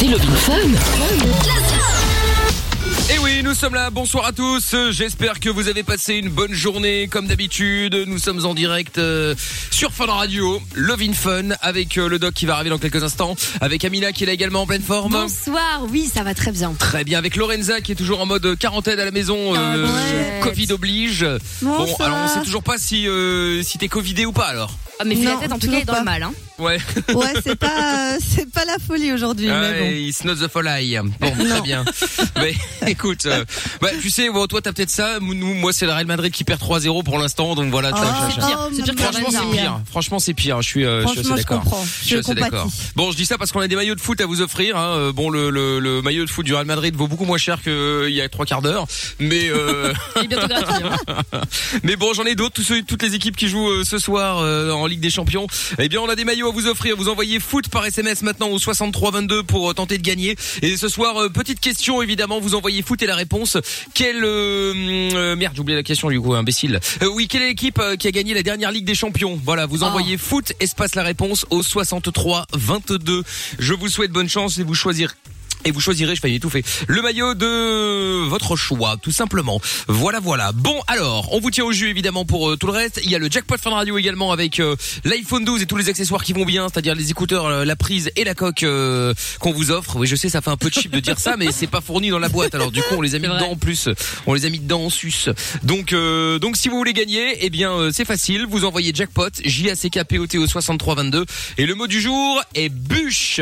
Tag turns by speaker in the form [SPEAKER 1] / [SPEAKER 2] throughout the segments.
[SPEAKER 1] écoutez Love in Fun
[SPEAKER 2] Et Eh oui, nous sommes là. Bonsoir à tous. J'espère que vous avez passé une bonne journée comme d'habitude. Nous sommes en direct euh, sur Fun Radio, Love in Fun avec euh, le doc qui va arriver dans quelques instants, avec Amina qui est là également en pleine forme.
[SPEAKER 3] Bonsoir, oui, ça va très bien.
[SPEAKER 2] Très bien avec Lorenza qui est toujours en mode quarantaine à la maison, euh,
[SPEAKER 3] ouais.
[SPEAKER 2] Covid oblige. Bon,
[SPEAKER 3] Bonsoir.
[SPEAKER 2] alors on sait toujours pas si euh, si t'es covidé ou pas alors.
[SPEAKER 4] Ah, mais fais la
[SPEAKER 3] Non,
[SPEAKER 4] tête, en tout
[SPEAKER 3] toujours
[SPEAKER 4] cas, il est dans
[SPEAKER 3] pas.
[SPEAKER 4] le mal. Hein.
[SPEAKER 2] Ouais.
[SPEAKER 3] Ouais, c'est pas, euh, c'est pas la folie aujourd'hui,
[SPEAKER 2] Ouais,
[SPEAKER 3] mais
[SPEAKER 2] Ah, It's not the folie. Bon, très bien. Mais écoute, euh, bah, tu sais, bon, toi t'as peut-être ça. Nous, moi c'est le Real Madrid qui perd 3-0 pour l'instant, donc voilà. tu
[SPEAKER 3] bon.
[SPEAKER 2] vois, je- je-
[SPEAKER 4] c'est pire, c'est pire que la
[SPEAKER 2] Franchement, c'est pire. Franchement, c'est pire. Je suis, euh, je suis assez
[SPEAKER 3] Franchement, je
[SPEAKER 2] d'accord.
[SPEAKER 3] comprends.
[SPEAKER 2] Je
[SPEAKER 3] Je
[SPEAKER 2] suis assez
[SPEAKER 3] compatis.
[SPEAKER 2] d'accord. Bon, je dis ça parce qu'on a des maillots de foot à vous offrir. hein. Euh, Bon, le, le, le maillot de foot du Real Madrid vaut beaucoup moins cher qu'il y a trois quarts d'heure, mais euh,
[SPEAKER 4] Il est bientôt gratuit. hein.
[SPEAKER 2] mais bon, j'en ai d'autres. Tous ceux- toutes les équipes qui jouent euh, ce soir euh, en Ligue des Champions. Eh bien, on a des maillots à vous offrir. Vous envoyez foot par SMS maintenant au 63 22 pour euh, tenter de gagner. Et ce soir, euh, petite question évidemment. Vous envoyez foot et la réponse. Quelle euh, hum, euh, merde, j'ai oublié la question du coup, imbécile. Euh, oui, quelle est l'équipe euh, qui a gagné la dernière Ligue des Champions Voilà, vous envoyez foot espace la réponse au 63 22. Je vous souhaite bonne chance et vous choisir et vous choisirez, je vais étouffer, le maillot de votre choix, tout simplement. Voilà, voilà. Bon, alors, on vous tient au jus, évidemment, pour euh, tout le reste. Il y a le jackpot Fun Radio également avec euh, l'iPhone 12 et tous les accessoires qui vont bien, c'est-à-dire les écouteurs, euh, la prise et la coque euh, qu'on vous offre. Oui, je sais, ça fait un peu cheap de dire ça, mais c'est pas fourni dans la boîte. Alors, du coup, on les a mis
[SPEAKER 4] C'est vrai.
[SPEAKER 2] dedans en plus. On les a mis dedans en sus. Donc, euh, donc si vous voulez gagner, eh bien, euh, c'est facile. Vous envoyez jackpot, J-A-C-K-P-O-T-O 6322. Et le mot du jour est bûche.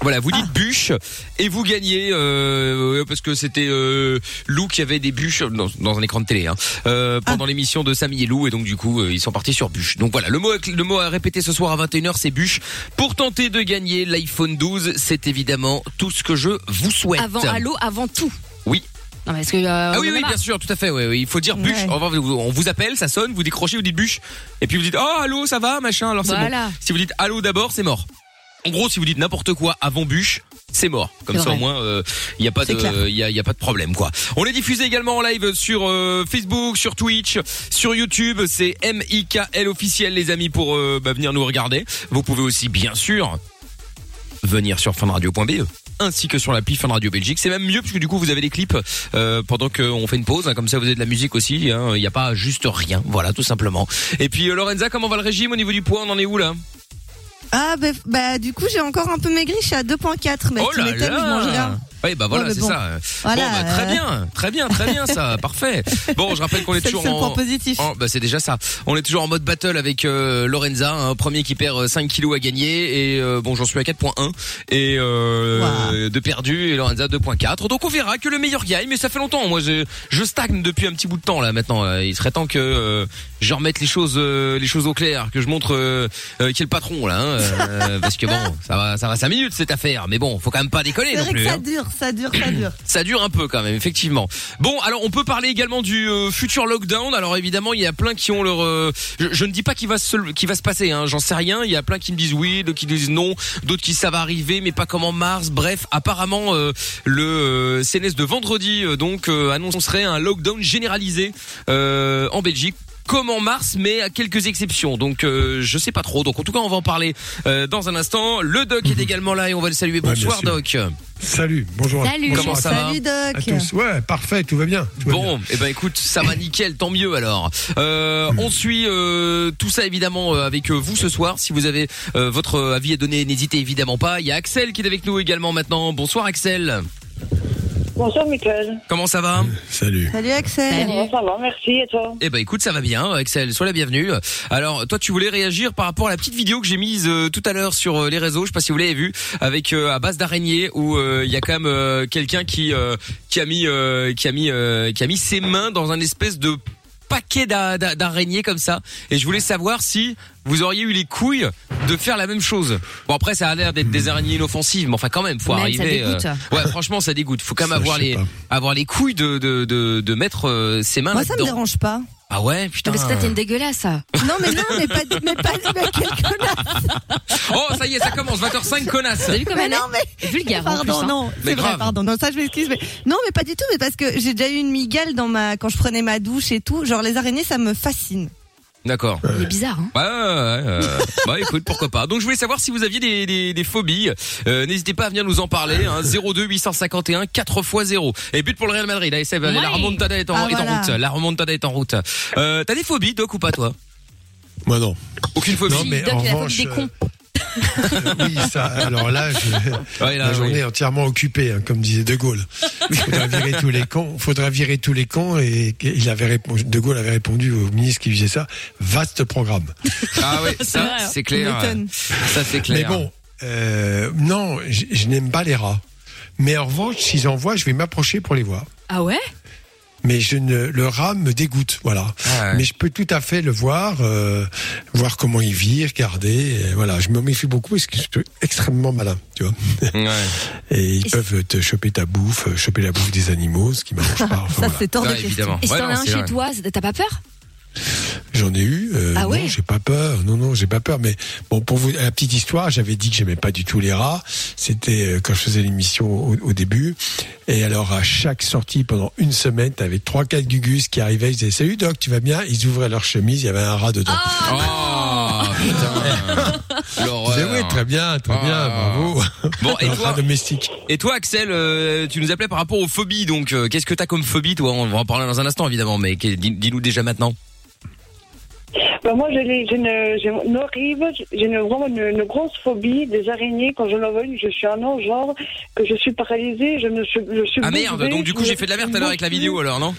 [SPEAKER 2] Voilà, vous dites bûche et vous gagnez euh, ouais, parce que c'était euh, Lou qui avait des bûches dans, dans un écran de télé hein, euh, pendant l'émission de Samy et Lou et donc du coup euh, ils sont partis sur bûche. Donc voilà, le mot le mot à répéter ce soir à 21h c'est bûche pour tenter de gagner l'iPhone 12, c'est évidemment tout ce que je vous souhaite.
[SPEAKER 4] Avant Halo, avant tout.
[SPEAKER 2] Oui.
[SPEAKER 4] Non, mais est-ce que. euh,
[SPEAKER 2] Ah
[SPEAKER 4] on
[SPEAKER 2] oui,
[SPEAKER 4] en a
[SPEAKER 2] oui,
[SPEAKER 4] marre
[SPEAKER 2] bien sûr, tout à fait. Oui, oui. Il faut dire bûche.
[SPEAKER 3] Ouais.
[SPEAKER 2] On, va- on vous appelle, ça sonne, vous décrochez, vous dites bûche. Et puis vous dites oh allô, ça va, machin. Alors c'est
[SPEAKER 4] Voilà.
[SPEAKER 2] bon. Si vous dites allô d'abord, c'est mort. En gros, si vous dites n'importe quoi avant bûche, c'est mort. Comme
[SPEAKER 4] C'est
[SPEAKER 2] ça, au
[SPEAKER 4] vrai.
[SPEAKER 2] moins, il n'y a pas
[SPEAKER 3] C'est clair.
[SPEAKER 2] de, il y a, y a pas de problème, quoi. On est diffusé également en live sur euh, Facebook, sur Twitch, sur YouTube. C'est MIKL officiel, les amis, pour euh, bah, venir nous regarder. Vous pouvez aussi, bien sûr, venir sur funradio.be ainsi que sur l'appli Fun Radio Belgique. C'est même mieux parce que du coup vous avez les clips euh, pendant qu'on fait une pause. hein. comme ça vous avez de la musique aussi. hein. Il n'y a pas juste rien. Voilà tout simplement. Et puis euh, Lorenza, comment va le régime au niveau du poids On en est où là
[SPEAKER 3] Ah, bah, bah, du coup, j'ai encore un peu maigri, je suis à 2.4. Mais
[SPEAKER 2] Oh
[SPEAKER 3] bah, tu
[SPEAKER 2] là
[SPEAKER 3] m'étonnes, je mange
[SPEAKER 2] là
[SPEAKER 3] rien.
[SPEAKER 2] Oui bah voilà
[SPEAKER 3] Ouais, mais
[SPEAKER 2] c'est
[SPEAKER 3] bon.
[SPEAKER 2] ça.
[SPEAKER 3] Voilà,
[SPEAKER 2] bon bah, très
[SPEAKER 3] euh.
[SPEAKER 2] bien, très bien, très bien ça. Parfait. Bon je rappelle qu'on est,
[SPEAKER 3] C'est le
[SPEAKER 2] toujours
[SPEAKER 3] seul
[SPEAKER 2] en...
[SPEAKER 3] point positif.
[SPEAKER 2] Oh, bah c'est déjà ça. On est toujours en mode battle avec euh, Lorenza, hein, premier qui perd euh, 5 kilos à gagner et euh, bon j'en suis à 4.1 et euh, de perdu et Lorenza 2.4. Donc on verra que le meilleur gagne mais ça fait longtemps. Moi je, je stagne depuis un petit bout de temps là maintenant. Euh, Il serait temps que euh, je remette les choses euh, les choses au clair, que je montre euh, euh, qui est le patron là hein, euh, parce que bon, ça va ça va 5 minutes cette affaire mais bon, faut quand même pas déconner
[SPEAKER 3] C'est
[SPEAKER 2] non
[SPEAKER 3] vrai que
[SPEAKER 2] plus.
[SPEAKER 3] ça
[SPEAKER 2] hein.
[SPEAKER 3] dure, ça dure, ça dure.
[SPEAKER 2] Ça dure un peu quand même, effectivement. Bon, alors on peut parler également du euh, futur lockdown. Alors évidemment, il y a plein qui ont leur. euh, je, je ne dis pas qu'il va se qu'il va se passer. Hein, J'en sais rien. Il y a plein qui me disent oui, d'autres qui disent non, d'autres qui ça va arriver, mais pas comme en mars. Bref, apparemment, euh, le euh, CNS de vendredi euh, donc euh, annoncerait un lockdown généralisé euh, en Belgique. Comme en mars, mais à quelques exceptions. Donc, euh, je sais pas trop. Donc, en tout cas, on va en parler euh, dans un instant. Le doc est également là et on va le saluer.
[SPEAKER 5] Mhm. bien
[SPEAKER 2] Bonsoir,
[SPEAKER 5] sûr.
[SPEAKER 2] doc.
[SPEAKER 5] Salut, bonjour. à-
[SPEAKER 4] Salut.
[SPEAKER 5] bonsoir
[SPEAKER 2] Comment
[SPEAKER 5] à,
[SPEAKER 2] ça va
[SPEAKER 3] Salut, Doc.
[SPEAKER 5] à tous. Ouais, parfait, tout va bien. tout va bien.
[SPEAKER 2] Bon, eh ben écoute, ça va nickel, tant mieux alors. Euh, on suit euh, tout ça évidemment euh, avec euh, vous ce soir. Si vous avez euh, votre euh, avis à donner, n'hésitez évidemment pas. Il y a Axel qui est avec nous également maintenant. Bonsoir Axel.
[SPEAKER 6] Bonsoir Michael.
[SPEAKER 2] Comment ça va
[SPEAKER 5] Salut.
[SPEAKER 3] Salut, Axel.
[SPEAKER 4] Salut.
[SPEAKER 6] Bon, ça va, merci et toi
[SPEAKER 2] Eh ben écoute, ça va bien Axel, sois la bienvenue. Alors toi tu voulais réagir par rapport à la petite vidéo que j'ai mise euh, tout à l'heure sur euh, les réseaux, je sais pas si vous l'avez vu, avec euh, à base d'araignée où euh, il y a quand même euh, quelqu'un qui euh, qui a mis euh, qui a mis euh, qui a mis ses mains dans un espèce de paquet d'a- d'a- d'araignées comme ça et je voulais savoir si vous auriez eu les couilles de faire la même chose. Bon après ça a l'air d'être des araignées inoffensives, mais enfin quand même faut
[SPEAKER 4] Même, ça
[SPEAKER 2] arriver. euh,
[SPEAKER 4] dégoûte.
[SPEAKER 2] Ouais franchement ça dégoûte. Faut quand même
[SPEAKER 5] Ça,
[SPEAKER 2] avoir
[SPEAKER 5] je sais
[SPEAKER 2] les
[SPEAKER 5] pas.
[SPEAKER 2] avoir les couilles de de de, de mettre euh, ses mains
[SPEAKER 3] Moi, ça me
[SPEAKER 2] là-dedans.
[SPEAKER 3] dérange pas.
[SPEAKER 2] Ah ouais, putain.
[SPEAKER 4] Parce que toi, t'es une dégueulasse.
[SPEAKER 3] Non, mais non, mais pas, mais pas, mais quelqu'un là.
[SPEAKER 2] Oh, ça y est, ça commence, 20h05, connasse.
[SPEAKER 4] T'as vu comme
[SPEAKER 3] Mais
[SPEAKER 4] elle
[SPEAKER 3] non, mais.
[SPEAKER 4] est vulgaire. en
[SPEAKER 3] Pardon,
[SPEAKER 4] plus, hein.
[SPEAKER 3] non,
[SPEAKER 2] Mais
[SPEAKER 3] c'est vrai,
[SPEAKER 2] grave.
[SPEAKER 3] pardon. Non, ça je m'excuse, mais non, mais pas du tout, mais parce que j'ai déjà eu une migale dans ma quand je prenais ma douche et tout. Genre les araignées, ça me fascine.
[SPEAKER 2] D'accord.
[SPEAKER 4] Il est bizarre, hein.
[SPEAKER 2] Bah, ouais, ouais, euh, bah écoute, pourquoi pas. Donc je voulais savoir si vous aviez des, des, des phobies. Euh, N'hésitez pas à venir nous en parler. Hein, 02 851 4 x 0. Et but pour le Real Madrid. Allez, Seb, la
[SPEAKER 4] Ouais.
[SPEAKER 2] remontada est en,
[SPEAKER 3] Ah,
[SPEAKER 2] est en
[SPEAKER 3] voilà.
[SPEAKER 2] route. La remontada est en route. Euh, T'as des phobies, Doc, ou pas toi
[SPEAKER 5] Moi non.
[SPEAKER 2] Aucune phobie.
[SPEAKER 5] Non, mais
[SPEAKER 4] Doc,
[SPEAKER 5] en
[SPEAKER 4] il a la
[SPEAKER 5] revanche,
[SPEAKER 4] phobie des cons.
[SPEAKER 5] euh, oui, ça, alors là, je-
[SPEAKER 2] Ouais, là,
[SPEAKER 5] la
[SPEAKER 2] oui.
[SPEAKER 5] journée est entièrement occupée, hein, comme disait De Gaulle. Faudra virer tous les cons. Faudra virer tous les cons et il avait répondu, De Gaulle avait répondu au ministre qui faisait ça. Vaste programme.
[SPEAKER 2] Ah oui, ça,
[SPEAKER 4] vrai.
[SPEAKER 2] c'est clair.
[SPEAKER 3] Tu m'étonnes.
[SPEAKER 2] Ça, c'est clair.
[SPEAKER 5] Mais bon, euh, non, je, je n'aime pas les rats. Mais en revanche, s'ils en voient, je vais m'approcher pour les voir.
[SPEAKER 4] Ah ouais
[SPEAKER 5] Mais je ne, le rat me dégoûte, voilà.
[SPEAKER 2] Ah ouais.
[SPEAKER 5] Mais je peux tout à fait le voir, euh, voir comment il vit, regarder. et voilà, je me méfie beaucoup parce que je suis extrêmement malin, tu vois.
[SPEAKER 2] Ouais.
[SPEAKER 5] Et ils
[SPEAKER 4] Et
[SPEAKER 5] peuvent te choper ta bouffe, euh, choper la bouffe des animaux, ce qui m'arrange pas. Enfin,
[SPEAKER 3] Ça,
[SPEAKER 5] voilà.
[SPEAKER 3] c'est hors de
[SPEAKER 2] Ouais,
[SPEAKER 3] question.
[SPEAKER 2] évidemment.
[SPEAKER 4] Et si
[SPEAKER 2] Ouais,
[SPEAKER 4] t'en
[SPEAKER 2] non,
[SPEAKER 4] as un
[SPEAKER 2] c'est
[SPEAKER 4] chez
[SPEAKER 2] vrai.
[SPEAKER 4] toi, c'est- t'as pas peur
[SPEAKER 5] J'en ai eu. euh,
[SPEAKER 4] Ah
[SPEAKER 5] non,
[SPEAKER 4] ouais
[SPEAKER 5] j'ai pas peur. Non, non, j'ai pas peur. Mais bon, pour vous, la petite histoire, j'avais dit que j'aimais pas du tout les rats. C'était euh, quand je faisais l'émission au, au début. Et alors, à chaque sortie, pendant une semaine, t'avais trois, quatre gugus qui arrivaient. Ils disaient, salut Doc, tu vas bien? Ils ouvraient leur chemise, il y avait un rat dedans.
[SPEAKER 4] Ah
[SPEAKER 2] Oh, putain.
[SPEAKER 5] Je disais,
[SPEAKER 2] Oh, L'horreur.
[SPEAKER 5] oui, très bien, très bien,
[SPEAKER 2] Ah.
[SPEAKER 5] bravo.
[SPEAKER 2] Bon, et
[SPEAKER 5] un
[SPEAKER 2] toi
[SPEAKER 5] rat domestique.
[SPEAKER 2] Et toi, Axel, euh, tu nous appelais par rapport aux phobies, donc euh, qu'est-ce que t'as comme phobie, toi On va en parler dans un instant, évidemment, mais que- dis- dis-nous déjà maintenant.
[SPEAKER 6] Bah, moi, j'ai les- j'ai une, j'ai une horrible, j'ai une, vraiment une, une grosse phobie des araignées. Quand je l'en vois une, je suis un autre genre, que je suis paralysée, je ne suis, je suis
[SPEAKER 2] Ah
[SPEAKER 6] bouche
[SPEAKER 2] merde,
[SPEAKER 6] bée,
[SPEAKER 2] donc du coup
[SPEAKER 6] je-
[SPEAKER 2] j'ai fait de la merde tout à l'heure avec la vidéo, alors non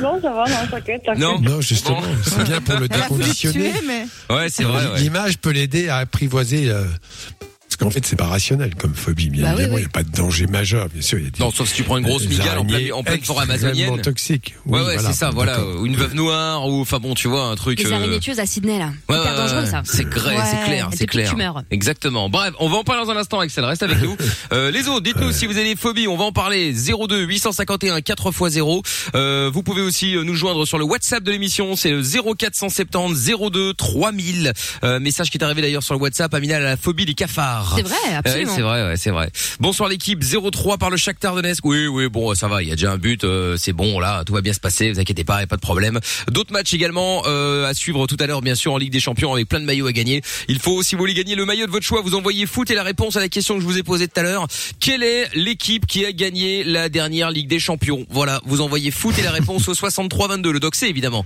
[SPEAKER 6] Non, ça va, non, t'inquiète, t'inquiète.
[SPEAKER 2] Non.
[SPEAKER 5] Non, justement,
[SPEAKER 2] Bon.
[SPEAKER 5] c'est bien pour le
[SPEAKER 3] Elle a voulu te
[SPEAKER 5] déconditionner.
[SPEAKER 3] tuer, mais
[SPEAKER 2] Ouais, c'est vrai, ouais.
[SPEAKER 5] L'image peut l'aider à apprivoiser. euh, parce qu'en fait, c'est pas rationnel comme phobie. Bien
[SPEAKER 4] Bah oui,
[SPEAKER 5] évidemment,
[SPEAKER 4] oui.
[SPEAKER 5] il n'y a pas de danger majeur. Bien sûr, il y a des,
[SPEAKER 2] Non, sauf si tu prends une grosse
[SPEAKER 5] des
[SPEAKER 2] migale en, plein,
[SPEAKER 5] araignées
[SPEAKER 2] en pleine forêt
[SPEAKER 5] extrêmement
[SPEAKER 2] amazonienne.
[SPEAKER 5] toxiques. Oui,
[SPEAKER 2] ouais, ouais, c'est ça, voilà.
[SPEAKER 5] d'accord.
[SPEAKER 2] Ou une veuve noire, ou enfin bon, tu vois, un truc.
[SPEAKER 4] Les
[SPEAKER 2] euh,
[SPEAKER 4] araignées tueuses à Sydney, là.
[SPEAKER 2] Ouais,
[SPEAKER 4] Hyper
[SPEAKER 2] ouais,
[SPEAKER 4] dangereux,
[SPEAKER 2] ouais.
[SPEAKER 4] ça.
[SPEAKER 2] C'est gré,
[SPEAKER 4] Ouais,
[SPEAKER 2] c'est clair,
[SPEAKER 4] elles
[SPEAKER 2] c'est
[SPEAKER 4] te piquent,
[SPEAKER 2] clair.
[SPEAKER 4] tu meurs.
[SPEAKER 2] Exactement. Bref, on va en parler dans un instant, Axel. Reste avec nous. Euh, les autres, dites-nous si vous avez des phobies. On va en parler. 02 851 4 x 0. Euh, vous pouvez aussi euh, nous joindre sur le WhatsApp de l'émission. C'est euh, le 0470 02 3000. Euh, message qui est arrivé d'ailleurs sur le WhatsApp. Amina a la phobie des cafards.
[SPEAKER 4] C'est vrai, absolument.
[SPEAKER 2] Ouais, c'est vrai, ouais, c'est vrai. Bonsoir l'équipe 03 par le Shakhtar Donetsk. Oui, oui, bon, ça va, il y a déjà un but, euh, c'est bon là, tout va bien se passer, vous inquiétez pas, y a pas de problème. D'autres matchs également euh, à suivre tout à l'heure bien sûr en Ligue des Champions avec plein de maillots à gagner. Il faut si vous voulez gagner le maillot de votre choix, vous envoyez foot et la réponse à la question que je vous ai posée tout à l'heure, quelle est l'équipe qui a gagné la dernière Ligue des Champions Voilà, vous envoyez foot et la réponse au 63 22, le doc C évidemment.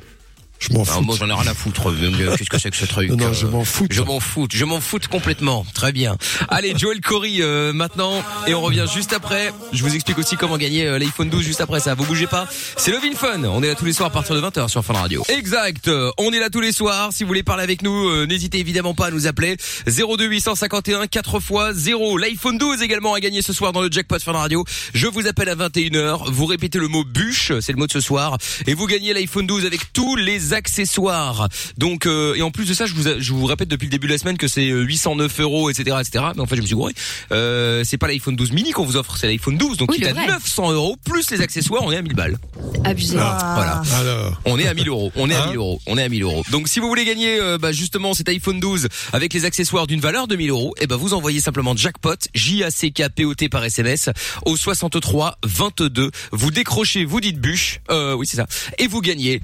[SPEAKER 5] Je m'en
[SPEAKER 2] Ah, moi
[SPEAKER 5] fous.
[SPEAKER 2] j'en ai rien à foutre. euh, Qu'est-ce que c'est que ce truc
[SPEAKER 5] Non, non,
[SPEAKER 2] euh,
[SPEAKER 5] je m'en fous.
[SPEAKER 2] Je m'en fous. Je m'en fous complètement. Très bien. Allez, Joel Corey euh, maintenant et on revient juste après. Je vous explique aussi comment gagner euh, l'iPhone 12 juste après ça. Vous bougez pas. C'est Lovin Fun. On est là tous les soirs à partir de 20h sur Fun Radio. Exact. Euh, On est là tous les soirs. Si vous voulez parler avec nous, euh, n'hésitez évidemment pas à nous appeler 02 851 4 x 0. L'iPhone 12 également à gagner ce soir dans le jackpot Fun Radio. Je vous appelle à 21h. Vous répétez le mot bûche, c'est le mot de ce soir, et vous gagnez l'iPhone 12 avec tous les accessoires. Donc euh, et en plus de ça, je vous je vous répète depuis le début de la semaine que c'est euh, 809 euros, etc., etc. Mais en fait, je me suis gouré. Euh, c'est pas l'iPhone 12 mini qu'on vous offre, c'est l'iPhone 12. Donc
[SPEAKER 4] Oui,
[SPEAKER 2] il
[SPEAKER 4] le
[SPEAKER 2] a
[SPEAKER 4] vrai.
[SPEAKER 2] 900 euros plus les accessoires. On est à 1000 balles.
[SPEAKER 4] Abusé.
[SPEAKER 2] Ah,
[SPEAKER 3] Ah.
[SPEAKER 4] Ah.
[SPEAKER 2] Voilà.
[SPEAKER 5] Alors,
[SPEAKER 2] On est à 1000 euros. On est à
[SPEAKER 5] Hein
[SPEAKER 2] 1000 euros. On est à 1000 euros. Donc si vous voulez gagner euh, bah, justement cet iPhone 12 avec les accessoires d'une valeur de 1000 euros, et ben vous envoyez simplement jackpot J A C K P O T par SMS au 63 22. Vous décrochez, vous dites bûche. Euh, oui c'est ça. Et vous gagnez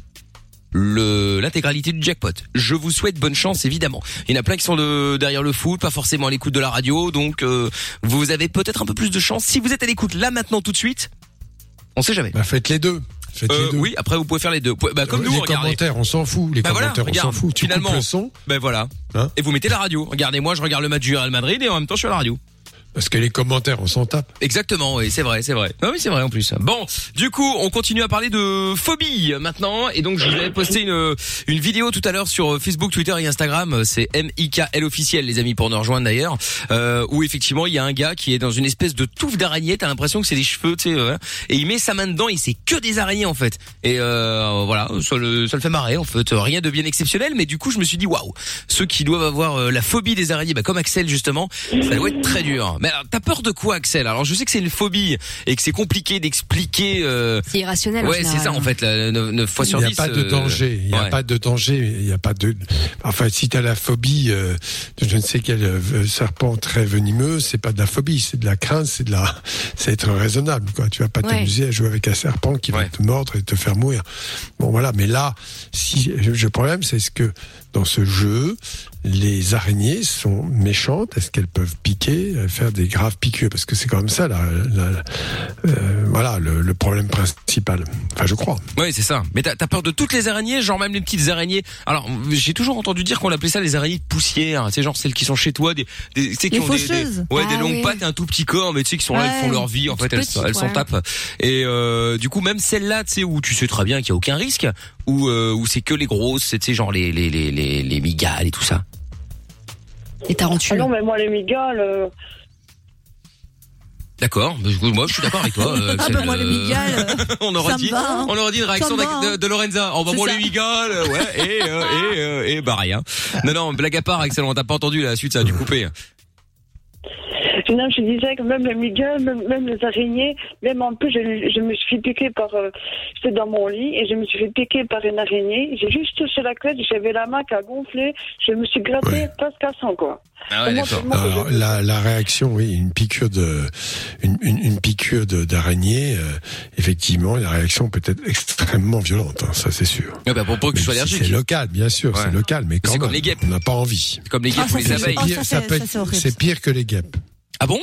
[SPEAKER 2] le l'intégralité du jackpot. Je vous souhaite bonne chance évidemment. Il y en a plein qui sont de- derrière le foot, pas forcément à l'écoute de la radio, donc euh, vous avez peut-être un peu plus de chance si vous êtes à l'écoute là maintenant tout de suite. On sait jamais.
[SPEAKER 5] bah, faites les deux. Faites
[SPEAKER 2] Euh,
[SPEAKER 5] les deux.
[SPEAKER 2] oui, après vous pouvez faire les deux. Bah, comme
[SPEAKER 5] Euh,
[SPEAKER 2] nous,
[SPEAKER 5] les
[SPEAKER 2] regardez.
[SPEAKER 5] commentaires, on s'en fout. Les
[SPEAKER 2] Bah voilà,
[SPEAKER 5] commentaires, on
[SPEAKER 2] regarde,
[SPEAKER 5] s'en fout. Tu
[SPEAKER 2] finalement.
[SPEAKER 5] coupes le son
[SPEAKER 2] Ben voilà.
[SPEAKER 5] Hein
[SPEAKER 2] et vous mettez la radio. Regardez, moi je regarde le match du Real Madrid et en même temps je suis à la radio.
[SPEAKER 5] parce que les commentaires, on s'en tape.
[SPEAKER 2] Exactement, oui, c'est vrai, c'est vrai. Ah oui, c'est vrai en plus. Bon, du coup, on continue à parler de phobie euh, maintenant. Et donc, je vous avais posté une, une vidéo tout à l'heure sur euh, Facebook, Twitter et Instagram. Euh, C'est MIKL officiel, les amis, pour nous rejoindre d'ailleurs. Euh, où effectivement, il y a un gars qui est dans une espèce de touffe d'araignée. T'as l'impression que c'est des cheveux, tu sais. euh, hein. et il met sa main dedans et c'est que des araignées en fait. Et euh, voilà, ça le, ça le fait marrer en fait. Euh, Rien de bien exceptionnel, mais du coup, je me suis dit, waouh, ceux qui doivent avoir euh, la phobie des araignées, bah, comme Axel justement, ça doit être très dur. Mais alors, t'as peur de quoi, Axel Alors, je sais que c'est une phobie et que c'est compliqué d'expliquer. euh,
[SPEAKER 4] C'est irrationnel. en
[SPEAKER 2] Ouais, c'est
[SPEAKER 4] général,
[SPEAKER 2] ça en
[SPEAKER 4] hein.
[SPEAKER 2] fait. La, 9 fois
[SPEAKER 5] Il
[SPEAKER 2] sur
[SPEAKER 5] n'y a
[SPEAKER 2] 10,
[SPEAKER 5] pas de
[SPEAKER 2] euh,
[SPEAKER 5] danger. Il n'y a
[SPEAKER 2] ouais.
[SPEAKER 5] pas de danger. Il n'y a pas de. Enfin, si t'as la phobie euh, de je ne sais quel euh, serpent très venimeux, c'est pas de la phobie, c'est de la crainte, c'est de la. C'est être raisonnable. Quoi. Tu vas pas
[SPEAKER 4] Ouais.
[SPEAKER 5] t'amuser à jouer avec un serpent qui va
[SPEAKER 2] Ouais.
[SPEAKER 5] te mordre et te faire mourir. Bon voilà. Mais là, si le problème, c'est ce que dans ce jeu, les araignées sont méchantes. Est-ce qu'elles peuvent piquer, euh, faire des graves piqûres Parce que c'est quand même ça. La, la- euh, voilà le, le problème principal. Enfin, je crois.
[SPEAKER 2] Ouais, c'est ça. Mais t'as t'as peur de toutes les araignées, genre même les petites araignées. Alors, j'ai toujours entendu dire qu'on appelait ça les araignées de poussière. C'est genre celles qui sont chez toi, des, des tu sais, qui
[SPEAKER 3] Les
[SPEAKER 2] ont des, des-
[SPEAKER 3] faucheuses.
[SPEAKER 2] ouais, des
[SPEAKER 4] Ah
[SPEAKER 2] longues
[SPEAKER 4] oui.
[SPEAKER 2] pattes et un tout petit corps, mais tu sais qui sont là, ils
[SPEAKER 3] Ouais,
[SPEAKER 2] font leur vie. En fait,
[SPEAKER 4] toutes
[SPEAKER 2] elles,
[SPEAKER 4] petites,
[SPEAKER 2] elles s'en
[SPEAKER 4] ouais.
[SPEAKER 2] tapent. Et euh, du coup, même celles-là, tu sais, où tu sais très bien qu'il y a aucun risque, ou euh, où c'est que les grosses, tu sais, genre les les les les, les migales et tout ça.
[SPEAKER 4] Les
[SPEAKER 6] Ah
[SPEAKER 4] tarentules.
[SPEAKER 6] non, mais moi, les migales, euh,
[SPEAKER 2] D'accord. Bah, écoute, Moi, je suis d'accord avec toi. euh,
[SPEAKER 3] Ah
[SPEAKER 2] Axel,
[SPEAKER 3] bah moi les
[SPEAKER 2] euh,
[SPEAKER 3] migales. euh,
[SPEAKER 2] on aurait
[SPEAKER 3] Ça me
[SPEAKER 2] dit,
[SPEAKER 3] va, hein.
[SPEAKER 2] on aurait dit une réaction
[SPEAKER 3] Ça me
[SPEAKER 2] d'Ac-
[SPEAKER 3] va,
[SPEAKER 2] de,
[SPEAKER 3] hein.
[SPEAKER 2] de Lorenza. On va
[SPEAKER 3] C'est
[SPEAKER 2] moi
[SPEAKER 3] ça.
[SPEAKER 2] les migales, euh, ouais, et, euh, et, euh, et bah rien. Non, non, blague à part, excellent. T'as pas entendu la suite, ça a dû couper.
[SPEAKER 6] Non, je disais que même les migales, même, même les araignées, même en plus, je, je me suis fait piquer par. euh, J'étais dans mon lit et je me suis fait piquer par une araignée. J'ai juste touché la tête, j'avais la main qui a gonflé, je me suis grattée,
[SPEAKER 5] Ouais.
[SPEAKER 6] presque à 100, quoi.
[SPEAKER 2] Ah
[SPEAKER 6] Comment- comment que
[SPEAKER 5] Alors,
[SPEAKER 6] je-
[SPEAKER 5] la, la réaction, oui, une piqûre de, une, une, une piqûre de- d'araignée, euh, effectivement, la réaction peut être extrêmement violente, hein, ça c'est sûr.
[SPEAKER 2] Ah bah, pour pas que je sois
[SPEAKER 5] Même si
[SPEAKER 2] allergique.
[SPEAKER 5] c'est local, bien sûr,
[SPEAKER 2] Ouais.
[SPEAKER 5] c'est local, mais quand
[SPEAKER 2] c'est
[SPEAKER 5] même,
[SPEAKER 2] comme les guêpes.
[SPEAKER 5] on n'a pas envie.
[SPEAKER 2] Comme les guêpes
[SPEAKER 3] Ah,
[SPEAKER 2] ou
[SPEAKER 3] ça,
[SPEAKER 2] les
[SPEAKER 3] c'est-
[SPEAKER 2] abeilles.
[SPEAKER 3] oh,
[SPEAKER 5] pire,
[SPEAKER 3] ça, c'est-
[SPEAKER 5] peut
[SPEAKER 3] ça, c'est
[SPEAKER 5] être-
[SPEAKER 3] horrible.
[SPEAKER 5] c'est pire que les guêpes.
[SPEAKER 2] Ah bon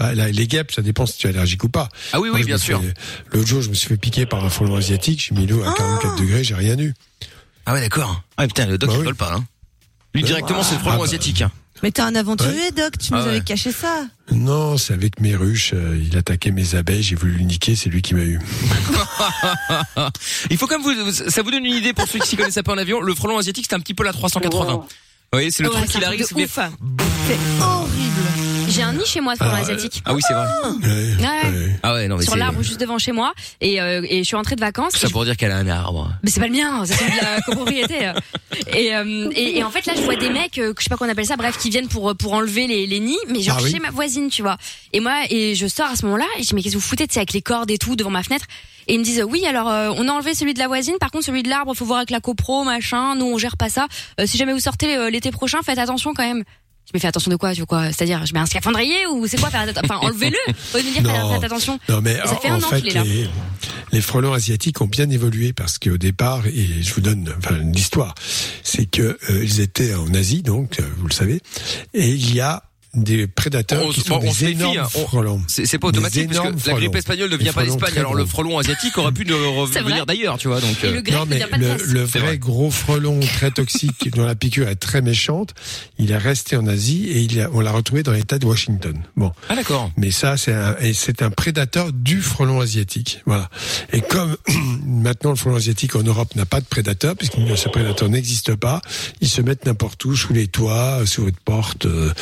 [SPEAKER 5] Bah, là, les guêpes, ça dépend si tu es allergique ou pas.
[SPEAKER 2] Ah oui,
[SPEAKER 5] Moi,
[SPEAKER 2] oui,
[SPEAKER 5] je
[SPEAKER 2] bien
[SPEAKER 5] me suis-
[SPEAKER 2] sûr.
[SPEAKER 5] L'autre jour, je me suis fait piquer par un frelon asiatique, j'ai mis
[SPEAKER 3] Ah.
[SPEAKER 5] l'eau à 44 degrés, j'ai rien eu.
[SPEAKER 2] Ah ouais, d'accord. Ah putain, le doc
[SPEAKER 5] Bah
[SPEAKER 2] il
[SPEAKER 5] oui.
[SPEAKER 2] vole pas. Hein. Lui directement, c'est le frelon
[SPEAKER 5] Ah bah.
[SPEAKER 2] asiatique. hein.
[SPEAKER 3] Mais t'es un aventurier, Doc. Tu
[SPEAKER 2] Ah
[SPEAKER 3] nous
[SPEAKER 2] ouais.
[SPEAKER 3] avais caché ça.
[SPEAKER 5] Non, c'est avec mes ruches, euh, il attaquait mes abeilles, j'ai voulu le niquer, c'est lui qui m'a eu.
[SPEAKER 2] Il faut quand même vous, ça vous donne une idée pour ceux qui s'y connaissent pas en avion. Le frelon asiatique, c'est un petit peu la 380. Vous
[SPEAKER 6] Wow.
[SPEAKER 2] voyez, c'est le
[SPEAKER 4] Oh, Ouais,
[SPEAKER 2] truc
[SPEAKER 4] c'est
[SPEAKER 2] qui
[SPEAKER 4] un truc
[SPEAKER 2] arrive.
[SPEAKER 4] de
[SPEAKER 2] c'est-
[SPEAKER 4] ouf.
[SPEAKER 3] C'est horrible.
[SPEAKER 4] J'ai un nid chez moi de frelons
[SPEAKER 5] Alors, euh,
[SPEAKER 4] asiatiques.
[SPEAKER 2] Ah oui, c'est vrai.
[SPEAKER 5] Ouais, ouais.
[SPEAKER 2] Ah ouais, non mais
[SPEAKER 4] Sur
[SPEAKER 2] c'est-
[SPEAKER 4] l'arbre juste devant chez moi. Et, euh, et je suis rentrée de vacances.
[SPEAKER 2] Tout
[SPEAKER 4] et
[SPEAKER 2] ça
[SPEAKER 4] je-
[SPEAKER 2] pour dire qu'elle a un arbre.
[SPEAKER 4] Mais c'est pas le mien, c'est celui de la copropriété. Et, euh, et, et en fait là je vois des mecs, euh, que je sais pas qu'on appelle ça, bref, qui viennent pour euh, pour enlever les, les nids, mais genre
[SPEAKER 5] Ah oui.
[SPEAKER 4] chez ma voisine, tu vois. Et moi et je sors à ce moment-là et je dis mais qu'est-ce que vous foutez, tu sais, avec les cordes et tout devant ma fenêtre. Et ils me disent euh, oui alors euh, on a enlevé celui de la voisine, par contre celui de l'arbre faut voir avec la copro machin, nous on gère pas ça. Euh, si jamais vous sortez euh, l'été prochain, faites attention quand même. Je me fais attention de quoi, tu vois quoi C'est-à-dire je mets un scaphandrier ou c'est quoi faire atta- Enfin enlevez-le. Au lieu de me dire
[SPEAKER 5] Non.
[SPEAKER 4] faites attention.
[SPEAKER 5] Non, mais
[SPEAKER 4] Ça fait
[SPEAKER 5] en,
[SPEAKER 4] un
[SPEAKER 5] en
[SPEAKER 4] an
[SPEAKER 5] fait,
[SPEAKER 4] qu'il est là.
[SPEAKER 5] les, les frelons asiatiques ont bien évolué parce qu'au départ, et je vous donne enfin, l'histoire, c'est que euh, ils étaient en Asie, donc euh, vous le savez, et il y a des prédateurs
[SPEAKER 2] On
[SPEAKER 5] qui
[SPEAKER 2] se-
[SPEAKER 5] sont
[SPEAKER 2] on se
[SPEAKER 5] des
[SPEAKER 2] méfie,
[SPEAKER 5] énormes
[SPEAKER 2] hein, on-
[SPEAKER 5] frelons.
[SPEAKER 2] C'est c'est pas
[SPEAKER 5] Des
[SPEAKER 2] automatique parce
[SPEAKER 5] énormes
[SPEAKER 2] que la grippe
[SPEAKER 5] frelons.
[SPEAKER 2] espagnole ne
[SPEAKER 5] Des
[SPEAKER 2] vient pas
[SPEAKER 5] frelons
[SPEAKER 2] d'Espagne.
[SPEAKER 5] très
[SPEAKER 2] Alors le
[SPEAKER 5] gros.
[SPEAKER 2] frelon asiatique aurait pu ne
[SPEAKER 4] C'est vrai.
[SPEAKER 2] revenir d'ailleurs, tu vois. Donc
[SPEAKER 4] Et
[SPEAKER 2] euh,
[SPEAKER 4] le grec
[SPEAKER 5] non,
[SPEAKER 4] ne
[SPEAKER 5] mais
[SPEAKER 4] vient pas de
[SPEAKER 5] le,
[SPEAKER 4] Grèce.
[SPEAKER 5] le
[SPEAKER 2] C'est
[SPEAKER 5] vrai,
[SPEAKER 2] vrai.
[SPEAKER 5] gros frelon très toxique dont la piqûre est très méchante, il est resté en Asie et il a- on l'a retrouvé dans l'état de Washington. Bon,
[SPEAKER 2] ah d'accord.
[SPEAKER 5] Mais ça, c'est un, et c'est un prédateur du frelon asiatique. Voilà. Et comme maintenant le frelon asiatique en Europe n'a pas de prédateur, puisque ce prédateur n'existe pas, ils se mettent n'importe où, sous les toits, euh, sous votre porte, euh,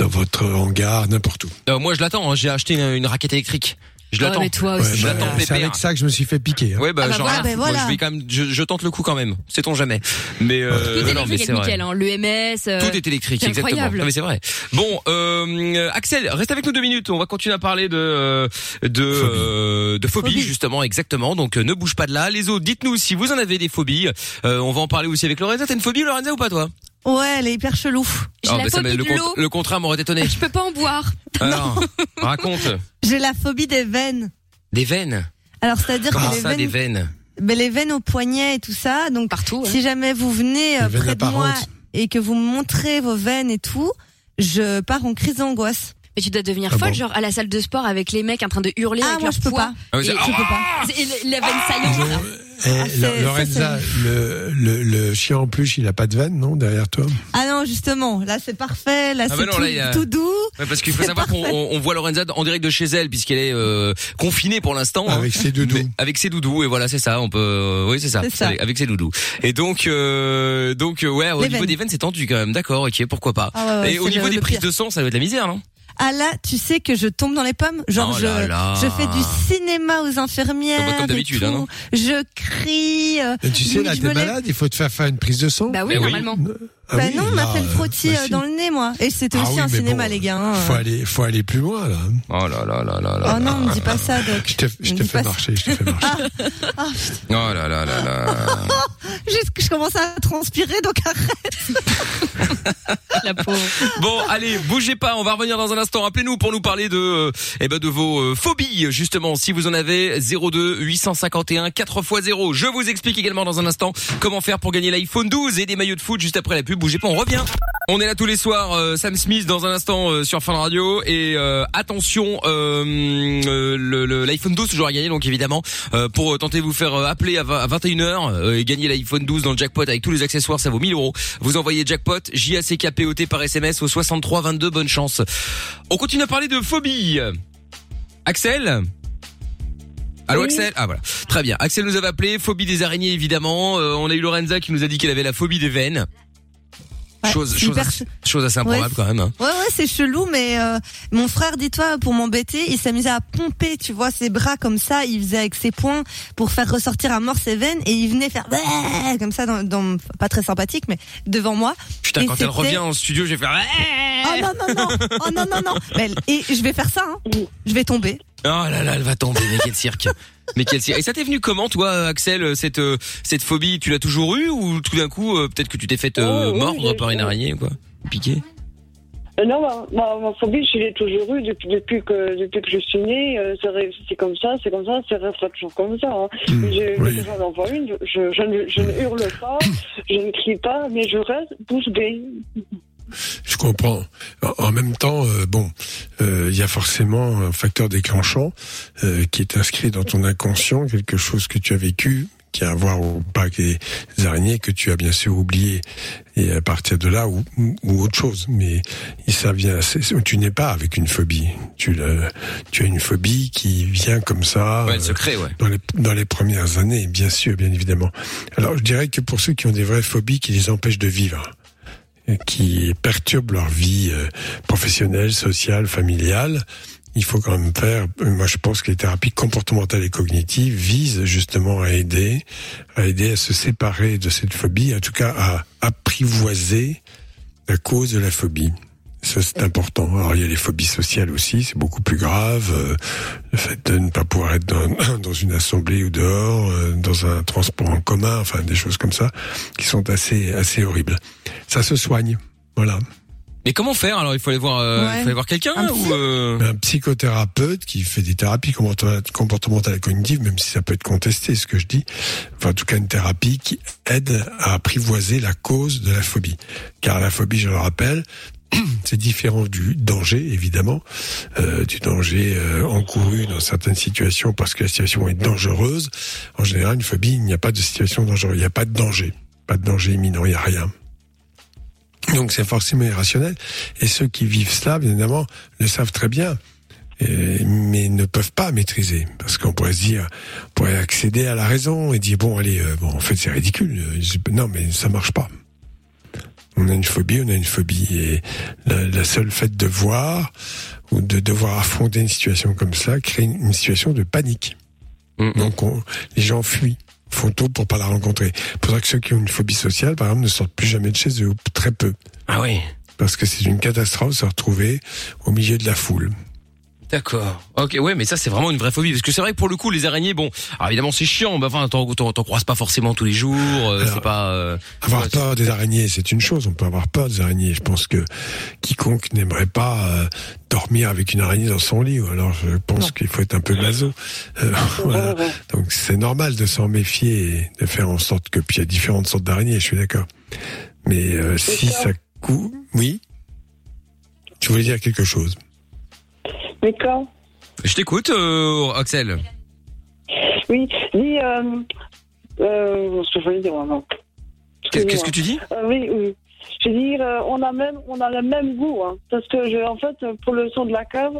[SPEAKER 5] dans votre hangar, n'importe où.
[SPEAKER 2] Euh, moi je l'attends. hein, J'ai acheté une, une raquette électrique. Je
[SPEAKER 4] Ouais,
[SPEAKER 2] l'attends.
[SPEAKER 4] Ah, mais toi
[SPEAKER 5] Ouais,
[SPEAKER 4] aussi.
[SPEAKER 2] je
[SPEAKER 5] bah,
[SPEAKER 2] l'attends
[SPEAKER 5] c'est
[SPEAKER 2] pépère.
[SPEAKER 5] avec ça que je me suis fait piquer. hein.
[SPEAKER 2] Ouais bah,
[SPEAKER 3] Ah bah
[SPEAKER 2] genre,
[SPEAKER 3] voilà,
[SPEAKER 2] ah,
[SPEAKER 3] bah
[SPEAKER 2] moi,
[SPEAKER 3] voilà.
[SPEAKER 2] je vais quand même, je, je tente le coup quand même. Sait-on jamais. Mais euh,
[SPEAKER 4] Tout est
[SPEAKER 2] non, mais
[SPEAKER 4] électrique
[SPEAKER 2] c'est
[SPEAKER 4] avec
[SPEAKER 2] vrai.
[SPEAKER 4] Mickaël, hein, l'EMS. euh,
[SPEAKER 2] Tout est électrique,
[SPEAKER 4] c'est
[SPEAKER 2] exactement.
[SPEAKER 4] incroyable.
[SPEAKER 2] Non, mais c'est vrai. Bon, euh, euh, Axel, reste avec nous deux minutes. On va continuer à parler de euh, de euh, de phobie,
[SPEAKER 3] Phobie.
[SPEAKER 2] justement, exactement. Donc euh, ne bouge pas de là. Les autres, dites-nous si vous en avez des phobies. Euh, on va en parler aussi avec Lorenza. T'as une phobie, Lorenza, ou pas toi
[SPEAKER 3] Ouais, elle est hyper chelou.
[SPEAKER 4] J'ai
[SPEAKER 2] Ah,
[SPEAKER 4] la
[SPEAKER 2] bah, ça m'a-
[SPEAKER 4] phobie
[SPEAKER 2] le,
[SPEAKER 4] de
[SPEAKER 2] cont-
[SPEAKER 4] l'eau.
[SPEAKER 2] le contraire m'aurait étonné.
[SPEAKER 4] Je peux pas en boire.
[SPEAKER 2] Alors, raconte.
[SPEAKER 3] J'ai la phobie des veines.
[SPEAKER 2] Des veines.
[SPEAKER 3] Alors, c'est-à-dire
[SPEAKER 2] Comment
[SPEAKER 3] que les
[SPEAKER 2] Ah, ça, des
[SPEAKER 3] veines,
[SPEAKER 2] veines
[SPEAKER 3] ben, les veines au poignet et tout ça. Donc,
[SPEAKER 4] Partout. hein.
[SPEAKER 3] si jamais vous venez euh,
[SPEAKER 5] Les veines
[SPEAKER 3] près de moi
[SPEAKER 5] apparentes.
[SPEAKER 3] et que vous me montrez vos veines et tout, je pars en crise d'angoisse.
[SPEAKER 4] Mais tu dois devenir
[SPEAKER 5] Ah
[SPEAKER 4] folle,
[SPEAKER 5] bon
[SPEAKER 4] genre à la salle de sport avec les mecs en train de hurler
[SPEAKER 3] Ah,
[SPEAKER 4] avec
[SPEAKER 3] moi,
[SPEAKER 4] leur
[SPEAKER 3] je peux Ah,
[SPEAKER 4] poids.
[SPEAKER 3] pas.
[SPEAKER 2] Ah oui,
[SPEAKER 4] Et-
[SPEAKER 2] c'est-
[SPEAKER 4] je peux pas. C'est- et la veine saillante. là.
[SPEAKER 5] Eh,
[SPEAKER 3] Ah,
[SPEAKER 5] Lo-
[SPEAKER 3] c'est-
[SPEAKER 5] Lorenza,
[SPEAKER 3] ça,
[SPEAKER 5] le, le, le chien en peluche, il a pas de veine, non, derrière toi
[SPEAKER 3] Ah non, justement, là c'est parfait, là
[SPEAKER 2] Ah
[SPEAKER 3] c'est
[SPEAKER 2] bah non,
[SPEAKER 3] tout,
[SPEAKER 2] là, il y a-
[SPEAKER 3] tout doux.
[SPEAKER 2] Ouais, parce qu'il faut
[SPEAKER 3] C'est
[SPEAKER 2] savoir qu'on
[SPEAKER 3] parfait.
[SPEAKER 2] on- on voit Lorenza en direct de chez elle puisqu'elle est euh, confinée pour l'instant hein.
[SPEAKER 5] Avec ses doudous.
[SPEAKER 2] Mais avec ses doudous et voilà c'est ça on peut euh, oui c'est ça,
[SPEAKER 3] C'est ça.
[SPEAKER 2] Avec, avec ses doudous et donc euh, donc euh, ouais au
[SPEAKER 3] Les
[SPEAKER 2] niveau
[SPEAKER 3] veines.
[SPEAKER 2] des veines c'est tendu quand même d'accord ok pourquoi pas
[SPEAKER 3] Ah ouais, ouais,
[SPEAKER 2] et au
[SPEAKER 3] c'est
[SPEAKER 2] niveau
[SPEAKER 3] le-
[SPEAKER 2] des
[SPEAKER 3] le
[SPEAKER 2] prises
[SPEAKER 3] pire.
[SPEAKER 2] de sang ça doit être de la misère non
[SPEAKER 3] Ah là, tu sais que je tombe dans les pommes. Genre
[SPEAKER 2] Oh
[SPEAKER 3] je,
[SPEAKER 2] là là.
[SPEAKER 3] je fais du cinéma aux
[SPEAKER 2] Bah, bah,
[SPEAKER 3] infirmières.
[SPEAKER 2] comme
[SPEAKER 3] et
[SPEAKER 2] d'habitude,
[SPEAKER 3] tout.
[SPEAKER 2] hein, non
[SPEAKER 3] je crie. euh,
[SPEAKER 5] Et tu sais,
[SPEAKER 3] limite,
[SPEAKER 5] là,
[SPEAKER 3] je
[SPEAKER 5] t'es
[SPEAKER 3] me lève.
[SPEAKER 5] malade, il faut te faire faire une prise de sang.
[SPEAKER 4] Bah oui,
[SPEAKER 2] Eh oui.
[SPEAKER 4] normalement.
[SPEAKER 5] Ah
[SPEAKER 3] bah
[SPEAKER 5] oui,
[SPEAKER 3] non, on
[SPEAKER 5] là,
[SPEAKER 3] m'a fait le
[SPEAKER 5] euh,
[SPEAKER 3] frottis
[SPEAKER 5] bah
[SPEAKER 3] euh,
[SPEAKER 5] si.
[SPEAKER 3] dans le nez, moi. Et c'était
[SPEAKER 5] Ah
[SPEAKER 3] aussi
[SPEAKER 5] oui,
[SPEAKER 3] un
[SPEAKER 5] mais
[SPEAKER 3] cinéma,
[SPEAKER 5] bon,
[SPEAKER 3] les gars. hein.
[SPEAKER 5] Faut aller, faut aller plus loin là.
[SPEAKER 2] Oh là là là là là.
[SPEAKER 3] Oh non, me dis pas ça, Doc.
[SPEAKER 5] Je t'ai je
[SPEAKER 3] Me
[SPEAKER 5] t'ai
[SPEAKER 3] dis
[SPEAKER 5] fait
[SPEAKER 3] pas ça.
[SPEAKER 5] marcher, je t'ai fait marcher.
[SPEAKER 2] Oh là là là là.
[SPEAKER 3] Ah, Juste que je commence à transpirer, donc arrête.
[SPEAKER 4] La pauvre.
[SPEAKER 2] Bon, allez, bougez pas, on va revenir dans un instant. Appelez-nous pour nous parler de euh, eh ben de vos euh, phobies justement si vous en avez 02 851 4 x 0. Je vous explique également dans un instant comment faire pour gagner l'iPhone 12 et des maillots de foot juste après la pub. Bougez pas, on revient. On est là tous les soirs euh, Sam Smith dans un instant euh, sur Fun Radio et euh, attention euh, euh, le- le- l'iPhone 12 toujours à gagner donc évidemment euh, pour euh, tenter de vous faire euh, appeler à, 20 à 21h euh, et gagner l'iPhone 12 dans le jackpot avec tous les accessoires ça vaut 1000 euros vous envoyez jackpot J A C K P O T par SMS au 63 22 bonne chance on continue à parler de phobie Axel Allô
[SPEAKER 6] Oui.
[SPEAKER 2] Axel Ah voilà, très bien. Axel nous avait appelé, phobie des araignées évidemment. Euh, on a eu Lorenza qui nous a dit qu'elle avait la phobie des veines.
[SPEAKER 3] Ouais,
[SPEAKER 2] chose,
[SPEAKER 3] c'est
[SPEAKER 2] chose,
[SPEAKER 3] hyper
[SPEAKER 2] assez,
[SPEAKER 3] ch-
[SPEAKER 2] chose assez improbable
[SPEAKER 3] Ouais.
[SPEAKER 2] quand même. hein.
[SPEAKER 3] Ouais, ouais, c'est chelou, mais euh, mon frère, dis-toi, pour m'embêter, il s'amusait à pomper, tu vois, ses bras comme ça, il faisait avec ses poings pour faire ressortir à mort ses veines, et il venait faire Bah comme ça, dans, dans- pas très sympathique, mais devant moi.
[SPEAKER 2] Putain,
[SPEAKER 3] Et
[SPEAKER 2] quand elle
[SPEAKER 3] c'était-
[SPEAKER 2] revient en studio, j'ai fait.
[SPEAKER 3] Oh non, non, non, oh non, non, non. Mais- Et je vais faire ça, hein. je vais tomber.
[SPEAKER 2] Oh là là, elle va tomber, mais quel cirque. Mais quel cirque. Et ça t'est venu comment, toi, euh, Axel, euh, cette, euh, cette phobie Tu l'as toujours eue ou tout d'un coup, euh, peut-être que tu t'es fait euh,
[SPEAKER 6] Oh, oui,
[SPEAKER 2] mordre
[SPEAKER 6] j'ai-
[SPEAKER 2] par une araignée ou quoi Piqué
[SPEAKER 6] Euh, Non, ma, ma, ma phobie, je l'ai toujours eue depuis, depuis, que, depuis que je suis née. euh, ça ré- c'est comme ça, c'est comme ça, ça restera toujours comme ça. hein.
[SPEAKER 5] Hmm,
[SPEAKER 6] Je-
[SPEAKER 5] oui.
[SPEAKER 6] je- J'en envoie une, je, je, ne, je ne hurle pas, je ne crie pas, mais je reste bouche bée.
[SPEAKER 5] Je comprends. En, en même temps, euh, bon, euh, il y a forcément un facteur déclenchant euh, qui est inscrit dans ton inconscient, quelque chose que tu as vécu qui a à voir ou pas avec les araignées que tu as bien sûr oublié et à partir de là ou, ou- ou autre chose mais ça vient c'est- c'est- tu n'es pas avec une phobie tu le- tu as une phobie qui vient comme ça
[SPEAKER 2] Ouais, elle se
[SPEAKER 5] euh,
[SPEAKER 2] crée, ouais.
[SPEAKER 5] dans les, dans les premières années, bien sûr, bien évidemment. Alors, je dirais que pour ceux qui ont des vraies phobies qui les empêchent de vivre, et qui perturbent leur vie euh, professionnelle, sociale, familiale, il faut quand même faire, euh, moi je pense que les thérapies comportementales et cognitives visent justement à aider, à aider à se séparer de cette phobie, en tout cas à apprivoiser la cause de la phobie. Ça, c'est important. Alors, il y a les phobies sociales aussi, c'est beaucoup plus grave. euh, le fait de ne pas pouvoir être dans, dans une assemblée ou dehors, euh, dans un transport en commun, enfin, des choses comme ça, qui sont assez, assez horribles. Ça se soigne. Voilà.
[SPEAKER 2] Mais comment faire Alors, il faut aller voir, euh, il
[SPEAKER 3] Ouais.
[SPEAKER 2] faut aller voir quelqu'un
[SPEAKER 3] Un
[SPEAKER 2] ou
[SPEAKER 3] psy.
[SPEAKER 2] euh,
[SPEAKER 5] Ben, Un psychothérapeute qui fait des thérapies comportement- comportementales et cognitives, même si ça peut être contesté, ce que je dis. Enfin, en tout cas, une thérapie qui aide à apprivoiser la cause de la phobie. Car la phobie, je le rappelle, c'est différent du danger, évidemment, euh, du danger euh, encouru dans certaines situations parce que la situation est dangereuse. En général, une phobie, il n'y a pas de situation dangereuse, il n'y a pas de danger, pas de danger imminent, il n'y a rien. Donc c'est forcément irrationnel. Et ceux qui vivent cela, bien évidemment, le savent très bien, euh, mais ne peuvent pas maîtriser. Parce qu'on pourrait se dire, on pourrait accéder à la raison et dire, bon, allez, euh, bon, en fait c'est ridicule, euh, je- non, mais ça marche pas. On a une phobie, on a une phobie. Et la, la seule fait de voir ou de devoir affronter une situation comme ça crée une, une situation de panique.
[SPEAKER 2] Mm.
[SPEAKER 5] Donc on- les gens fuient, font tout pour pas la rencontrer. Pour ça que ceux qui ont une phobie sociale, par exemple, ne sortent plus jamais de chez eux, ou très peu.
[SPEAKER 2] Ah oui.
[SPEAKER 5] Parce que c'est une catastrophe de se retrouver au milieu de la foule.
[SPEAKER 2] D'accord. Ok, ouais, mais ça c'est vraiment une vraie phobie parce que c'est vrai que pour le coup les araignées, bon, alors évidemment c'est chiant, mais enfin t'en t'en- t'en croises pas forcément tous les jours, euh,
[SPEAKER 5] Alors,
[SPEAKER 2] c'est pas. euh,
[SPEAKER 5] Avoir
[SPEAKER 2] ouais,
[SPEAKER 5] peur des araignées, c'est une chose. On peut avoir peur des araignées. Je pense que quiconque n'aimerait pas euh, dormir avec une araignée dans son lit. Ou alors, je pense qu'il faut être un peu maso. Euh, voilà. Donc, c'est normal de s'en méfier et de faire en sorte que puis il y a différentes sortes d'araignées. Je suis d'accord. Mais euh, si
[SPEAKER 6] ça.
[SPEAKER 5] ça coûte, oui. Tu voulais dire quelque chose.
[SPEAKER 6] Mais quand
[SPEAKER 2] Je t'écoute, euh, Axel.
[SPEAKER 6] Oui, dis. Euh, euh, ce que je voulais dire, maman.
[SPEAKER 2] Qu'est- Qu'est-ce que tu dis
[SPEAKER 6] Euh, oui, oui. Je veux dire, euh, on a même, on a le même goût, hein. Parce que je, en fait, euh, pour le son de la cave,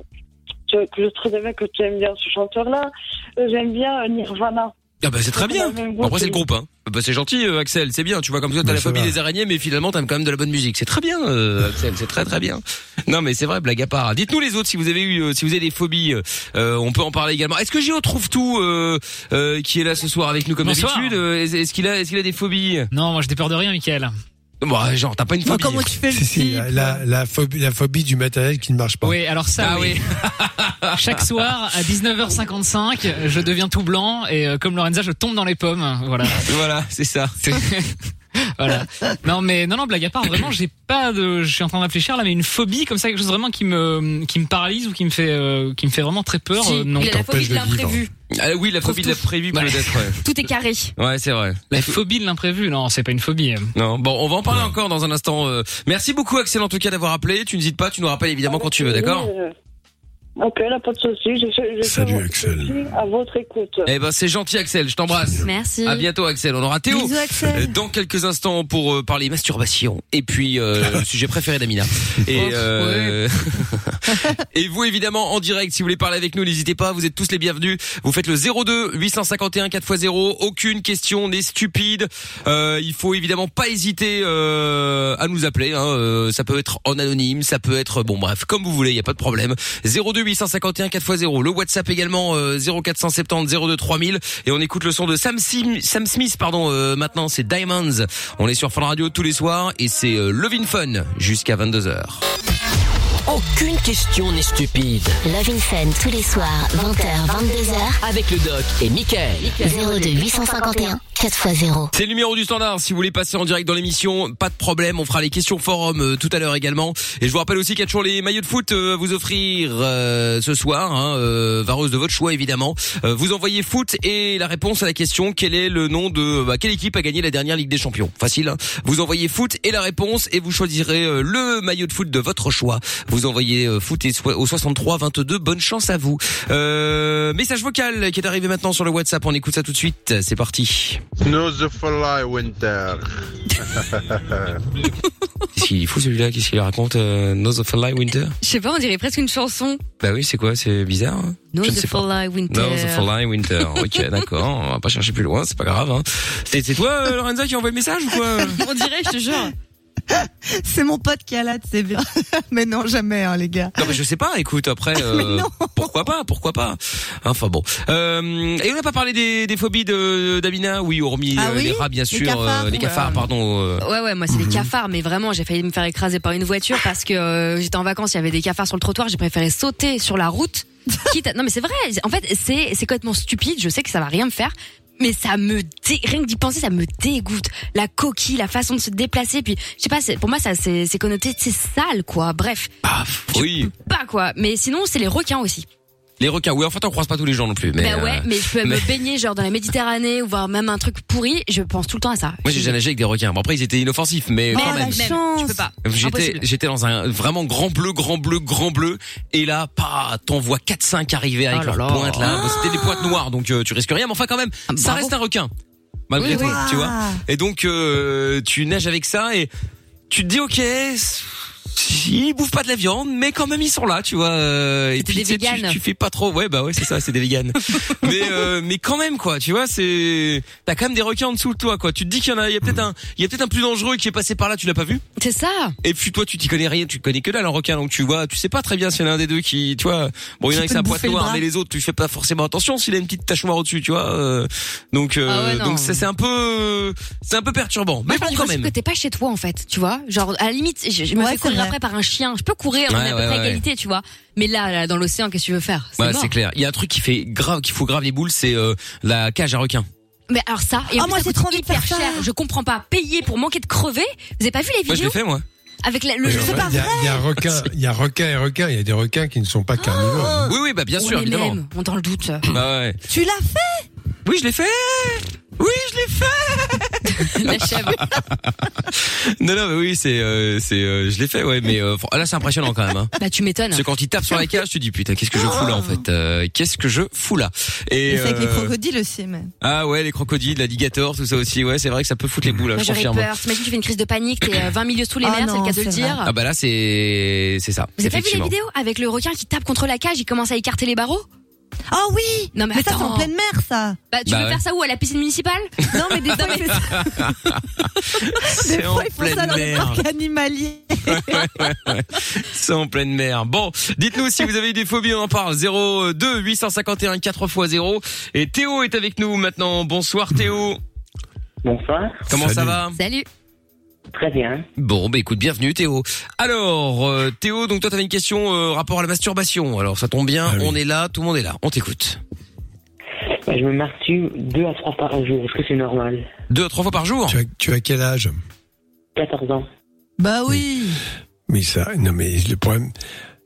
[SPEAKER 6] je, que je très bien que tu aimes bien ce chanteur-là, euh, j'aime bien euh, Nirvana.
[SPEAKER 2] Ah bah c'est très bien.
[SPEAKER 6] On a le même goût
[SPEAKER 2] Après c'est
[SPEAKER 6] que-
[SPEAKER 2] le groupe, hein. Bah c'est gentil, euh, Axel. C'est bien. Tu vois comme ça, t'as
[SPEAKER 5] Bah,
[SPEAKER 2] la
[SPEAKER 5] ça
[SPEAKER 2] phobie
[SPEAKER 5] va.
[SPEAKER 2] des araignées, mais finalement t'aimes quand même de la bonne musique. C'est très bien, euh, Axel. C'est très très bien. Non mais c'est vrai, blague à part. Dites-nous les autres si vous avez eu, euh, si vous avez des phobies, euh, euh, on peut en parler également. Est-ce que Gio trouve tout euh, euh, qui est là ce soir avec nous comme
[SPEAKER 7] Bonsoir.
[SPEAKER 2] d'habitude euh, Est-ce est-ce qu'il a, est-ce qu'il a des phobies
[SPEAKER 7] Non, moi j'ai peur de rien, Michael.
[SPEAKER 2] Bon, genre, t'as pas une
[SPEAKER 3] Bon,
[SPEAKER 2] phobie.
[SPEAKER 3] comment tu fais le
[SPEAKER 5] Si, si,
[SPEAKER 3] type euh?
[SPEAKER 5] la, la- la phobie, la phobie du matériel qui ne marche pas.
[SPEAKER 7] Oui, alors ça,
[SPEAKER 2] Ah
[SPEAKER 7] oui.
[SPEAKER 2] oui.
[SPEAKER 7] Chaque soir, à 19h55, je deviens tout blanc et euh, comme Lorenza, je tombe dans les pommes. Voilà.
[SPEAKER 2] Voilà, c'est ça.
[SPEAKER 7] C'est- voilà. Non, mais non, non, blague à part, vraiment, j'ai pas de. Je suis en train de réfléchir là, mais une phobie comme ça, quelque chose vraiment qui me qui me paralyse ou qui me fait euh, qui me fait vraiment très peur.
[SPEAKER 4] Si,
[SPEAKER 7] euh, non.
[SPEAKER 4] il a la phobie
[SPEAKER 5] t'empêche
[SPEAKER 4] de
[SPEAKER 5] de vivre.
[SPEAKER 4] l'imprévu.
[SPEAKER 2] Ah oui, la
[SPEAKER 4] Trouve
[SPEAKER 2] phobie de la
[SPEAKER 4] tout.
[SPEAKER 2] prévue
[SPEAKER 7] Ouais.
[SPEAKER 2] peut-être. Ouais,
[SPEAKER 4] Tout est carré.
[SPEAKER 2] Ouais, c'est vrai.
[SPEAKER 7] La phobie de l'imprévu, non, c'est pas une phobie.
[SPEAKER 2] Non, bon, on va en parler encore dans un instant. euh. Merci beaucoup Axel en tout cas d'avoir appelé. Tu n'hésites pas, tu nous rappelles évidemment quand tu veux, d'accord
[SPEAKER 6] Euh, Ok, là, pas de souci. Je, fais- je fais
[SPEAKER 5] Salut,
[SPEAKER 6] votre
[SPEAKER 5] Axel.
[SPEAKER 6] souci À votre écoute.
[SPEAKER 2] Eh ben c'est gentil Axel, je t'embrasse.
[SPEAKER 4] Merci.
[SPEAKER 2] À bientôt Axel, on aura Théo.
[SPEAKER 3] Bisous, Axel.
[SPEAKER 2] Euh, Dans quelques instants pour euh, parler masturbation et puis euh, le sujet préféré d'Amina. Et,
[SPEAKER 7] Oh,
[SPEAKER 2] euh, et vous évidemment en direct si vous voulez parler avec nous n'hésitez pas vous êtes tous les bienvenus vous faites le 02 851 4x0 aucune question n'est stupide euh, il faut évidemment pas hésiter euh, à nous appeler hein. Euh, ça peut être en anonyme ça peut être bon bref comme vous voulez il y a pas de problème 02 851 4x0 le WhatsApp également euh, 0470 02 3000 et on écoute le son de Sam, Sim- Sam Smith pardon euh, maintenant c'est Diamonds on est sur Fun Radio tous les soirs et c'est euh, Levin Fun jusqu'à 22h
[SPEAKER 8] Aucune question n'est stupide.
[SPEAKER 1] Love in Fun tous les soirs, 20h, 22h,
[SPEAKER 8] Avec le doc et Michael.
[SPEAKER 1] 02 851 4x0.
[SPEAKER 2] C'est le numéro du standard. Si vous voulez passer en direct dans l'émission, pas de problème. On fera les questions forum euh, tout à l'heure également. Et je vous rappelle aussi qu'il y a toujours les maillots de foot euh, à vous offrir euh, ce soir. Hein, euh, vareuse de votre choix évidemment. Euh, vous envoyez foot et la réponse à la question quel est le nom de bah, quelle équipe a gagné la dernière Ligue des Champions Facile. hein. vous envoyez foot et la réponse et vous choisirez euh, le maillot de foot de votre choix. Vous envoyez euh, foot et so- au 63 22. Bonne chance à vous. Euh, message vocal qui est arrivé maintenant sur le WhatsApp. On écoute ça tout de suite. C'est parti.
[SPEAKER 9] Snows the fly winter.
[SPEAKER 2] Qu'est-ce qu'il fout celui-là Qu'est-ce qu'il raconte euh, Nose of a Lie Winter
[SPEAKER 4] Je sais pas, on dirait presque une chanson.
[SPEAKER 2] Bah oui, c'est quoi C'est bizarre. hein
[SPEAKER 4] No
[SPEAKER 2] Je ne
[SPEAKER 4] the
[SPEAKER 2] sais pas.
[SPEAKER 4] Fall Winter.
[SPEAKER 2] Nose of a Lie Winter. Ok, d'accord. On va pas chercher plus loin, c'est pas grave. Hein. C'est c'est toi, euh, Lorenza, qui envoie le message ou quoi
[SPEAKER 4] on dirait, je te jure.
[SPEAKER 3] C'est mon pote qui a là, c'est bien. mais non, jamais, hein, les gars.
[SPEAKER 2] Non, mais je sais pas. Écoute, après, euh,
[SPEAKER 3] Mais non.
[SPEAKER 2] pourquoi pas Pourquoi pas Enfin bon. Euh, et on n'a pas parlé des, des phobies de d'Amina Oui, hormis
[SPEAKER 3] Ah
[SPEAKER 2] euh,
[SPEAKER 3] oui
[SPEAKER 2] les rats, bien
[SPEAKER 3] Les
[SPEAKER 2] sûr,
[SPEAKER 3] cafards,
[SPEAKER 2] les
[SPEAKER 3] ou,
[SPEAKER 2] cafards,
[SPEAKER 3] euh,
[SPEAKER 2] pardon. euh,
[SPEAKER 4] Ouais, ouais, moi c'est des cafards, mais vraiment, j'ai failli me faire écraser par une voiture parce que euh, j'étais en vacances, il y avait des cafards sur le trottoir, j'ai préféré sauter sur la route. quitte à- Non, mais c'est vrai, en fait, c'est c'est complètement stupide, je sais que ça va rien me faire. Mais ça me dé... rien que d'y penser, ça me dégoûte. La coquille, la façon de se déplacer, puis je sais pas, c'est- pour moi ça c'est c'est connoté, c'est sale quoi. Bref,
[SPEAKER 2] Ah,
[SPEAKER 4] Oh,
[SPEAKER 2] oui.
[SPEAKER 4] pas quoi. Mais sinon c'est les requins aussi.
[SPEAKER 2] Les requins. Oui, en fait, on croise pas tous les gens non plus. Mais,
[SPEAKER 4] bah ouais,
[SPEAKER 2] euh,
[SPEAKER 4] mais je peux
[SPEAKER 2] mais-
[SPEAKER 4] me baigner genre dans la Méditerranée ou voir même un truc pourri, je pense tout le temps à ça.
[SPEAKER 2] Moi, j'ai déjà nagé avec des requins. Bon, après, ils étaient inoffensifs, mais
[SPEAKER 3] Mais
[SPEAKER 2] quand
[SPEAKER 3] la
[SPEAKER 2] même.
[SPEAKER 4] Même, bah,
[SPEAKER 3] chance.
[SPEAKER 4] je peux pas.
[SPEAKER 2] J'étais,
[SPEAKER 4] Impossible.
[SPEAKER 2] j'étais dans un vraiment grand bleu, grand bleu, grand bleu, et là, pas, t'en vois 4-5 arriver avec
[SPEAKER 7] Oh là
[SPEAKER 2] leurs
[SPEAKER 7] là.
[SPEAKER 2] pointes là. Bon, C'était des pointes noires, donc euh, tu risques rien, mais enfin quand même,
[SPEAKER 4] Ah,
[SPEAKER 2] ça
[SPEAKER 4] bravo.
[SPEAKER 2] reste un requin, malgré
[SPEAKER 4] Oui,
[SPEAKER 2] tout,
[SPEAKER 4] oui.
[SPEAKER 2] tu vois.
[SPEAKER 3] Ah.
[SPEAKER 2] Et donc, euh, tu nages avec ça et tu te dis, ok, s- ils bouffent pas de la viande, mais quand même ils sont là, tu vois. euh, et
[SPEAKER 4] C'était
[SPEAKER 2] puis
[SPEAKER 4] des
[SPEAKER 2] tu sais, tu-
[SPEAKER 4] véganes.
[SPEAKER 2] Tu, fais pas trop, ouais, bah ouais, c'est ça, c'est des véganes. mais euh, mais quand même quoi, tu vois, c'est t'as quand même des requins en dessous de toi quoi. Tu te dis qu'il y en a, il y a peut-être un, il y a peut-être un plus dangereux qui est passé par là, tu l'as pas vu.
[SPEAKER 4] C'est ça.
[SPEAKER 2] Et puis toi, tu t'y connais rien, tu connais que dalle en requin, donc tu vois, tu sais pas très bien s'il y en a un des deux qui, tu vois, bon, il y en a un qui
[SPEAKER 3] Qui peut
[SPEAKER 2] c'est un
[SPEAKER 3] te
[SPEAKER 2] poids
[SPEAKER 3] bouffer le
[SPEAKER 2] noir,
[SPEAKER 3] bras.
[SPEAKER 2] mais les autres, tu fais pas forcément attention s'il a une petite tache noire au-dessus, tu vois. euh, donc, euh,
[SPEAKER 4] Ah ouais, non.
[SPEAKER 2] donc ça c'est un peu, c'est un peu perturbant,
[SPEAKER 4] Moi,
[SPEAKER 2] mais
[SPEAKER 4] je pars
[SPEAKER 2] bon
[SPEAKER 4] du
[SPEAKER 2] quand
[SPEAKER 4] principe
[SPEAKER 2] même.
[SPEAKER 4] que t'es pas chez toi en fait, tu vois. Genre à la limite, je, je me
[SPEAKER 3] Ouais,
[SPEAKER 4] fais
[SPEAKER 3] c'est
[SPEAKER 4] courir
[SPEAKER 3] vrai.
[SPEAKER 4] après par un chien. Je peux courir, on
[SPEAKER 2] Ouais,
[SPEAKER 4] est à peu
[SPEAKER 2] ouais,
[SPEAKER 4] près à
[SPEAKER 2] ouais.
[SPEAKER 4] égalité, tu vois. Mais là, là dans l'océan, qu'est-ce que tu veux faire C'est
[SPEAKER 2] Ouais,
[SPEAKER 4] mort.
[SPEAKER 2] c'est clair. Il y a un truc qui fait grave, qu'il faut grave les boules, c'est euh, la cage à requin.
[SPEAKER 4] Mais alors ça, et en
[SPEAKER 3] Ah,
[SPEAKER 4] plus,
[SPEAKER 3] moi,
[SPEAKER 4] ça
[SPEAKER 3] j'ai
[SPEAKER 4] coûte
[SPEAKER 3] trop envie de
[SPEAKER 4] hyper
[SPEAKER 3] faire ça.
[SPEAKER 4] cher. Je comprends pas. Payer pour manquer de crever. Vous avez pas vu les
[SPEAKER 2] Moi, je l'ai
[SPEAKER 4] vidéos
[SPEAKER 2] fait moi.
[SPEAKER 4] avec la- le
[SPEAKER 5] Mais
[SPEAKER 4] jeu
[SPEAKER 5] en fait, Il y a- il y a requin, il y a requin et requin. Il y a des requins qui ne sont pas carnivores. hein.
[SPEAKER 2] Oui, oui, bah bien
[SPEAKER 4] Oh On
[SPEAKER 2] sûr,
[SPEAKER 4] les
[SPEAKER 2] évidemment.
[SPEAKER 4] même, on dans le doute.
[SPEAKER 2] Bah ouais.
[SPEAKER 3] Tu l'as fait
[SPEAKER 2] Oui, je l'ai fait. Oui, je l'ai fait.
[SPEAKER 4] la chèvre.
[SPEAKER 2] Non, non, mais oui, c'est, euh, c'est, euh, je l'ai fait, ouais. Mais euh, fr- là, c'est impressionnant quand même. Hein.
[SPEAKER 4] Bah tu m'étonnes.
[SPEAKER 2] Parce que quand il tape sur la cage, tu dis putain, qu'est-ce que je fous là en fait Euh, Qu'est-ce que je fous là Et
[SPEAKER 3] C'est avec les
[SPEAKER 2] euh,
[SPEAKER 3] crocodiles aussi, mais.
[SPEAKER 2] ah ouais, les crocodiles, l'alligator, tout ça aussi. Ouais, c'est vrai que ça peut foutre les boules, hein,
[SPEAKER 4] Moi
[SPEAKER 2] je
[SPEAKER 4] j'aurais
[SPEAKER 2] confirme.
[SPEAKER 4] peur. T'imagines tu fais une crise de panique, t'es euh, 20 milieux sous les
[SPEAKER 3] Ah
[SPEAKER 4] mers, c'est
[SPEAKER 3] non,
[SPEAKER 4] le cas de le
[SPEAKER 3] c'est
[SPEAKER 4] dire.
[SPEAKER 2] Ah bah là c'est c'est ça.
[SPEAKER 4] Vous avez pas vu les
[SPEAKER 2] effectivement.
[SPEAKER 4] vidéos avec le requin qui tape contre la cage, il commence à écarter les barreaux
[SPEAKER 3] Ah oui
[SPEAKER 4] Non, mais
[SPEAKER 3] ça, c'est
[SPEAKER 4] attends.
[SPEAKER 3] en pleine mer, ça
[SPEAKER 4] Bah tu
[SPEAKER 2] Bah
[SPEAKER 4] veux
[SPEAKER 2] ouais.
[SPEAKER 4] faire ça où à la piscine municipale
[SPEAKER 3] Non, mais des fois, ils font ça- des
[SPEAKER 2] C'est en
[SPEAKER 3] fois, ils font ça
[SPEAKER 2] pleine
[SPEAKER 3] dans les
[SPEAKER 2] mer.
[SPEAKER 3] parcs animaliers.
[SPEAKER 2] C'est en pleine mer. Bon, dites-nous si vous avez des phobies, on en parle. euh, 02 851 4 x 0 et Théo est avec nous maintenant. Bonsoir Théo.
[SPEAKER 9] Bonsoir.
[SPEAKER 2] Comment ça
[SPEAKER 5] Salut.
[SPEAKER 2] va
[SPEAKER 4] Salut.
[SPEAKER 10] Très bien.
[SPEAKER 2] Bon, bah écoute, bienvenue Théo. Alors, euh, Théo, donc toi t'avais une question euh, rapport à la masturbation. Alors ça tombe
[SPEAKER 5] Ah
[SPEAKER 2] bien, on est là, tout le monde est là, on t'écoute.
[SPEAKER 10] Bah, je me masturbe deux à trois par jour. Est-ce que c'est normal
[SPEAKER 2] Deux à trois fois par jour
[SPEAKER 5] tu as, tu as quel âge
[SPEAKER 10] 14 ans.
[SPEAKER 3] Bah oui.
[SPEAKER 5] Mais ça, non, mais le problème,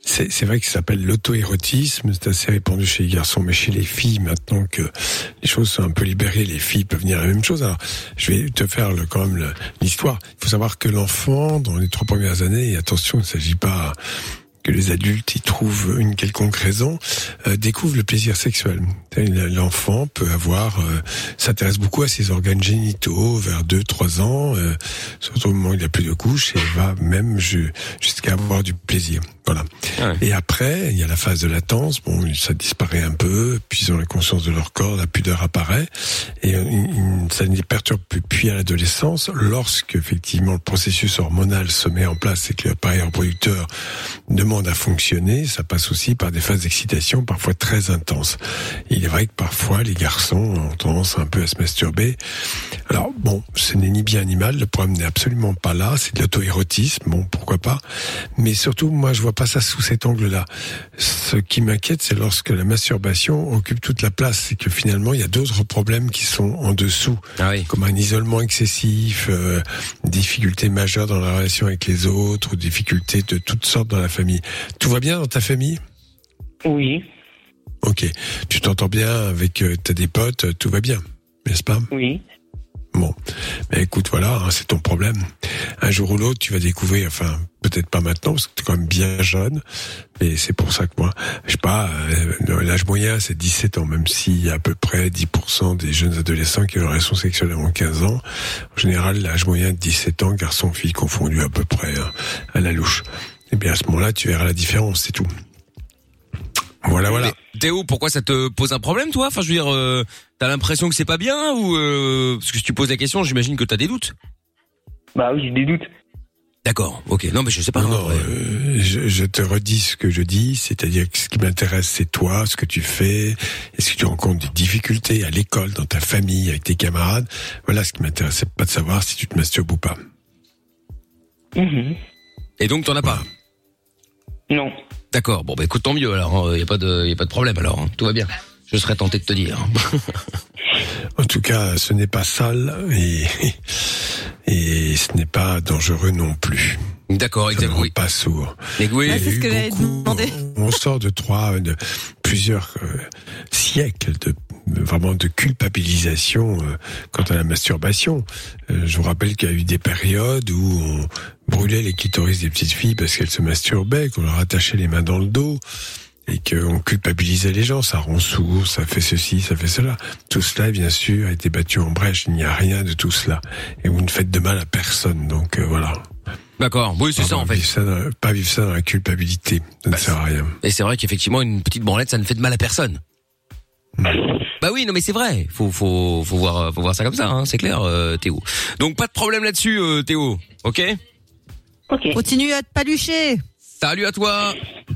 [SPEAKER 5] c'est, c'est vrai que ça s'appelle l'auto-érotisme. C'est assez répandu chez les garçons, mais chez les filles, maintenant que les choses sont un peu libérées, les filles peuvent venir à la même chose. Alors, je vais te faire le, quand même le- l'histoire. Il faut savoir que l'enfant, dans les trois premières années, et attention, il ne s'agit pas que les adultes y trouvent une quelconque raison, euh, découvre le plaisir sexuel. C'est-à-dire, L'enfant peut avoir, euh, s'intéresse beaucoup à ses organes génitaux vers 2-3 ans, euh, surtout au moment où il n'a plus de couche, et va même ju- jusqu'à avoir du plaisir. Voilà. Et après, il y a la phase de latence. Bon, ça disparaît un peu. Puis ils ont la conscience de leur corps, la pudeur apparaît, et euh, il- il- ça ne les perturbe plus. Puis à l'adolescence, lorsque effectivement le processus hormonal se met en place et que l'appareil reproducteur demande à fonctionner, ça passe aussi par des phases d'excitation parfois très intenses. Il est vrai que parfois les garçons ont tendance un peu à se masturber. Alors bon, ce n'est ni bien ni mal, le problème n'est absolument pas là, c'est de l'auto-érotisme, bon pourquoi pas, mais surtout moi je vois pas ça sous cet angle-là. Ce qui m'inquiète c'est lorsque la masturbation occupe toute la place, c'est que finalement il y a d'autres problèmes qui sont en dessous
[SPEAKER 2] Ah oui.
[SPEAKER 5] comme un isolement excessif, euh, difficultés majeures dans la relation avec les autres, ou difficultés de toutes sortes dans la famille. Tout va bien dans ta famille
[SPEAKER 10] Oui,
[SPEAKER 5] Ok. Tu t'entends bien avec euh, t'as des potes, euh, tout va bien, n'est-ce pas
[SPEAKER 10] oui.
[SPEAKER 5] Bon, mais écoute, voilà, hein, c'est ton problème. Un jour ou l'autre, tu vas découvrir, enfin, peut-être pas maintenant, parce que t'es quand même bien jeune, mais c'est pour ça que moi, je sais pas, euh, l'âge moyen, c'est 17 ans, même s'il y a à peu près 10% des jeunes adolescents qui ont une relation sexuelle avant 15 ans. En général, l'âge moyen de 17 ans, garçon-fille confondu à peu près, hein, à la louche. Et bien, à ce moment-là, tu verras la différence, c'est tout. Voilà, voilà.
[SPEAKER 2] Mais, Théo, pourquoi ça te pose un problème toi Enfin, je veux dire, euh, t'as l'impression que c'est pas bien ou euh, parce que si tu poses la question, j'imagine que t'as des doutes.
[SPEAKER 10] Bah oui, j'ai des doutes.
[SPEAKER 2] D'accord. Ok. Non, mais je sais pas.
[SPEAKER 5] Non,
[SPEAKER 2] hein,
[SPEAKER 5] non,
[SPEAKER 2] ouais.
[SPEAKER 5] euh, je, je te redis ce que je dis, c'est-à-dire que ce qui m'intéresse, c'est toi, ce que tu fais, est-ce que tu rencontres des difficultés à l'école, dans ta famille, avec tes camarades. Voilà ce qui m'intéresse, c'est pas de savoir si tu te masturbes ou pas.
[SPEAKER 10] Mhm.
[SPEAKER 2] Et donc t'en as pas.
[SPEAKER 10] Non.
[SPEAKER 2] D'accord. Bon, bah écoute, tant mieux. Alors, hein, y a pas de, y a pas de problème. Alors, hein. tout va bien. Je serais tenté de te dire.
[SPEAKER 5] En tout cas, ce n'est pas sale et, et ce n'est pas dangereux non plus.
[SPEAKER 2] D'accord.
[SPEAKER 5] Ça ne
[SPEAKER 2] Exactement.
[SPEAKER 5] rend
[SPEAKER 2] Oui.
[SPEAKER 5] pas sourd.
[SPEAKER 2] Mais oui.
[SPEAKER 3] Ah,
[SPEAKER 5] Il y a
[SPEAKER 3] c'est ce
[SPEAKER 5] eu
[SPEAKER 3] que j'avais
[SPEAKER 5] beaucoup-
[SPEAKER 3] demandé.
[SPEAKER 5] On sort de trois, de plusieurs euh, siècles de vraiment de culpabilisation euh, quant à la masturbation. Euh, je vous rappelle qu'il y a eu des périodes où on brûlait les clitoris des petites filles parce qu'elles se masturbaient, qu'on leur attachait les mains dans le dos et qu'on culpabilisait les gens. Ça rend sourd, ça fait ceci, ça fait cela. Tout cela, bien sûr, a été battu en brèche. Il n'y a rien de tout cela. Et vous ne faites de mal à personne. Donc euh, voilà.
[SPEAKER 2] D'accord. Oui, c'est ça en
[SPEAKER 5] Pardon,
[SPEAKER 2] fait. Bah,
[SPEAKER 5] vivre ça dans- pas vivre ça dans la culpabilité, ça ne sert à rien.
[SPEAKER 2] Et c'est vrai qu'effectivement, une petite branlette, ça ne fait de mal à personne. Bah oui, non mais c'est vrai. Faut faut faut voir euh, faut voir ça comme ça, hein, c'est clair, euh, Théo. Donc pas de problème là-dessus, euh, Théo. Ok.
[SPEAKER 10] Ok.
[SPEAKER 3] Continue à te palucher.
[SPEAKER 2] Salut à toi.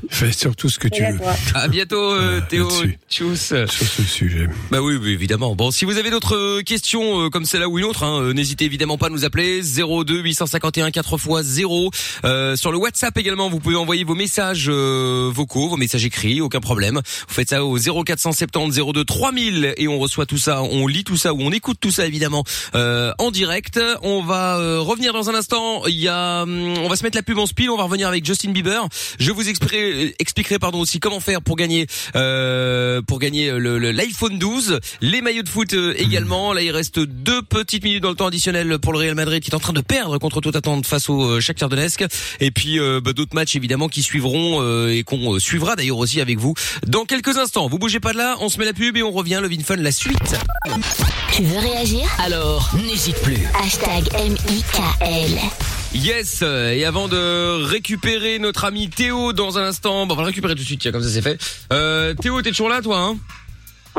[SPEAKER 5] Fais surtout ce que tu
[SPEAKER 10] Et à
[SPEAKER 5] veux
[SPEAKER 10] toi.
[SPEAKER 2] À bientôt, euh,
[SPEAKER 5] Ah,
[SPEAKER 2] Théo.
[SPEAKER 5] là-dessus.
[SPEAKER 2] Tchuss.
[SPEAKER 5] sur ce sujet.
[SPEAKER 2] Bah oui, oui, évidemment. Bon, si vous avez d'autres euh, questions euh, comme celle-là ou une autre, hein, euh, n'hésitez évidemment pas à nous appeler 02 851 4 x 0. Euh, sur le WhatsApp également, vous pouvez envoyer vos messages euh, vocaux, vos messages écrits, aucun problème. Vous faites ça au 0470 02 3000 et on reçoit tout ça, on lit tout ça ou on écoute tout ça évidemment euh, en direct. On va euh, revenir dans un instant. Il y a, hum, on va se mettre la pub en speed. On va revenir avec Justin Bieber. Je vous expliquerai, expliquerai pardon aussi comment faire pour gagner, euh, pour gagner le- le- l'iPhone 12, les maillots de foot euh, également. Là, il reste deux petites minutes dans le temps additionnel pour le Real Madrid qui est en train de perdre contre toute attente face au euh, Shakhtar Donetsk. Et puis euh, bah, d'autres matchs évidemment qui suivront euh, et qu'on euh, suivra d'ailleurs aussi avec vous dans quelques instants. Vous bougez pas de là. On se met la pub et on revient. Le Vinfun la suite.
[SPEAKER 1] Tu veux réagir
[SPEAKER 8] Alors, n'hésite plus.
[SPEAKER 1] Hashtag M-I-K-L.
[SPEAKER 2] Yes, euh, et avant de récupérer notre ami Théo dans un instant, bon, on va le récupérer tout de suite, tiens, comme ça c'est fait. Euh, Théo, t'es toujours là, toi hein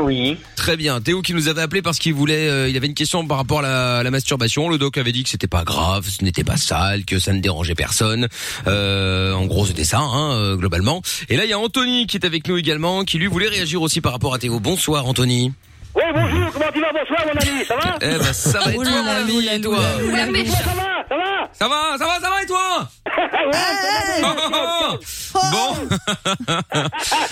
[SPEAKER 10] Oui.
[SPEAKER 2] Très bien. Théo qui nous avait appelé parce qu'il voulait, euh, il avait une question par rapport à la, à la masturbation. Le doc avait dit que c'était pas grave, ce n'était pas sale, que ça ne dérangeait personne. Euh, en gros, c'était ça, hein, euh, globalement. Et là, il y a Anthony qui est avec nous également, qui lui voulait réagir aussi par rapport à Théo. Bonsoir, Anthony.
[SPEAKER 11] Oui, bonjour, comment tu vas Bonsoir, mon ami, ça va
[SPEAKER 2] Eh ben, ça va être
[SPEAKER 3] Oh là là,
[SPEAKER 2] mon ami,
[SPEAKER 3] oh là là,
[SPEAKER 2] toi.
[SPEAKER 3] oh là là.
[SPEAKER 11] Ça va,
[SPEAKER 2] Ça va,
[SPEAKER 11] ça va
[SPEAKER 2] ça va, ça va et toi Oh, oh, oh. Bon, Ah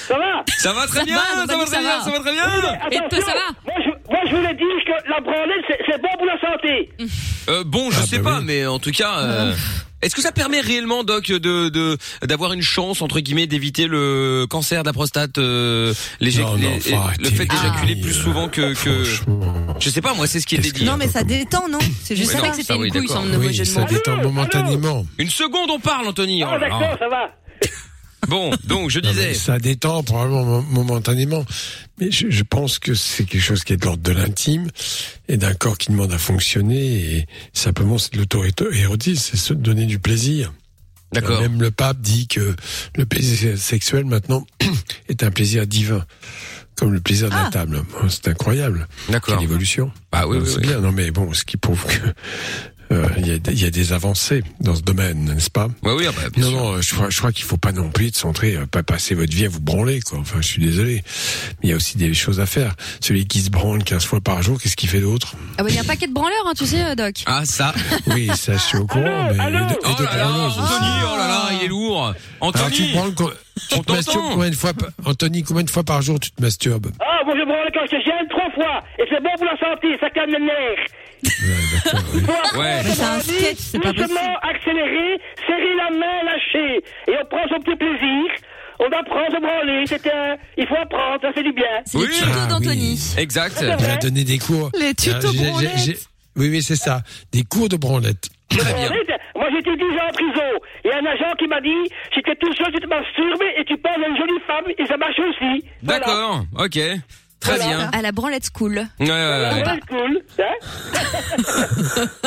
[SPEAKER 11] Ça va
[SPEAKER 2] ça va très bien, ça va très bien, ça va très bien.
[SPEAKER 11] Et toi, ça va moi je, moi, je voulais dire que la branlette, c'est c'est bon pour la santé.
[SPEAKER 2] Euh, bon,
[SPEAKER 5] Ah,
[SPEAKER 2] je sais
[SPEAKER 5] bah
[SPEAKER 2] pas, mais en tout cas, euh, est-ce que ça permet réellement, Doc, de de- d'avoir une chance entre guillemets d'éviter le cancer de la prostate, euh, l'éjac-
[SPEAKER 5] Non, non,
[SPEAKER 2] les-
[SPEAKER 5] faut arrêter Ah, euh,
[SPEAKER 2] le fait
[SPEAKER 5] les
[SPEAKER 2] d'éjaculer plus souvent que que. Je sais pas, moi, c'est ce qui est dédié.
[SPEAKER 3] Non, mais ça détend, non C'est juste
[SPEAKER 2] Oui,
[SPEAKER 3] ça.
[SPEAKER 2] non, ça, oui, d'accord.
[SPEAKER 5] Oui, ça détend momentanément.
[SPEAKER 2] Une seconde, on parle, Anthony. Oh là là.
[SPEAKER 11] Ah, ça va.
[SPEAKER 2] Bon, donc je disais.
[SPEAKER 5] Ça détend probablement mo- momentanément. Mais je, je pense que c'est quelque chose qui est de l'ordre de l'intime et d'un corps qui demande à fonctionner. Et simplement, c'est de l'auto-érotisme, c'est se donner du plaisir.
[SPEAKER 2] D'accord.
[SPEAKER 5] Même le pape dit que le plaisir sexuel maintenant est un plaisir divin, comme le plaisir de la table. C'est incroyable.
[SPEAKER 2] D'accord.
[SPEAKER 5] Quelle évolution.
[SPEAKER 2] Bah oui,
[SPEAKER 5] Non,
[SPEAKER 2] oui,
[SPEAKER 5] c'est
[SPEAKER 2] oui.
[SPEAKER 5] bien. Non, mais bon, ce qui prouve que euh, il y, a des- il y a des avancées dans ce domaine, n'est-ce pas
[SPEAKER 2] Ouais, oui, ah bah, bien
[SPEAKER 5] non,
[SPEAKER 2] sûr.
[SPEAKER 5] non, euh, je crois, je crois qu'il faut pas non plus de centrer, euh, pas passer votre vie à vous branler, quoi. Enfin, je suis désolé. Mais il y a aussi des choses à faire. Celui qui se branle 15 fois par jour, qu'est-ce qu'il fait d'autre
[SPEAKER 4] Ah bah, il y a un paquet de branleurs, hein, tu sais, euh, Doc.
[SPEAKER 2] Ah ça.
[SPEAKER 5] Oui, ça, je suis au courant, mais les deux- les
[SPEAKER 2] Oh
[SPEAKER 5] deux
[SPEAKER 2] là là,
[SPEAKER 5] branleuses aussi.
[SPEAKER 2] Anthony, oh là là, il est lourd.
[SPEAKER 5] Alors, Ah, tu te
[SPEAKER 2] Anthony.
[SPEAKER 5] branles quoi- tu
[SPEAKER 2] On
[SPEAKER 5] te masturbes
[SPEAKER 2] t'entend.
[SPEAKER 5] combien de fois, par- Anthony, combien de fois par jour tu te masturbes
[SPEAKER 11] Ah, moi je branle quand je gêne trois fois. Et c'est bon pour la santé, ça calme les nerfs. Il faut apprendre
[SPEAKER 2] Ouais.
[SPEAKER 3] Mais c'est un sketch, c'est pas
[SPEAKER 11] doucement, accélérer, serrer la main, lâcher. Et on prend son petit plaisir. On apprend à se branler. C'est un... Il faut apprendre, ça fait du bien.
[SPEAKER 4] C'est
[SPEAKER 2] Oui.
[SPEAKER 4] les tutos
[SPEAKER 5] Ah,
[SPEAKER 4] d'Anthony.
[SPEAKER 2] Exact.
[SPEAKER 5] Il a donné des cours.
[SPEAKER 3] Les tutos
[SPEAKER 5] Ah, j'ai- j'ai-
[SPEAKER 3] branlettes.
[SPEAKER 5] j'ai- Oui, oui, c'est ça. Des cours de branlette.
[SPEAKER 2] Très bien.
[SPEAKER 11] Arrête. Moi, j'étais 10 ans en prison. Il y a un agent qui m'a dit si t'es tout seul, tu te masturbes et tu parles à une jolie femme et ça marche aussi. Voilà.
[SPEAKER 2] D'accord. Ok. Très bien.
[SPEAKER 4] À la branlette school.
[SPEAKER 2] Ouais, ouais, ouais.
[SPEAKER 11] Voilà, c'est cool. Hein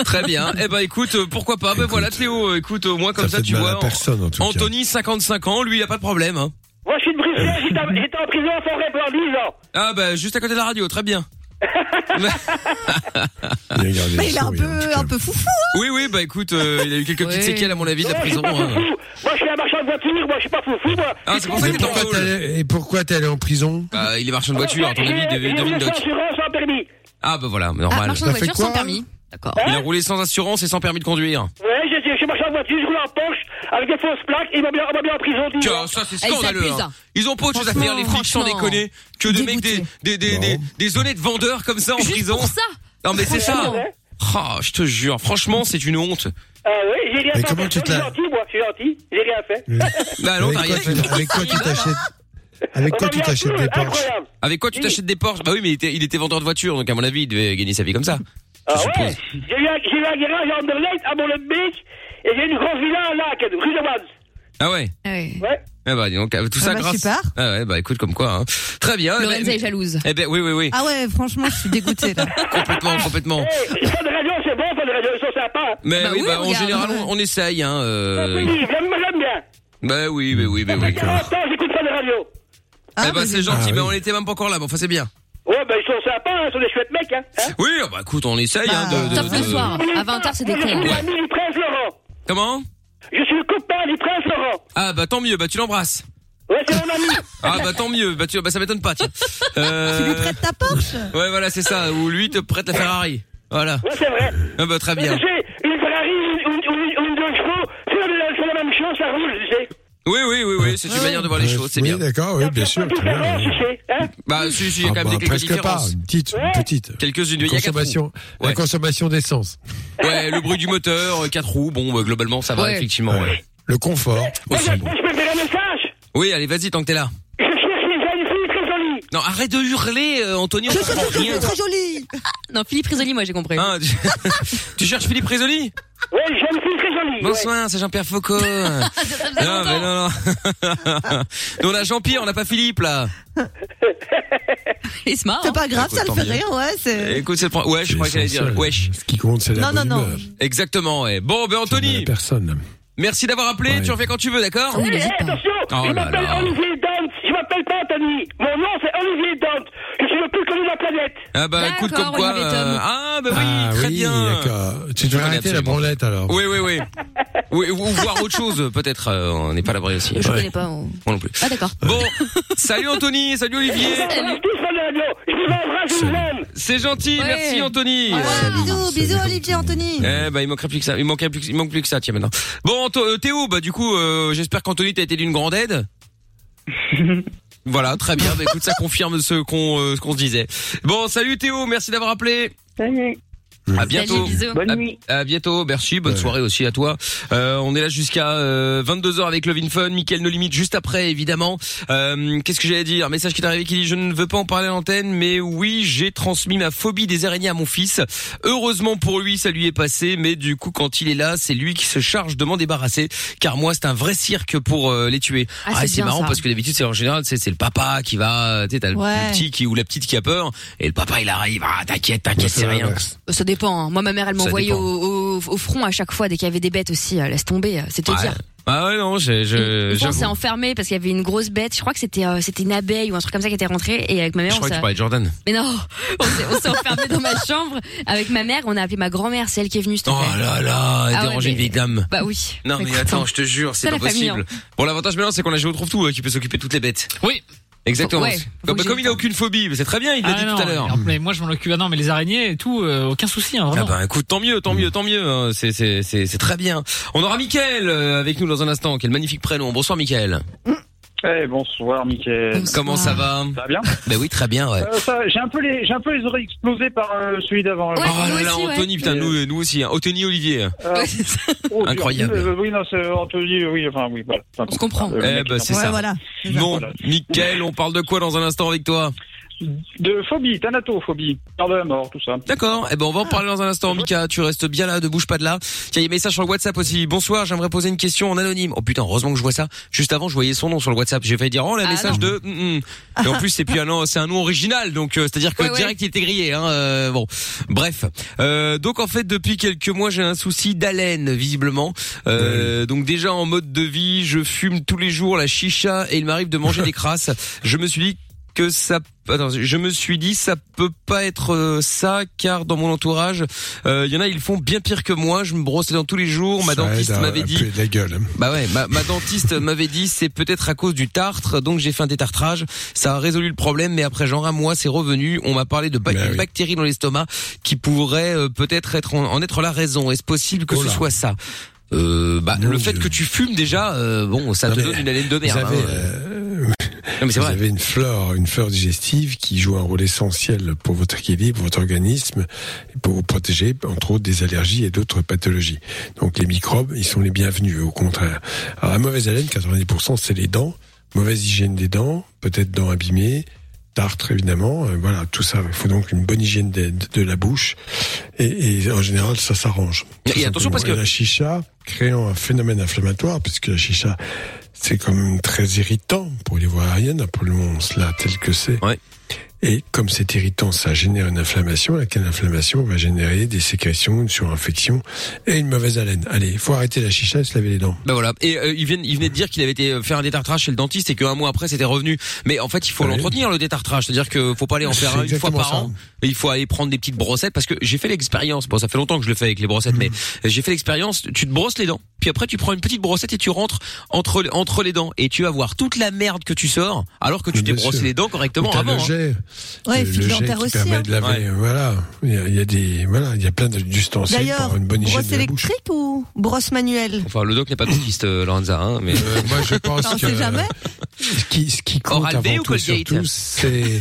[SPEAKER 2] Très bien. Eh ben écoute, euh, pourquoi pas. Ben voilà, Théo. euh, Écoute, au moins comme ça,
[SPEAKER 5] fait de
[SPEAKER 2] tu
[SPEAKER 5] mal à
[SPEAKER 2] vois.
[SPEAKER 5] personne, en tout cas.
[SPEAKER 2] Anthony, 55 ans, lui, il a pas de problème. hein.
[SPEAKER 11] Moi, je suis de Bruxelles,
[SPEAKER 5] Euh.
[SPEAKER 11] j'étais en- j'étais en prison à Forêt pendant 10 ans.
[SPEAKER 2] Ah bah juste à côté de la radio, très bien.
[SPEAKER 5] Il a gardé
[SPEAKER 3] Mais
[SPEAKER 5] le
[SPEAKER 3] il est
[SPEAKER 5] sourire,
[SPEAKER 3] un
[SPEAKER 5] en tout
[SPEAKER 3] peu,
[SPEAKER 5] cas.
[SPEAKER 3] un peu foufou. hein.
[SPEAKER 2] Oui, oui, bah écoute, euh, il a eu quelques petites
[SPEAKER 4] Oui.
[SPEAKER 2] séquelles à mon avis de la
[SPEAKER 11] Ouais, je suis
[SPEAKER 2] prison.
[SPEAKER 11] pas
[SPEAKER 2] hein.
[SPEAKER 11] foufou. Moi, je suis un marchand de voiture, moi, je suis pas foufou, moi.
[SPEAKER 2] Ah, c'est pour ça
[SPEAKER 5] Et
[SPEAKER 2] qu'il est dans
[SPEAKER 5] pourquoi
[SPEAKER 2] le
[SPEAKER 5] t'es
[SPEAKER 2] hall.
[SPEAKER 5] allé- Et pourquoi t'es allé en prison
[SPEAKER 2] Bah, il est marchand de voiture, à ton avis, il
[SPEAKER 11] J'ai-
[SPEAKER 2] devait
[SPEAKER 11] j'ai
[SPEAKER 2] devenir
[SPEAKER 11] eu
[SPEAKER 2] une doc.
[SPEAKER 11] sans assurance, sans permis.
[SPEAKER 2] Ah bah voilà,
[SPEAKER 4] Ah,
[SPEAKER 2] normal.
[SPEAKER 4] marchand de
[SPEAKER 5] Ça fait
[SPEAKER 4] voiture sans
[SPEAKER 5] quoi
[SPEAKER 4] permis. D'accord.
[SPEAKER 2] Il a roulé sans assurance et sans permis de conduire.
[SPEAKER 11] Ouais, je, je suis marchand de voiture, je roule en Porsche, avec des fausses plaques, et on m'a mis, on m'a mis en prison. dix ans.
[SPEAKER 2] Tiens, ça c'est
[SPEAKER 4] Ah, ils
[SPEAKER 2] scandaleux.
[SPEAKER 4] abusent,
[SPEAKER 2] hein.
[SPEAKER 4] hein.
[SPEAKER 2] Ils ont pas autre chose à faire les flics sans
[SPEAKER 4] Franchement,
[SPEAKER 2] déconner que de mecs des
[SPEAKER 4] dégoûté.
[SPEAKER 2] des des des, des honnêtes vendeurs comme ça en
[SPEAKER 4] Juste
[SPEAKER 2] prison.
[SPEAKER 4] pour ça.
[SPEAKER 2] Non mais c'est ça.
[SPEAKER 4] Franchement.
[SPEAKER 2] Ah, je te jure, franchement, c'est une honte.
[SPEAKER 11] Ah ouais, j'ai rien
[SPEAKER 5] Mais
[SPEAKER 11] fait.
[SPEAKER 5] comment tu te
[SPEAKER 11] je suis
[SPEAKER 5] la-
[SPEAKER 11] gentil, moi, je suis gentil, j'ai rien fait.
[SPEAKER 2] Bah non, t'as
[SPEAKER 5] avec,
[SPEAKER 2] rien
[SPEAKER 5] quoi, tu- avec quoi tu t'achètes Avec
[SPEAKER 11] On
[SPEAKER 5] quoi
[SPEAKER 11] m'a
[SPEAKER 5] tu
[SPEAKER 11] mis en
[SPEAKER 5] t'achètes
[SPEAKER 11] prison,
[SPEAKER 5] des Porsche
[SPEAKER 11] Incroyable.
[SPEAKER 2] Avec quoi tu t'achètes des Porsche Bah oui, mais il était, il était vendeur de voitures, donc à mon avis, il devait gagner sa vie comme ça.
[SPEAKER 11] Ah
[SPEAKER 2] Je
[SPEAKER 11] ouais,
[SPEAKER 2] suppose.
[SPEAKER 11] j'ai eu, un- j'ai eu un garage à Anderlecht, à Molenbeek, et j'ai une grosse villa à Lac, rue de Vaz.
[SPEAKER 2] Ah ouais.
[SPEAKER 4] Ah ouais.
[SPEAKER 11] Ouais.
[SPEAKER 2] Ah bah dis donc, tout ça
[SPEAKER 3] bah,
[SPEAKER 2] grâce.
[SPEAKER 3] super.
[SPEAKER 2] Ah ouais, bah écoute comme quoi. hein. Très bien. eh ben-
[SPEAKER 4] Lorenza est jalouse.
[SPEAKER 2] Eh ben oui, oui, oui,
[SPEAKER 3] Ah ouais, franchement, je suis dégoûtée là.
[SPEAKER 2] complètement, complètement.
[SPEAKER 11] Eh, faire de radio, c'est bon, faire de radio, ils sont sympas.
[SPEAKER 2] Oh. Mais
[SPEAKER 4] Bah
[SPEAKER 2] oui,
[SPEAKER 4] oui,
[SPEAKER 2] bah, en
[SPEAKER 4] regarde.
[SPEAKER 2] général, on, on essaye. Hein,
[SPEAKER 5] Bah
[SPEAKER 2] euh,
[SPEAKER 11] Oui, j'aime j'aime bien.
[SPEAKER 2] Bah oui, bah oui, bah
[SPEAKER 11] Ça fait
[SPEAKER 2] oui.
[SPEAKER 11] 40 ans, j'écoute pas de radio.
[SPEAKER 3] Ah,
[SPEAKER 2] eh ben
[SPEAKER 3] bah,
[SPEAKER 2] c'est gentil,
[SPEAKER 5] Ah
[SPEAKER 2] mais
[SPEAKER 5] oui.
[SPEAKER 2] on était même pas encore là, bon, enfin c'est bien.
[SPEAKER 11] Ouais, ben ils sont sympas, hein, ils sont des chouettes mecs, hein. hein.
[SPEAKER 2] Oui, ah bah écoute, on essaye. hein, de, de-
[SPEAKER 4] Sauf le
[SPEAKER 2] de-
[SPEAKER 4] soir. À 20h, c'est des
[SPEAKER 11] Moi, je
[SPEAKER 4] cons.
[SPEAKER 11] suis
[SPEAKER 4] hein.
[SPEAKER 11] l'ami du prince Laurent.
[SPEAKER 2] Comment
[SPEAKER 11] Je suis le copain du prince Laurent.
[SPEAKER 2] Ah bah tant mieux, bah tu l'embrasses.
[SPEAKER 11] Ouais, c'est mon ami.
[SPEAKER 2] Ah bah tant mieux, bah, tu, bah ça m'étonne pas. Tiens.
[SPEAKER 3] Tu lui
[SPEAKER 2] Euh,
[SPEAKER 3] prêtes ta Porsche
[SPEAKER 2] ouais voilà, c'est ça, ou lui te prête la Ferrari. Voilà.
[SPEAKER 11] Ouais, c'est vrai.
[SPEAKER 2] Ah bah très
[SPEAKER 11] Mais
[SPEAKER 2] bien.
[SPEAKER 11] Tu sais, une Ferrari ou une, ou une, ou une deux chevaux, c'est la, c'est la même chose, ça roule, tu sais.
[SPEAKER 2] Oui, oui, oui, oui, c'est une manière de voir les
[SPEAKER 5] Euh,
[SPEAKER 2] choses, c'est
[SPEAKER 5] oui,
[SPEAKER 2] bien.
[SPEAKER 5] d'accord, oui, bien sûr.
[SPEAKER 11] Pas de
[SPEAKER 5] très bien,
[SPEAKER 11] différence,
[SPEAKER 5] oui.
[SPEAKER 11] tu sais, hein.
[SPEAKER 2] Bah, si, si, il y a
[SPEAKER 5] Ah
[SPEAKER 2] quand même
[SPEAKER 5] bah,
[SPEAKER 2] des quelques
[SPEAKER 5] presque pas,
[SPEAKER 2] différences.
[SPEAKER 5] une petite, une petite.
[SPEAKER 2] Quelques-unes, il y a quatre
[SPEAKER 5] Consommation,
[SPEAKER 2] roues. Ouais.
[SPEAKER 5] La consommation d'essence,
[SPEAKER 2] Ouais, le bruit du moteur, euh, quatre roues, bon, bah, globalement, ça va,
[SPEAKER 4] Ouais.
[SPEAKER 2] effectivement, ouais.
[SPEAKER 5] le confort.
[SPEAKER 2] Oh,
[SPEAKER 11] Moi,
[SPEAKER 5] aussi,
[SPEAKER 11] je,
[SPEAKER 5] bon.
[SPEAKER 11] moi, je peux faire un message.
[SPEAKER 2] Oui, allez, vas-y, tant que t'es là.
[SPEAKER 11] Je cherche une jeune fille très jolie.
[SPEAKER 2] Non, arrête de hurler, euh, Anthony, on comprend rien.
[SPEAKER 3] Très jolie
[SPEAKER 4] Ah, Non, Philippe Risoli, moi j'ai compris.
[SPEAKER 2] Hein, tu... tu cherches Philippe Risoli
[SPEAKER 11] Ouais, une jeune fille très jolie. ouais.
[SPEAKER 2] Bonsoir, c'est Jean-Pierre Foucault. non,
[SPEAKER 4] Ah,
[SPEAKER 2] mais non, non. Nous, on a Jean-Pierre, on n'a pas Philippe, là.
[SPEAKER 4] Il se marre. hein.
[SPEAKER 3] C'est pas grave,
[SPEAKER 2] Écoute,
[SPEAKER 3] ça le
[SPEAKER 2] Ah, tant
[SPEAKER 3] fait
[SPEAKER 2] mieux.
[SPEAKER 3] rire, ouais. c'est-
[SPEAKER 2] Écoute, c'est le point. Ouais, je crois qu'elle allait dire.
[SPEAKER 5] L'essentiel,
[SPEAKER 2] Wesh.
[SPEAKER 5] Ce qui compte, c'est la
[SPEAKER 3] Non, non,
[SPEAKER 5] bonne
[SPEAKER 3] non.
[SPEAKER 5] humeur.
[SPEAKER 2] Exactement, ouais. Bon, ben,
[SPEAKER 5] La
[SPEAKER 2] Anthony,
[SPEAKER 5] personne.
[SPEAKER 2] merci d'avoir appelé.
[SPEAKER 5] Ouais.
[SPEAKER 2] Tu reviens quand tu veux, d'accord
[SPEAKER 4] Oui,
[SPEAKER 11] Eh,
[SPEAKER 4] n'hésite pas.
[SPEAKER 11] attention,
[SPEAKER 2] Oh là
[SPEAKER 11] je m'appelle
[SPEAKER 2] là.
[SPEAKER 11] Olivier Dante. Je m'appelle pas Anthony. Mon nom, c'est Olivier Dante. Je suis le plus connu de la planète.
[SPEAKER 2] Ah, bah, écoute,
[SPEAKER 4] D'accord,
[SPEAKER 2] comme quoi.
[SPEAKER 4] Olivier Tom.
[SPEAKER 2] Ah, bah oui,
[SPEAKER 5] ah
[SPEAKER 2] très
[SPEAKER 5] oui,
[SPEAKER 2] bien.
[SPEAKER 5] d'accord. Tu devrais
[SPEAKER 2] connais
[SPEAKER 5] arrêter la
[SPEAKER 2] absolument.
[SPEAKER 5] branlette alors.
[SPEAKER 2] Oui, oui, oui. Ou, ou voir autre chose, peut-être. euh, on n'est pas à l'abri aussi.
[SPEAKER 4] Je connais pas. on-
[SPEAKER 2] Moi non plus.
[SPEAKER 4] Ah d'accord.
[SPEAKER 2] Bon, salut Anthony, salut Olivier. C'est gentil,
[SPEAKER 3] Ouais.
[SPEAKER 2] merci Anthony.
[SPEAKER 3] Bisous, bisous Olivier Anthony.
[SPEAKER 2] Eh ben il manquerait plus que ça, il manquerait plus, il manque plus que ça, tiens maintenant. Bon Anto- euh, Théo, bah du coup, euh, j'espère qu'Anthony t'a été d'une grande aide. voilà, très bien. Bah, écoute, ça confirme ce qu'on euh, ce qu'on se disait. Bon, salut Théo, merci d'avoir appelé.
[SPEAKER 6] Salut.
[SPEAKER 2] À bientôt.
[SPEAKER 6] Salut, bisous. Bonne
[SPEAKER 2] À-
[SPEAKER 6] nuit.
[SPEAKER 2] À, bientôt. Merci. Bonne soirée aussi à toi. Euh, on est là jusqu'à 22h avec Levin Fun, Mickaël No Limite juste après évidemment. Euh, Qu'est-ce que j'allais dire Un Message qui est arrivé qui dit je ne veux pas en parler à l'antenne, mais oui j'ai transmis ma phobie des araignées à mon fils. Heureusement pour lui ça lui est passé, mais du coup quand il est là c'est lui qui se charge de m'en débarrasser, car moi c'est un vrai cirque pour euh, les tuer.
[SPEAKER 12] Ah, c'est
[SPEAKER 2] c'est
[SPEAKER 12] bien
[SPEAKER 2] marrant
[SPEAKER 12] ça.
[SPEAKER 2] parce que d'habitude c'est en général c'est c'est le papa qui va, tu sais t'as le-
[SPEAKER 4] Ouais.
[SPEAKER 2] le petit qui ou la petite qui a peur et le papa il arrive ah t'inquiète t'inquiète c'est rien.
[SPEAKER 4] Ça dépend. hein. Moi, ma mère, elle
[SPEAKER 2] Ça
[SPEAKER 4] m'envoyait
[SPEAKER 2] dépend.
[SPEAKER 4] au, au- au front à chaque fois dès qu'il y avait des bêtes aussi. euh, laisse tomber, euh, c'est te
[SPEAKER 2] Ouais.
[SPEAKER 4] dire.
[SPEAKER 2] Ah ouais, non, je, je,
[SPEAKER 4] on
[SPEAKER 2] j'avoue.
[SPEAKER 4] s'est enfermé parce qu'il y avait une grosse bête. Je crois que c'était euh, c'était une abeille ou un truc comme ça qui était rentrée. Et avec ma mère,
[SPEAKER 2] Je
[SPEAKER 4] on
[SPEAKER 2] crois que
[SPEAKER 4] s'est-
[SPEAKER 2] tu parlais de Jordan.
[SPEAKER 4] Mais non, on s'est- on s'est enfermé dans ma chambre avec ma mère. On a appelé ma grand-mère, c'est elle qui est venue. s'il te
[SPEAKER 2] Oh
[SPEAKER 4] plaît.
[SPEAKER 2] là là,
[SPEAKER 4] Ah ouais,
[SPEAKER 2] déranger une
[SPEAKER 4] mais-
[SPEAKER 2] vieille dame.
[SPEAKER 4] Bah oui.
[SPEAKER 2] Non mais
[SPEAKER 4] Écoute,
[SPEAKER 2] attends,
[SPEAKER 4] hein.
[SPEAKER 2] je te jure, c'est
[SPEAKER 4] Ça,
[SPEAKER 2] pas
[SPEAKER 4] la famille, hein.
[SPEAKER 2] possible. Bon, l'avantage maintenant, c'est qu'on a joué au trouve tout qui peut s'occuper de toutes les bêtes.
[SPEAKER 7] Oui.
[SPEAKER 2] Exactement.
[SPEAKER 7] Ouais, faut
[SPEAKER 2] comme
[SPEAKER 7] que j'ai
[SPEAKER 2] comme
[SPEAKER 7] le
[SPEAKER 2] il a aucune phobie, c'est très bien, il l'a
[SPEAKER 7] Ah
[SPEAKER 2] dit
[SPEAKER 7] non,
[SPEAKER 2] tout à l'heure.
[SPEAKER 7] alors, Mais moi je m'en occupe. Ah non, mais les araignées et tout, euh, aucun souci. Hein,
[SPEAKER 2] Ah
[SPEAKER 7] vraiment.
[SPEAKER 2] bah écoute, tant mieux, tant mieux, tant mieux. hein, C'est c'est c'est c'est très bien. On aura Mickaël euh, avec nous dans un instant. Quel magnifique prénom. Bonsoir Mickaël.
[SPEAKER 13] Eh bonsoir Mickaël.
[SPEAKER 2] Comment ça va
[SPEAKER 13] Ça va bien
[SPEAKER 2] Bah oui, très bien. Ouais.
[SPEAKER 13] Euh, ça, J'ai un peu les j'ai un peu les oreilles explosées par euh, celui d'avant. là.
[SPEAKER 2] oh là là, Anthony, putain, nous nous aussi. Hein. Anthony Olivier.
[SPEAKER 13] Euh, oh,
[SPEAKER 2] Incroyable.
[SPEAKER 13] euh, oui non c'est Anthony euh, oui enfin oui voilà. On
[SPEAKER 4] comprend.
[SPEAKER 2] Eh bah c'est ça. Bon, Mickaël, on parle de quoi dans un instant avec toi
[SPEAKER 13] De phobie, thanatophobie, peur de la mort, tout ça.
[SPEAKER 2] D'accord, eh ben on va en parler dans un instant, Mika. Tu restes bien là, ne bouge pas de là. Tiens, il y a des messages sur le WhatsApp aussi. Bonsoir, j'aimerais poser une question en anonyme. Oh putain, heureusement que je vois ça. Juste avant, je voyais son nom sur le WhatsApp. J'ai failli dire oh le
[SPEAKER 12] Ah,
[SPEAKER 2] message
[SPEAKER 12] non.
[SPEAKER 2] de. hum, hum. Et en plus, c'est plus un nom, c'est un nom original, donc euh, c'est-à-dire que
[SPEAKER 12] Ouais, ouais.
[SPEAKER 2] direct il était grillé. Hein, euh, bon, bref. Euh, donc en fait, depuis quelques mois, j'ai un souci d'haleine visiblement. Euh, Donc déjà en mode de vie, je fume tous les jours la chicha et il m'arrive de manger des crasses. Je me suis dit que ça attends, je me suis dit ça peut pas être euh, ça car dans mon entourage euh, il y en a ils font bien pire que moi je me brosse les dents tous les jours ma
[SPEAKER 5] Ça
[SPEAKER 2] dentiste
[SPEAKER 5] aide à-
[SPEAKER 2] m'avait
[SPEAKER 5] à
[SPEAKER 2] dit
[SPEAKER 5] puer de la gueule.
[SPEAKER 2] bah ouais, ma, ma dentiste m'avait dit c'est peut-être à cause du tartre, donc j'ai fait un détartrage. Ça a résolu le problème, mais après genre un mois, c'est revenu. On m'a parlé de bac- une bactérie dans l'estomac qui pourrait euh, peut-être être en, en être la raison. Est-ce possible que ce soit ça euh, bah, le fait que tu fumes déjà, euh, bon, ça te donne une haleine de
[SPEAKER 5] vous euh,
[SPEAKER 2] merde.
[SPEAKER 5] avez,
[SPEAKER 2] hein. Non, mais c'est
[SPEAKER 5] vous
[SPEAKER 2] vrai.
[SPEAKER 5] avez une flore, une flore digestive qui joue un rôle essentiel pour votre équilibre, votre organisme, et pour vous protéger entre autres des allergies et d'autres pathologies. Donc les microbes, ils sont les bienvenus au contraire. Alors la mauvaise haleine, 90%, c'est les dents, mauvaise hygiène des dents, peut-être dents abîmées. Tartre évidemment, euh, voilà tout ça. Il faut donc une bonne hygiène de, de- de la bouche et, et en général ça s'arrange.
[SPEAKER 2] Et
[SPEAKER 5] Tout
[SPEAKER 2] attention, parce
[SPEAKER 5] simplement.
[SPEAKER 2] que-
[SPEAKER 5] Et la chicha créant un phénomène inflammatoire puisque la chicha c'est quand même très irritant pour les voies aériennes, appelons cela tel que c'est. Et comme c'est irritant, ça génère une inflammation, laquelle inflammation va générer des sécrétions, une surinfection et une mauvaise haleine. Allez, il faut arrêter la chicha et se laver les dents.
[SPEAKER 2] Bah voilà. Et euh, il, vient, il venait de dire qu'il avait été euh, faire un détartrage chez le dentiste et qu'un mois après c'était revenu. Mais en fait, il faut l'entretenir le détartrage, c'est-à-dire que faut pas aller en faire
[SPEAKER 5] C'est
[SPEAKER 2] un une fois
[SPEAKER 5] exactement
[SPEAKER 2] par
[SPEAKER 5] ça.
[SPEAKER 2] an. Et il faut aller prendre des petites brossettes parce que j'ai fait l'expérience. Bon, ça fait longtemps que je le fais avec les brossettes, mais
[SPEAKER 5] Mhm.
[SPEAKER 2] j'ai fait l'expérience. Tu te brosses les dents, puis après tu prends une petite brossette et tu rentres entre entre les dents et tu vas voir toute la merde que tu sors alors que tu t'es
[SPEAKER 5] Bien
[SPEAKER 2] brossé
[SPEAKER 5] sûr.
[SPEAKER 2] les dents correctement
[SPEAKER 5] Ou t'as
[SPEAKER 2] avant.
[SPEAKER 5] le
[SPEAKER 2] hein.
[SPEAKER 5] jet,
[SPEAKER 3] Ouais,
[SPEAKER 5] le,
[SPEAKER 3] fil
[SPEAKER 5] le jet
[SPEAKER 3] dentaire
[SPEAKER 5] qui
[SPEAKER 3] aussi,
[SPEAKER 5] permet
[SPEAKER 3] hein.
[SPEAKER 5] de laver. Voilà, il y, a, il y a des voilà, il y a plein de- d'ustensiles
[SPEAKER 3] D'ailleurs,
[SPEAKER 5] pour une bonne hygiène.
[SPEAKER 3] brosse
[SPEAKER 5] de la bouche.
[SPEAKER 3] électrique ou brosse manuelle
[SPEAKER 2] Enfin, le doc n'est pas dentiste, euh, Lorenza, hein, mais
[SPEAKER 5] moi je pense
[SPEAKER 3] On
[SPEAKER 5] que
[SPEAKER 3] sait jamais.
[SPEAKER 5] ce qui ce qui compte
[SPEAKER 2] Oral-B
[SPEAKER 5] avant
[SPEAKER 2] ou
[SPEAKER 5] tout
[SPEAKER 2] Colgate
[SPEAKER 5] surtout c'est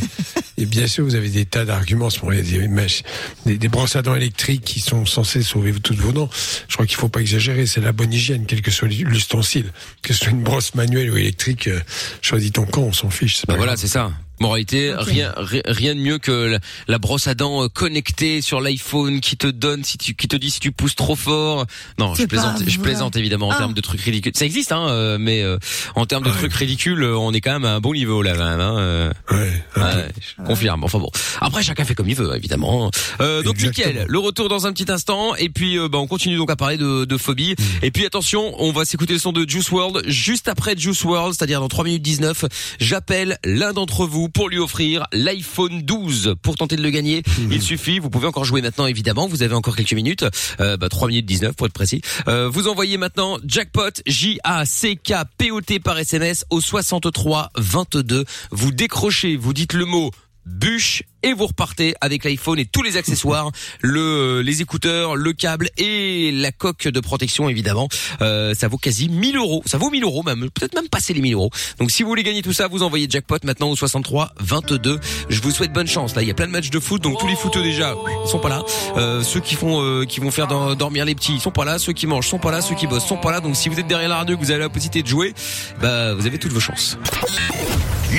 [SPEAKER 5] et bien sûr vous avez des tas d'arguments sur les- des, mèches- des des brosses à dents électriques qui sont censées sauver toutes vos dents. Je crois qu'il faut pas exagérer, c'est la bonne hygiène quel que soit l'ustensile, que ce soit une brosse manuelle ou électrique, euh, choisis ton camp, on s'en fiche. c'est
[SPEAKER 2] Bah
[SPEAKER 5] pas
[SPEAKER 2] voilà,
[SPEAKER 5] grave.
[SPEAKER 2] c'est ça. Moralité, rien, ri- rien de mieux que la, la brosse à dents euh, connectée sur l'iPhone qui te donne, si tu, qui te dit si tu pousses trop fort. Non, je
[SPEAKER 12] C'est
[SPEAKER 2] plaisante,
[SPEAKER 12] pas
[SPEAKER 2] je
[SPEAKER 12] vrai.
[SPEAKER 2] plaisante évidemment en
[SPEAKER 12] Ah.
[SPEAKER 2] termes de trucs ridicules. Ça existe, hein, euh, mais euh, en termes de trucs ridicules, euh, on est quand même à un bon niveau là, quand même, hein, euh. Ouais, je confirme. Enfin bon, après chacun fait comme il veut, évidemment. Euh, donc nickel. Le retour dans un petit instant, et puis euh, bah, on continue donc à parler de, de phobie. Et puis attention, on va s'écouter le son de Juice World juste après Juice World, c'est-à-dire dans 3 minutes 19. J'appelle l'un d'entre vous pour lui offrir l'iPhone 12 pour tenter de le gagner. Il suffit, vous pouvez encore jouer maintenant évidemment, vous avez encore quelques minutes, euh, bah, 3 minutes 19 pour être précis. Euh, vous envoyez maintenant jackpot J A C K P O T par SMS au 63 22. Vous décrochez, vous dites le mot bûche et vous repartez avec l'iPhone et tous les accessoires, le euh, les écouteurs, le câble et la coque de protection évidemment. Euh, ça vaut quasi 1000 euros, ça vaut 1000 euros même, peut-être même passer les 1000 euros. Donc si vous voulez gagner tout ça, vous envoyez jackpot maintenant au 63 22. Je vous souhaite bonne chance. Là, il y a plein de matchs de foot, donc tous les footeux déjà ils sont pas là. Euh, ceux qui font euh, qui vont faire dor- dormir les petits, ils sont pas là. Ceux qui mangent sont pas là. Ceux qui bossent sont pas là. Donc si vous êtes derrière la radio, et que vous avez la possibilité de jouer, bah vous avez toutes vos chances.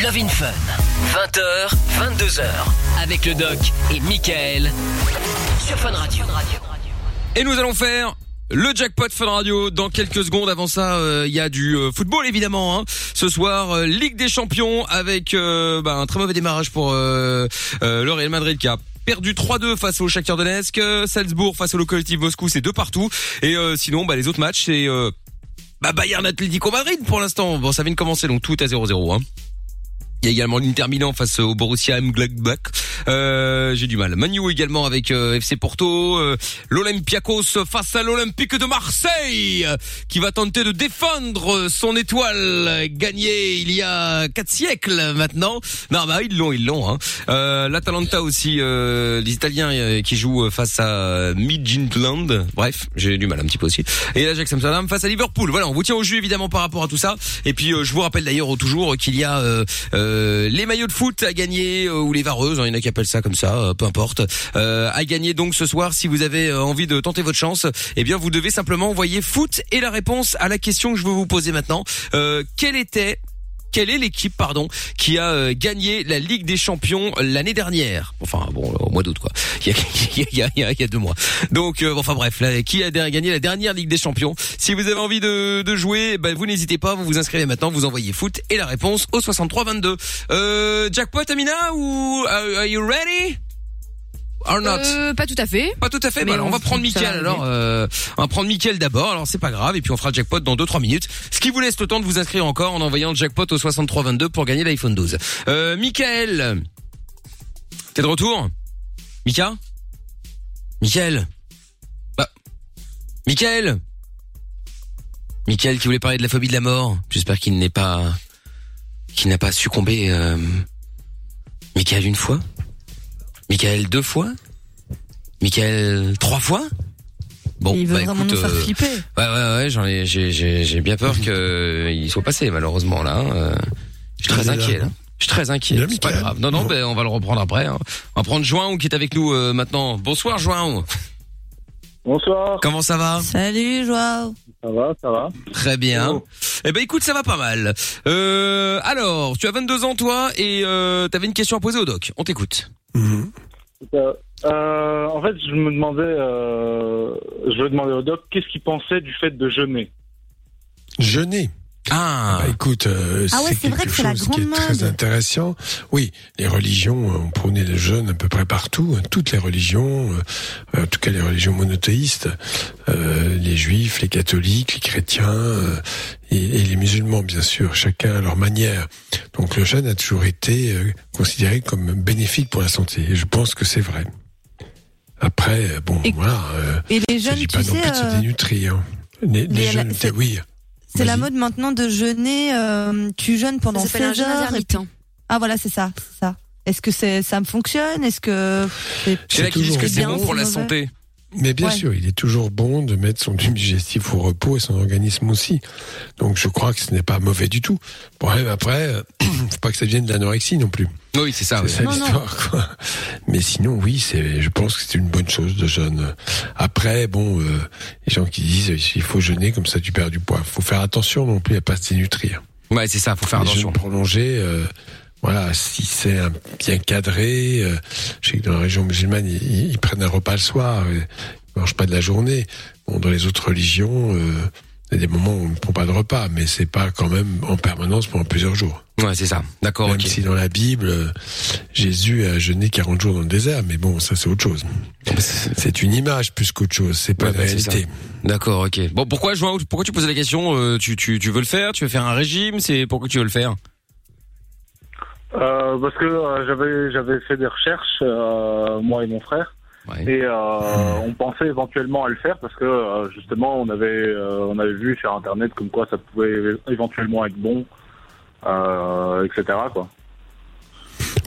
[SPEAKER 8] Love in Fun. 20h, 22h. Avec le doc et Michael. Sur Fun Radio.
[SPEAKER 2] Et nous allons faire le jackpot Fun Radio dans quelques secondes. Avant ça, euh, il y a du euh, football évidemment. hein. Ce soir, euh, Ligue des Champions avec euh, bah, un très mauvais démarrage pour euh, euh, le Real Madrid qui a perdu 3-2 face au Shakhtar Donetsk, euh, Salzbourg face au Lokomotiv Moscou, c'est deux partout. Et euh, sinon, bah, les autres matchs, c'est euh, bah, Bayern Atlético Madrid pour l'instant. Bon, ça vient de commencer, donc tout est à 0-0. hein. Il y a également l'Inter Milan face au Borussia Mönchengladbach. Euh, j'ai du mal. Manu également avec euh, FC Porto. Euh, L'Olympiakos face à l'Olympique de Marseille euh, qui va tenter de défendre son étoile euh, gagnée il y a quatre siècles maintenant. Non, bah ils l'ont, ils l'ont. Hein. Euh, L'Atalanta aussi, euh, les Italiens euh, qui jouent face à Midtjylland. Bref, j'ai du mal un petit peu aussi. Et l'Ajax Amsterdam face à Liverpool. Voilà, on vous tient au jus évidemment par rapport à tout ça. Et puis euh, je vous rappelle d'ailleurs euh, toujours qu'il y a euh, euh, les maillots de foot à gagner euh, ou les vareuses, hein, il y en a qui appellent ça comme ça, euh, peu importe. Euh, à gagner donc ce soir si vous avez euh, envie de tenter votre chance, eh bien vous devez simplement envoyer foot et la réponse à la question que je veux vous poser maintenant. Euh, quelle était quelle est l'équipe pardon qui a euh, gagné la Ligue des Champions l'année dernière Enfin bon, au mois d'août quoi. Il y a, il y a- il y a- il y a deux mois. Donc euh, bon, enfin bref, là, qui a der- gagné la dernière Ligue des Champions Si vous avez envie de, de jouer, ben, vous n'hésitez pas, vous vous inscrivez maintenant, vous envoyez foot et la réponse au 63 22. Euh, jackpot Amina ou euh, are, are you ready or not
[SPEAKER 4] Euh, pas tout à fait.
[SPEAKER 2] Pas tout à
[SPEAKER 4] ben,
[SPEAKER 2] fait, bah, alors, on va prendre Mickaël alors. euh, on va prendre Mickaël d'abord, alors c'est pas grave, et puis on fera jackpot dans 2-3 minutes. Ce qui vous laisse le temps de vous inscrire encore en envoyant jackpot au 6322 pour gagner l'iPhone 12. Euh, Mickaël T'es de retour Mika Mickaël Bah. Mickaël Mickaël qui voulait parler de la phobie de la mort. J'espère qu'il n'est pas. qu'il n'a pas succombé. Euh... Mickaël une fois Mickaël deux fois Michael trois fois Bon,
[SPEAKER 3] Il veut
[SPEAKER 2] bah
[SPEAKER 3] vraiment
[SPEAKER 2] écoute,
[SPEAKER 3] nous faire
[SPEAKER 2] euh,
[SPEAKER 3] flipper.
[SPEAKER 2] ouais ouais ouais, j'en ai, j'ai, j'ai, j'ai bien peur que euh, il soit passé malheureusement là. hein. Euh, Je suis très inquiet. là. Je suis très inquiet. C'est pas grave. Non non, ben, on va le reprendre après. hein. On va prendre João qui est avec nous euh, maintenant. Bonsoir João.
[SPEAKER 12] Bonsoir.
[SPEAKER 2] Comment ça va
[SPEAKER 3] Salut, Joao.
[SPEAKER 12] Ça va, ça va.
[SPEAKER 2] Très bien. Eh ben écoute, ça va pas mal. Euh, alors, tu as 22 ans toi et euh, t'avais une question à poser au doc. On t'écoute. Mhm.
[SPEAKER 12] Euh, euh, en fait, je me demandais, euh, je vais demander au doc, qu'est-ce qu'il pensait du fait de jeûner
[SPEAKER 5] Jeûner.
[SPEAKER 2] Ah.
[SPEAKER 5] Bah, écoute, euh,
[SPEAKER 3] Ah ouais,
[SPEAKER 5] c'est
[SPEAKER 3] c'est vrai
[SPEAKER 5] quelque
[SPEAKER 3] que c'est la
[SPEAKER 5] chose qui
[SPEAKER 3] grande
[SPEAKER 5] est très
[SPEAKER 3] mode.
[SPEAKER 5] intéressant. Oui, les religions euh, ont prôné le jeûne à peu près partout, hein, toutes les religions, euh, en tout cas les religions monothéistes, euh, les juifs, les catholiques, les chrétiens euh, et, et les musulmans, bien sûr, chacun à leur manière. Donc le jeûne a toujours été euh, considéré comme bénéfique pour la santé, et je pense que c'est vrai. Après, euh, bon, voilà. euh,
[SPEAKER 3] Et les
[SPEAKER 5] il
[SPEAKER 3] jeunes,
[SPEAKER 5] s'agit
[SPEAKER 3] tu
[SPEAKER 5] pas non
[SPEAKER 3] sais,
[SPEAKER 5] plus de se
[SPEAKER 3] euh,
[SPEAKER 5] dénutrir. hein. Les, les
[SPEAKER 3] mais la-
[SPEAKER 5] jeunes,
[SPEAKER 3] c'est-
[SPEAKER 5] oui.
[SPEAKER 3] C'est la mode maintenant de jeûner. euh, tu jeûnes pendant
[SPEAKER 4] Ça s'appelle un
[SPEAKER 3] 16
[SPEAKER 4] jeûne
[SPEAKER 3] heures. et puis-
[SPEAKER 4] intermittent.
[SPEAKER 3] Ah voilà, c'est ça, c'est ça. Est-ce que c'est ça me fonctionne Est-ce que c'est
[SPEAKER 2] C'est là qu'ils disent que c'est
[SPEAKER 3] bien,
[SPEAKER 2] bon pour la
[SPEAKER 3] mauvais
[SPEAKER 2] santé.
[SPEAKER 5] Mais bien
[SPEAKER 3] Ouais.
[SPEAKER 5] sûr, il est toujours bon de mettre son tube digestif au repos et son organisme aussi. Donc je crois que ce n'est pas mauvais du tout. Problème après, euh, faut pas que ça vienne de l'anorexie non plus.
[SPEAKER 2] Oui, c'est ça.
[SPEAKER 5] C'est ça l'histoire, quoi. Mais sinon, oui, c'est, je pense que c'est une bonne chose de jeûne. Après, bon, euh, les gens qui disent euh, il faut jeûner comme ça tu perds du poids. Faut faire attention non plus à pas se dénutrir.
[SPEAKER 2] Ouais, c'est ça, faut faire
[SPEAKER 5] Les
[SPEAKER 2] attention.
[SPEAKER 5] jeûnes prolongés, euh, voilà, si c'est un- bien cadré, euh, je sais que dans la région musulmane, ils- ils, ils prennent un repas le soir, euh, ils mangent pas de la journée. Bon, dans les autres religions, euh, il y a des moments où on ne prend pas de repas, mais c'est pas quand même en permanence pendant plusieurs jours.
[SPEAKER 2] Ouais, c'est ça. D'accord.
[SPEAKER 5] Même si dans la Bible, euh, Jésus a jeûné 40 jours dans le désert, mais bon, ça c'est autre chose. C'est une image plus qu'autre chose, c'est pas
[SPEAKER 2] Ouais,
[SPEAKER 5] la
[SPEAKER 2] bah, c'est ça.
[SPEAKER 5] réalité.
[SPEAKER 2] D'accord, ok. Bon, pourquoi, Joao, pourquoi tu posais la question euh, tu, tu, tu veux le faire Tu veux faire un régime C'est pourquoi tu veux le faire
[SPEAKER 12] Euh, parce que euh, j'avais j'avais fait des recherches euh, moi et mon frère et euh, on pensait éventuellement à le faire parce que euh, justement on avait euh, on avait vu sur internet comme quoi ça pouvait éventuellement être bon euh, etc quoi.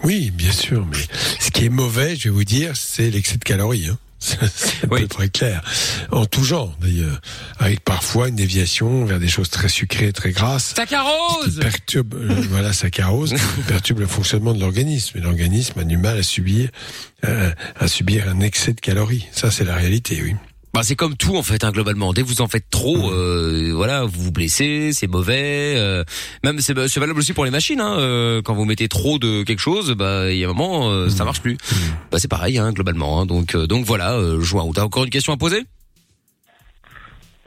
[SPEAKER 5] Oui, bien sûr, mais ce qui est mauvais, je vais vous dire, c'est l'excès de calories. hein. C'est à peu près clair. En tout genre, d'ailleurs. Avec parfois une déviation vers des choses très sucrées, très grasses.
[SPEAKER 2] Saccharose
[SPEAKER 5] perturbe, euh, voilà, saccharose, qui perturbe le fonctionnement de l'organisme. Et l'organisme a du mal à subir, euh, à subir un excès de calories. Ça, c'est la réalité, oui.
[SPEAKER 2] Bah c'est comme tout en fait hein, globalement. Dès que vous en faites trop, euh, voilà, vous vous blessez, c'est mauvais. euh, même c'est c'est valable aussi pour les machines. Hein, euh, quand vous mettez trop de quelque chose, bah il y a un moment euh,
[SPEAKER 5] Mm.
[SPEAKER 2] ça marche plus. Bah c'est pareil hein, globalement. hein. donc euh, donc voilà. Euh, Joint, t'as encore une question à poser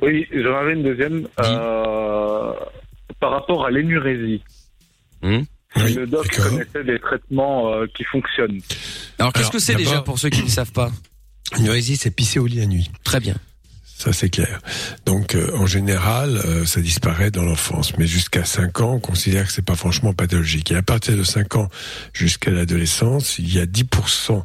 [SPEAKER 12] Oui, j'en avais une deuxième euh, par rapport à l'énurésie. le doc connaissait des traitements euh, qui fonctionnent.
[SPEAKER 2] Alors
[SPEAKER 5] qu'est-ce que c'est déjà
[SPEAKER 2] Euh, pour ceux qui ne savent pas
[SPEAKER 5] L'énurésie, c'est pisser au lit la nuit.
[SPEAKER 2] Très bien.
[SPEAKER 5] Ça, c'est clair. Donc, euh, en général, euh, ça disparaît dans l'enfance. Mais jusqu'à 5 ans, on considère que c'est pas franchement pathologique. Et à partir de 5 ans jusqu'à l'adolescence, il y a 10%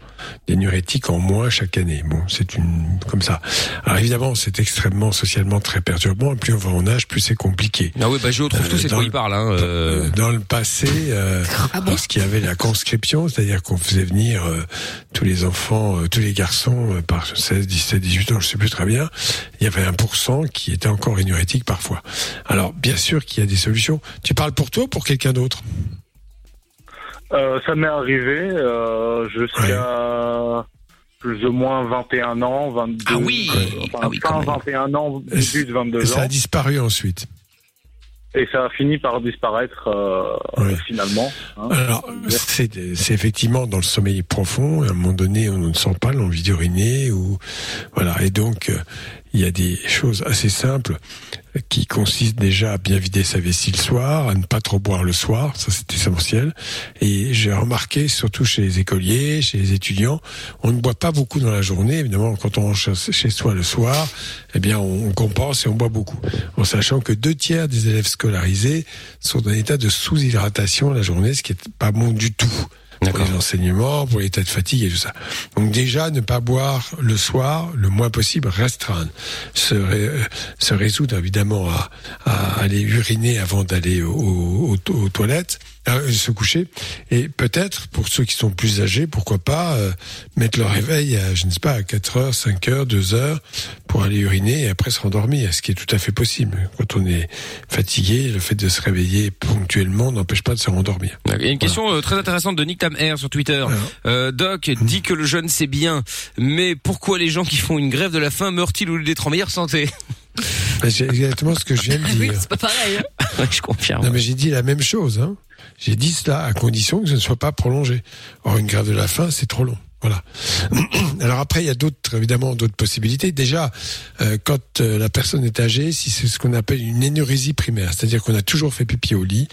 [SPEAKER 5] d'énurétiques en moins chaque année. Bon, c'est une, comme ça. Alors évidemment, c'est extrêmement socialement très perturbant. Et plus on va en âge, plus c'est compliqué.
[SPEAKER 2] Ah oui, bah je trouve
[SPEAKER 5] Euh,
[SPEAKER 2] tout c'est de
[SPEAKER 5] dans
[SPEAKER 2] quoi
[SPEAKER 5] le-
[SPEAKER 2] il parle. Hein, euh.
[SPEAKER 5] Euh, dans le passé, euh, lorsqu'il y avait la conscription, c'est-à-dire qu'on faisait venir euh, tous les enfants, euh, tous les garçons euh, par 16, 17, 18 ans, je sais plus très bien, il y avait 1% qui était encore énurétique parfois. Alors, bien sûr qu'il y a des solutions. Tu parles pour toi ou pour quelqu'un d'autre
[SPEAKER 12] Euh, ça m'est arrivé euh, jusqu'à plus ou moins 21 ans, 22 Ah oui, fin 21 ans, 18, 22
[SPEAKER 5] Et ça
[SPEAKER 12] ans.
[SPEAKER 5] a disparu ensuite.
[SPEAKER 12] Et ça a fini par disparaître euh, finalement. hein.
[SPEAKER 5] Alors, c'est c'est effectivement dans le sommeil profond, et à un moment donné, on ne sent pas l'envie d'uriner, ou voilà. Et donc, euh, il y a des choses assez simples euh, qui consistent déjà à bien vider sa vessie le soir, à ne pas trop boire le soir, ça c'est essentiel. Et j'ai remarqué, surtout chez les écoliers, chez les étudiants, on ne boit pas beaucoup dans la journée. Évidemment, quand on rentre chez chez soi le soir, eh bien, on, on compense et on boit beaucoup. En sachant que deux tiers des élèves scolarisés sont dans un état de sous-hydratation la journée, ce qui est pas bon du tout. Pour les enseignements, pour l'état de fatigue et tout ça. Donc déjà, ne pas boire le soir, le moins possible, restreindre. Se, ré- euh, se résoudre évidemment à, à aller uriner avant d'aller au- au- au- aux toilettes, euh, se coucher. Et peut-être, pour ceux qui sont plus âgés, pourquoi pas euh, mettre leur réveil à, je ne sais pas, à 4 heures, 5 heures, 2 heures, pour aller uriner et après se rendormir, ce qui est tout à fait possible. Quand on est fatigué, le fait de se réveiller ponctuellement n'empêche pas de se rendormir.
[SPEAKER 2] Il y a une question euh, très intéressante de Nick Tam Air sur Twitter.
[SPEAKER 5] Ah.
[SPEAKER 2] Euh, Doc dit que le jeûne c'est bien, mais pourquoi les gens qui font une grève de la faim meurent-ils au lieu d'être en meilleure santé
[SPEAKER 5] Bah, C'est exactement ce que je viens de dire.
[SPEAKER 2] Ah pas pareil. je confirme.
[SPEAKER 5] Non, mais j'ai dit la même chose. Hein. J'ai dit cela à condition que ce ne soit pas prolongé. Or, une grève de la faim, c'est trop long. Voilà. Alors après, il y a d'autres, évidemment, d'autres possibilités. Déjà, euh, quand euh, la personne est âgée, si c'est ce qu'on appelle une énurésie primaire, c'est-à-dire qu'on a toujours fait pipi au lit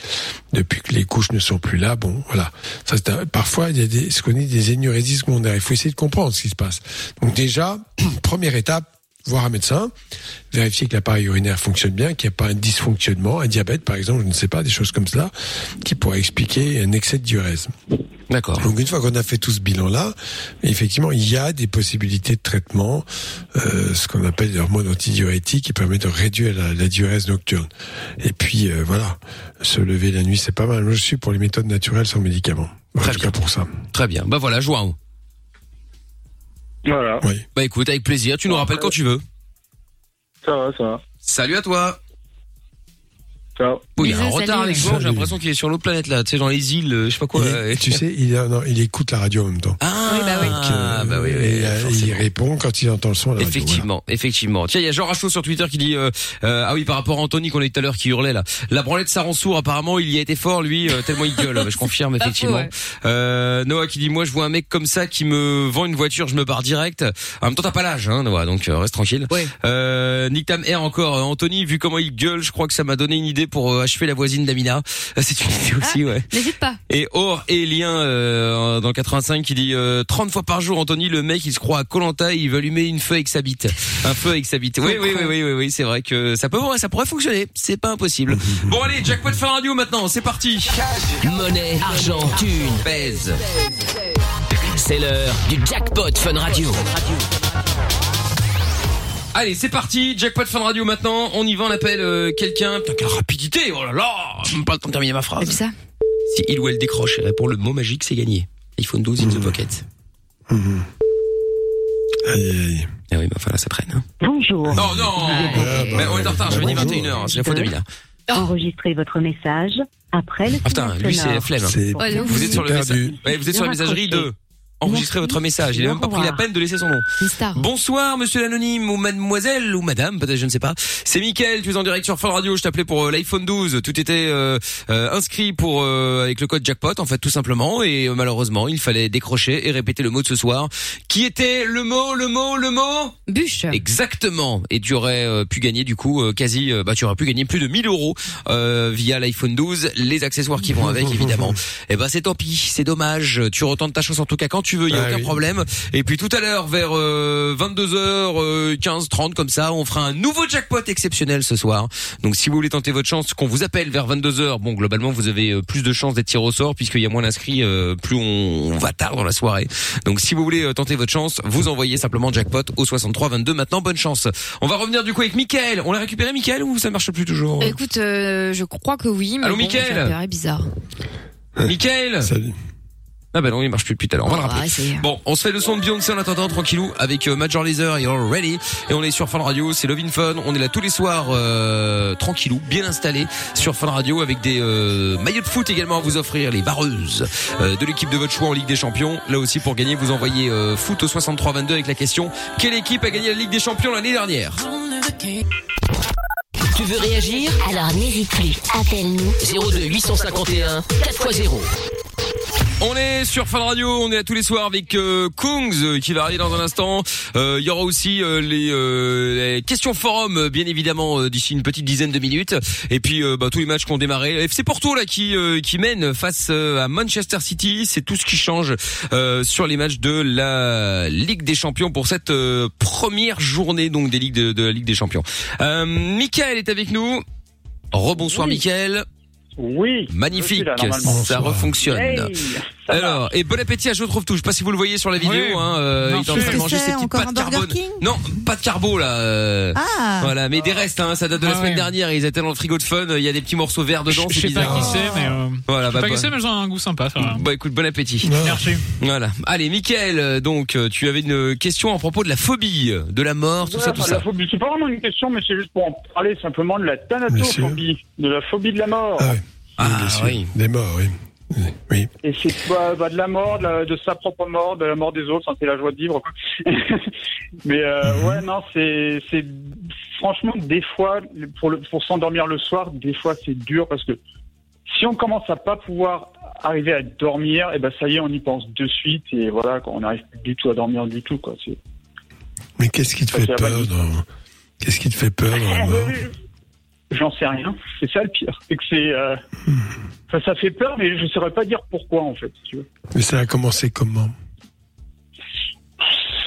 [SPEAKER 5] depuis que les couches ne sont plus là, bon, voilà. Ça, c'est un- parfois, il y a des, ce qu'on dit des énurésies secondaires. Il faut essayer de comprendre ce qui se passe. Donc déjà, première étape, voir un médecin, vérifier que l'appareil urinaire fonctionne bien, qu'il n'y a pas un dysfonctionnement, un diabète par exemple, je ne sais pas, des choses comme cela, qui pourraient expliquer un excès de diurèse.
[SPEAKER 2] D'accord.
[SPEAKER 5] Donc une fois qu'on a fait tout ce bilan-là, effectivement, il y a des possibilités de traitement, euh, ce qu'on appelle des hormones antidiurétiques qui permettent de réduire la, la diurèse nocturne. Et puis euh, voilà, se lever la nuit, c'est pas mal. Moi, je suis pour les méthodes naturelles sans médicaments. En tout cas pour ça.
[SPEAKER 2] Très bien. Bah voilà, Joao.
[SPEAKER 12] Voilà.
[SPEAKER 2] Bah écoute, avec plaisir. Tu nous rappelles quand tu veux.
[SPEAKER 12] Ça va, ça va.
[SPEAKER 2] Salut à toi.
[SPEAKER 12] Ciao.
[SPEAKER 2] Oui, il y a un
[SPEAKER 5] Bisous,
[SPEAKER 2] retard
[SPEAKER 5] salut.
[SPEAKER 2] avec Joao. J'ai
[SPEAKER 5] Salut.
[SPEAKER 2] l'impression qu'il est sur l'autre planète là. Tu sais, dans les îles, euh, je sais pas quoi.
[SPEAKER 5] Il est-
[SPEAKER 2] euh,
[SPEAKER 5] tu sais, il, a- non, il écoute la radio en même temps.
[SPEAKER 2] Ah, bah oui. oui, oui,
[SPEAKER 5] et, euh, il répond quand il entend le son. à la radio.
[SPEAKER 2] Effectivement, effectivement. Tiens, il y a Jean Rachaud sur Twitter qui dit euh, euh, ah oui par rapport à Anthony qu'on a eu tout à l'heure qui hurlait là. La branlette Saransour apparemment il y a été fort lui euh, tellement il gueule. je confirme
[SPEAKER 14] pas
[SPEAKER 2] effectivement.
[SPEAKER 14] faux, ouais.
[SPEAKER 2] Euh, Noah qui dit moi je vois un mec comme ça qui me vend une voiture je me barre direct. En même temps t'as pas l'âge hein Noah donc euh, reste tranquille. Euh, Nick Tam Air encore euh, Anthony vu comment il gueule je crois que ça m'a donné une idée pour euh, achever la voisine d'Amina. Euh, C'est une
[SPEAKER 14] Ah,
[SPEAKER 2] idée aussi, ouais.
[SPEAKER 4] N'hésite pas.
[SPEAKER 2] Et Or Elien euh, dans 85 qui dit euh, 30 fois par jour Anthony le mec il se croit à Colanta il veut allumer une feu avec sa bite un feu avec sa bite oui oui oui oui oui, oui, c'est vrai que ça peut ça pourrait fonctionner c'est pas impossible bon allez jackpot fin radio maintenant c'est parti
[SPEAKER 8] hein. Monnaie, argent, thune,
[SPEAKER 2] pèse.
[SPEAKER 8] C'est l'heure du jackpot Fun Radio.
[SPEAKER 2] allez c'est parti jackpot fin radio maintenant on y va on appelle euh, quelqu'un putain quelle rapidité oh là là j'ai même pas le temps de terminer ma phrase
[SPEAKER 4] ça
[SPEAKER 2] si il ou elle décroche et répond le mot magique c'est gagné iPhone 12 in the pocket
[SPEAKER 5] Mhm. Aïe, aïe, aïe.
[SPEAKER 2] Ah oui, bah enfin là, ça traîne. hein.
[SPEAKER 14] Bonjour. Ah,
[SPEAKER 2] Non, non Mais on est en retard, je me dis
[SPEAKER 14] Bonjour.
[SPEAKER 2] 21h, c'est la faute de Mila.
[SPEAKER 14] Enregistrez votre message après le.
[SPEAKER 2] Ah, putain, lui c'est la flemme. Vous êtes sur le message.
[SPEAKER 14] perdu.
[SPEAKER 2] Ouais, vous êtes sur la
[SPEAKER 14] Bien
[SPEAKER 2] messagerie
[SPEAKER 14] raccroché.
[SPEAKER 2] de. Enregistrez votre message. Il n'a
[SPEAKER 14] Au
[SPEAKER 2] même pas pris la
[SPEAKER 14] revoir.
[SPEAKER 2] peine de laisser son nom. Bonsoir, monsieur l'anonyme, ou mademoiselle, ou madame, peut-être, je ne sais pas. C'est Mickaël, tu es en direct sur Fun Radio, je t'appelais pour euh, l'iPhone 12. Tout était euh, euh, inscrit pour euh, avec le code jackpot, en fait, tout simplement. Et euh, malheureusement, il fallait décrocher et répéter le mot de ce soir, qui était le mot, le mot, le mot...
[SPEAKER 4] Bûche.
[SPEAKER 2] Exactement. Et tu aurais euh, pu gagner, du coup, euh, quasi... euh, bah, tu aurais pu gagner plus de 1000 euros euh, via l'iPhone 12, les accessoires qui vont avec, évidemment. Eh ben c'est tant pis, c'est dommage. Tu retentes ta chance en tout cas quand tu veux, il y a
[SPEAKER 5] Ah
[SPEAKER 2] aucun
[SPEAKER 5] oui.
[SPEAKER 2] problème. Et puis tout à l'heure vers euh, 22h15 30 euh, comme ça, on fera un nouveau jackpot exceptionnel ce soir. Donc si vous voulez tenter votre chance qu'on vous appelle vers 22h, bon globalement vous avez euh, plus de chances d'être tiré au sort puisqu'il y a moins d'inscrits euh, plus on, on va tard dans la soirée. Donc si vous voulez euh, tenter votre chance, vous envoyez simplement jackpot au 63 22 maintenant bonne chance. On va revenir du coup avec Mickaël. On l'a récupéré Mickaël ou ça marche plus toujours
[SPEAKER 4] Écoute, euh, je crois que oui, mais
[SPEAKER 2] Allô,
[SPEAKER 4] bon,
[SPEAKER 2] Mickaël
[SPEAKER 4] ça paraît bizarre.
[SPEAKER 2] Mickaël Ah bah non, il marche plus depuis tout à l'heure. On va le rappeler. Bon, on se fait le son de Beyoncé en attendant tranquillou avec euh, Major Laser et All Ready. Et on est sur Fun Radio, c'est Lovin Fun. On est là tous les soirs euh, tranquillou, bien installé sur Fun Radio avec des euh, maillots de foot également à vous offrir, les barreuses euh, de l'équipe de votre choix en Ligue des Champions. Là aussi pour gagner, vous envoyez euh, foot au 63-22 avec la question quelle équipe a gagné la Ligue des Champions l'année dernière
[SPEAKER 1] Tu veux réagir Alors n'hésite plus, appelle-nous.
[SPEAKER 8] 02 851 4x0.
[SPEAKER 2] On est sur Fun Radio, on est là tous les soirs avec euh, Kungs euh, qui va arriver dans un instant. Euh, Il y aura aussi euh, les, euh, les questions forum, euh, bien évidemment, euh, d'ici une petite dizaine de minutes. Et puis euh, bah, tous les matchs qui ont démarré. Le FC Porto là qui euh, qui mène face euh, à Manchester City, c'est tout ce qui change euh, sur les matchs de la Ligue des Champions pour cette euh, première journée donc des ligues de, de la Ligue des Champions. Euh, Michael est avec nous. Rebonsoir Michael.
[SPEAKER 13] Oui. je suis
[SPEAKER 2] Magnifique,
[SPEAKER 13] là, normalement.
[SPEAKER 2] ça refonctionne.
[SPEAKER 13] Hey,
[SPEAKER 2] Ah, Alors, et bon appétit à Je trouve tout. Je sais pas si vous le voyez sur la vidéo.
[SPEAKER 13] Oui.
[SPEAKER 2] Hein, euh,
[SPEAKER 13] Non,
[SPEAKER 2] il est en
[SPEAKER 13] je
[SPEAKER 2] train
[SPEAKER 13] sais.
[SPEAKER 2] de manger
[SPEAKER 13] Qu'est-ce que
[SPEAKER 2] ses
[SPEAKER 13] c'est,
[SPEAKER 2] petites
[SPEAKER 13] encore
[SPEAKER 2] pâtes
[SPEAKER 13] un Burger
[SPEAKER 2] carbone. Non, pas de carbo là. euh,
[SPEAKER 13] Ah.
[SPEAKER 2] Voilà, mais des restes. Hein, ça date de la
[SPEAKER 7] Ah
[SPEAKER 2] semaine
[SPEAKER 7] ouais.
[SPEAKER 2] dernière. Ils étaient dans le frigo de fun. Il y a des petits morceaux verts dedans.
[SPEAKER 7] Je- je
[SPEAKER 2] c'est
[SPEAKER 7] sais pas
[SPEAKER 2] bizarre.
[SPEAKER 7] qui c'est, mais, euh,
[SPEAKER 2] voilà,
[SPEAKER 7] je sais
[SPEAKER 2] bah,
[SPEAKER 7] pas qui
[SPEAKER 2] bah,
[SPEAKER 7] c'est, mais j'ai un goût sympa. ça va.
[SPEAKER 2] bah, écoute, bon appétit.
[SPEAKER 7] Merci.
[SPEAKER 2] Voilà. Allez, Mickaël, euh, donc euh, tu avais une question à propos de la phobie, euh, de la mort, tout
[SPEAKER 13] Ouais,
[SPEAKER 2] ça, tout
[SPEAKER 13] enfin, la
[SPEAKER 2] ça.
[SPEAKER 13] phobie, c'est pas vraiment une question, mais c'est juste pour en parler simplement de la thanatophobie, de la phobie de la mort.
[SPEAKER 5] Ah oui. Des morts, oui.
[SPEAKER 13] Et c'est bah, bah, de la mort, de, la- de sa propre mort, de la mort des autres, enfin, c'est la joie de vivre. quoi. Mais euh,
[SPEAKER 5] Mhm.
[SPEAKER 13] ouais, non, c'est c'est- franchement des fois pour le, pour s'endormir le soir, des fois c'est dur parce que si on commence à pas pouvoir arriver à dormir, et ben ça y est, on y pense de suite et voilà, quoi, on n'arrive plus du tout à dormir du tout quoi. C'est-
[SPEAKER 5] Mais qu'est-ce qui te fait peur dans... Qu'est-ce qui te fait peur euh, dans la mort
[SPEAKER 13] J'en sais rien, c'est ça le pire, c'est que c'est euh,
[SPEAKER 5] Mhm.
[SPEAKER 13] ça, ça fait peur, mais je saurais pas dire pourquoi en fait. Tu vois.
[SPEAKER 5] Mais ça a commencé comment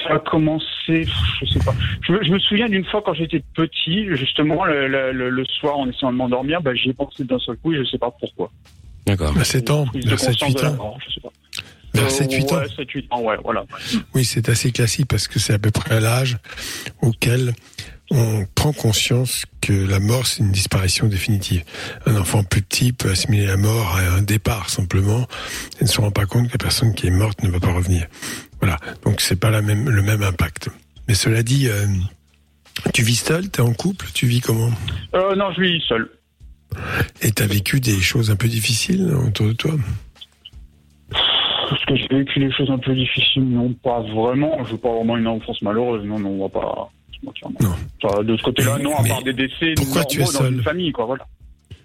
[SPEAKER 13] Ça a commencé, je sais pas. Je, me- je me souviens d'une fois quand j'étais petit, justement, le, le- le- le soir en essayant de m'endormir, bah, j'y ai pensé d'un seul coup et je sais pas pourquoi.
[SPEAKER 2] D'accord.
[SPEAKER 5] À 7 ans,
[SPEAKER 13] Prise de
[SPEAKER 5] bah, vers 7
[SPEAKER 13] conscience de
[SPEAKER 5] 8
[SPEAKER 13] la
[SPEAKER 5] ans.
[SPEAKER 13] mort, je sais pas.
[SPEAKER 5] Vers
[SPEAKER 13] Euh,
[SPEAKER 5] 7-8 ans.
[SPEAKER 13] Ouais, 7-8 ans, ouais, voilà.
[SPEAKER 5] Oui, c'est assez classique parce que c'est à peu près à l'âge auquel on prend conscience que la mort, c'est une disparition définitive. Un enfant plus petit peut assimiler la mort à un départ simplement et ne se rend pas compte que la personne qui est morte ne va pas revenir. Voilà, donc c'est pas la même, le même impact. Mais cela dit, euh, tu vis seul, t'es en couple, tu vis comment
[SPEAKER 13] Euh, non, je vis seul.
[SPEAKER 5] Et t'as vécu des choses un peu difficiles autour de toi
[SPEAKER 13] Est-ce que j'ai vécu les choses un peu difficiles Non, pas vraiment. Je veux pas vraiment une enfance malheureuse. Non, non, on va pas se mentir. Non. Enfin, de ce côté-là, non, à part des décès
[SPEAKER 5] pourquoi
[SPEAKER 13] normaux
[SPEAKER 5] tu es
[SPEAKER 13] dans
[SPEAKER 5] seul
[SPEAKER 13] une famille, quoi, voilà. Euh,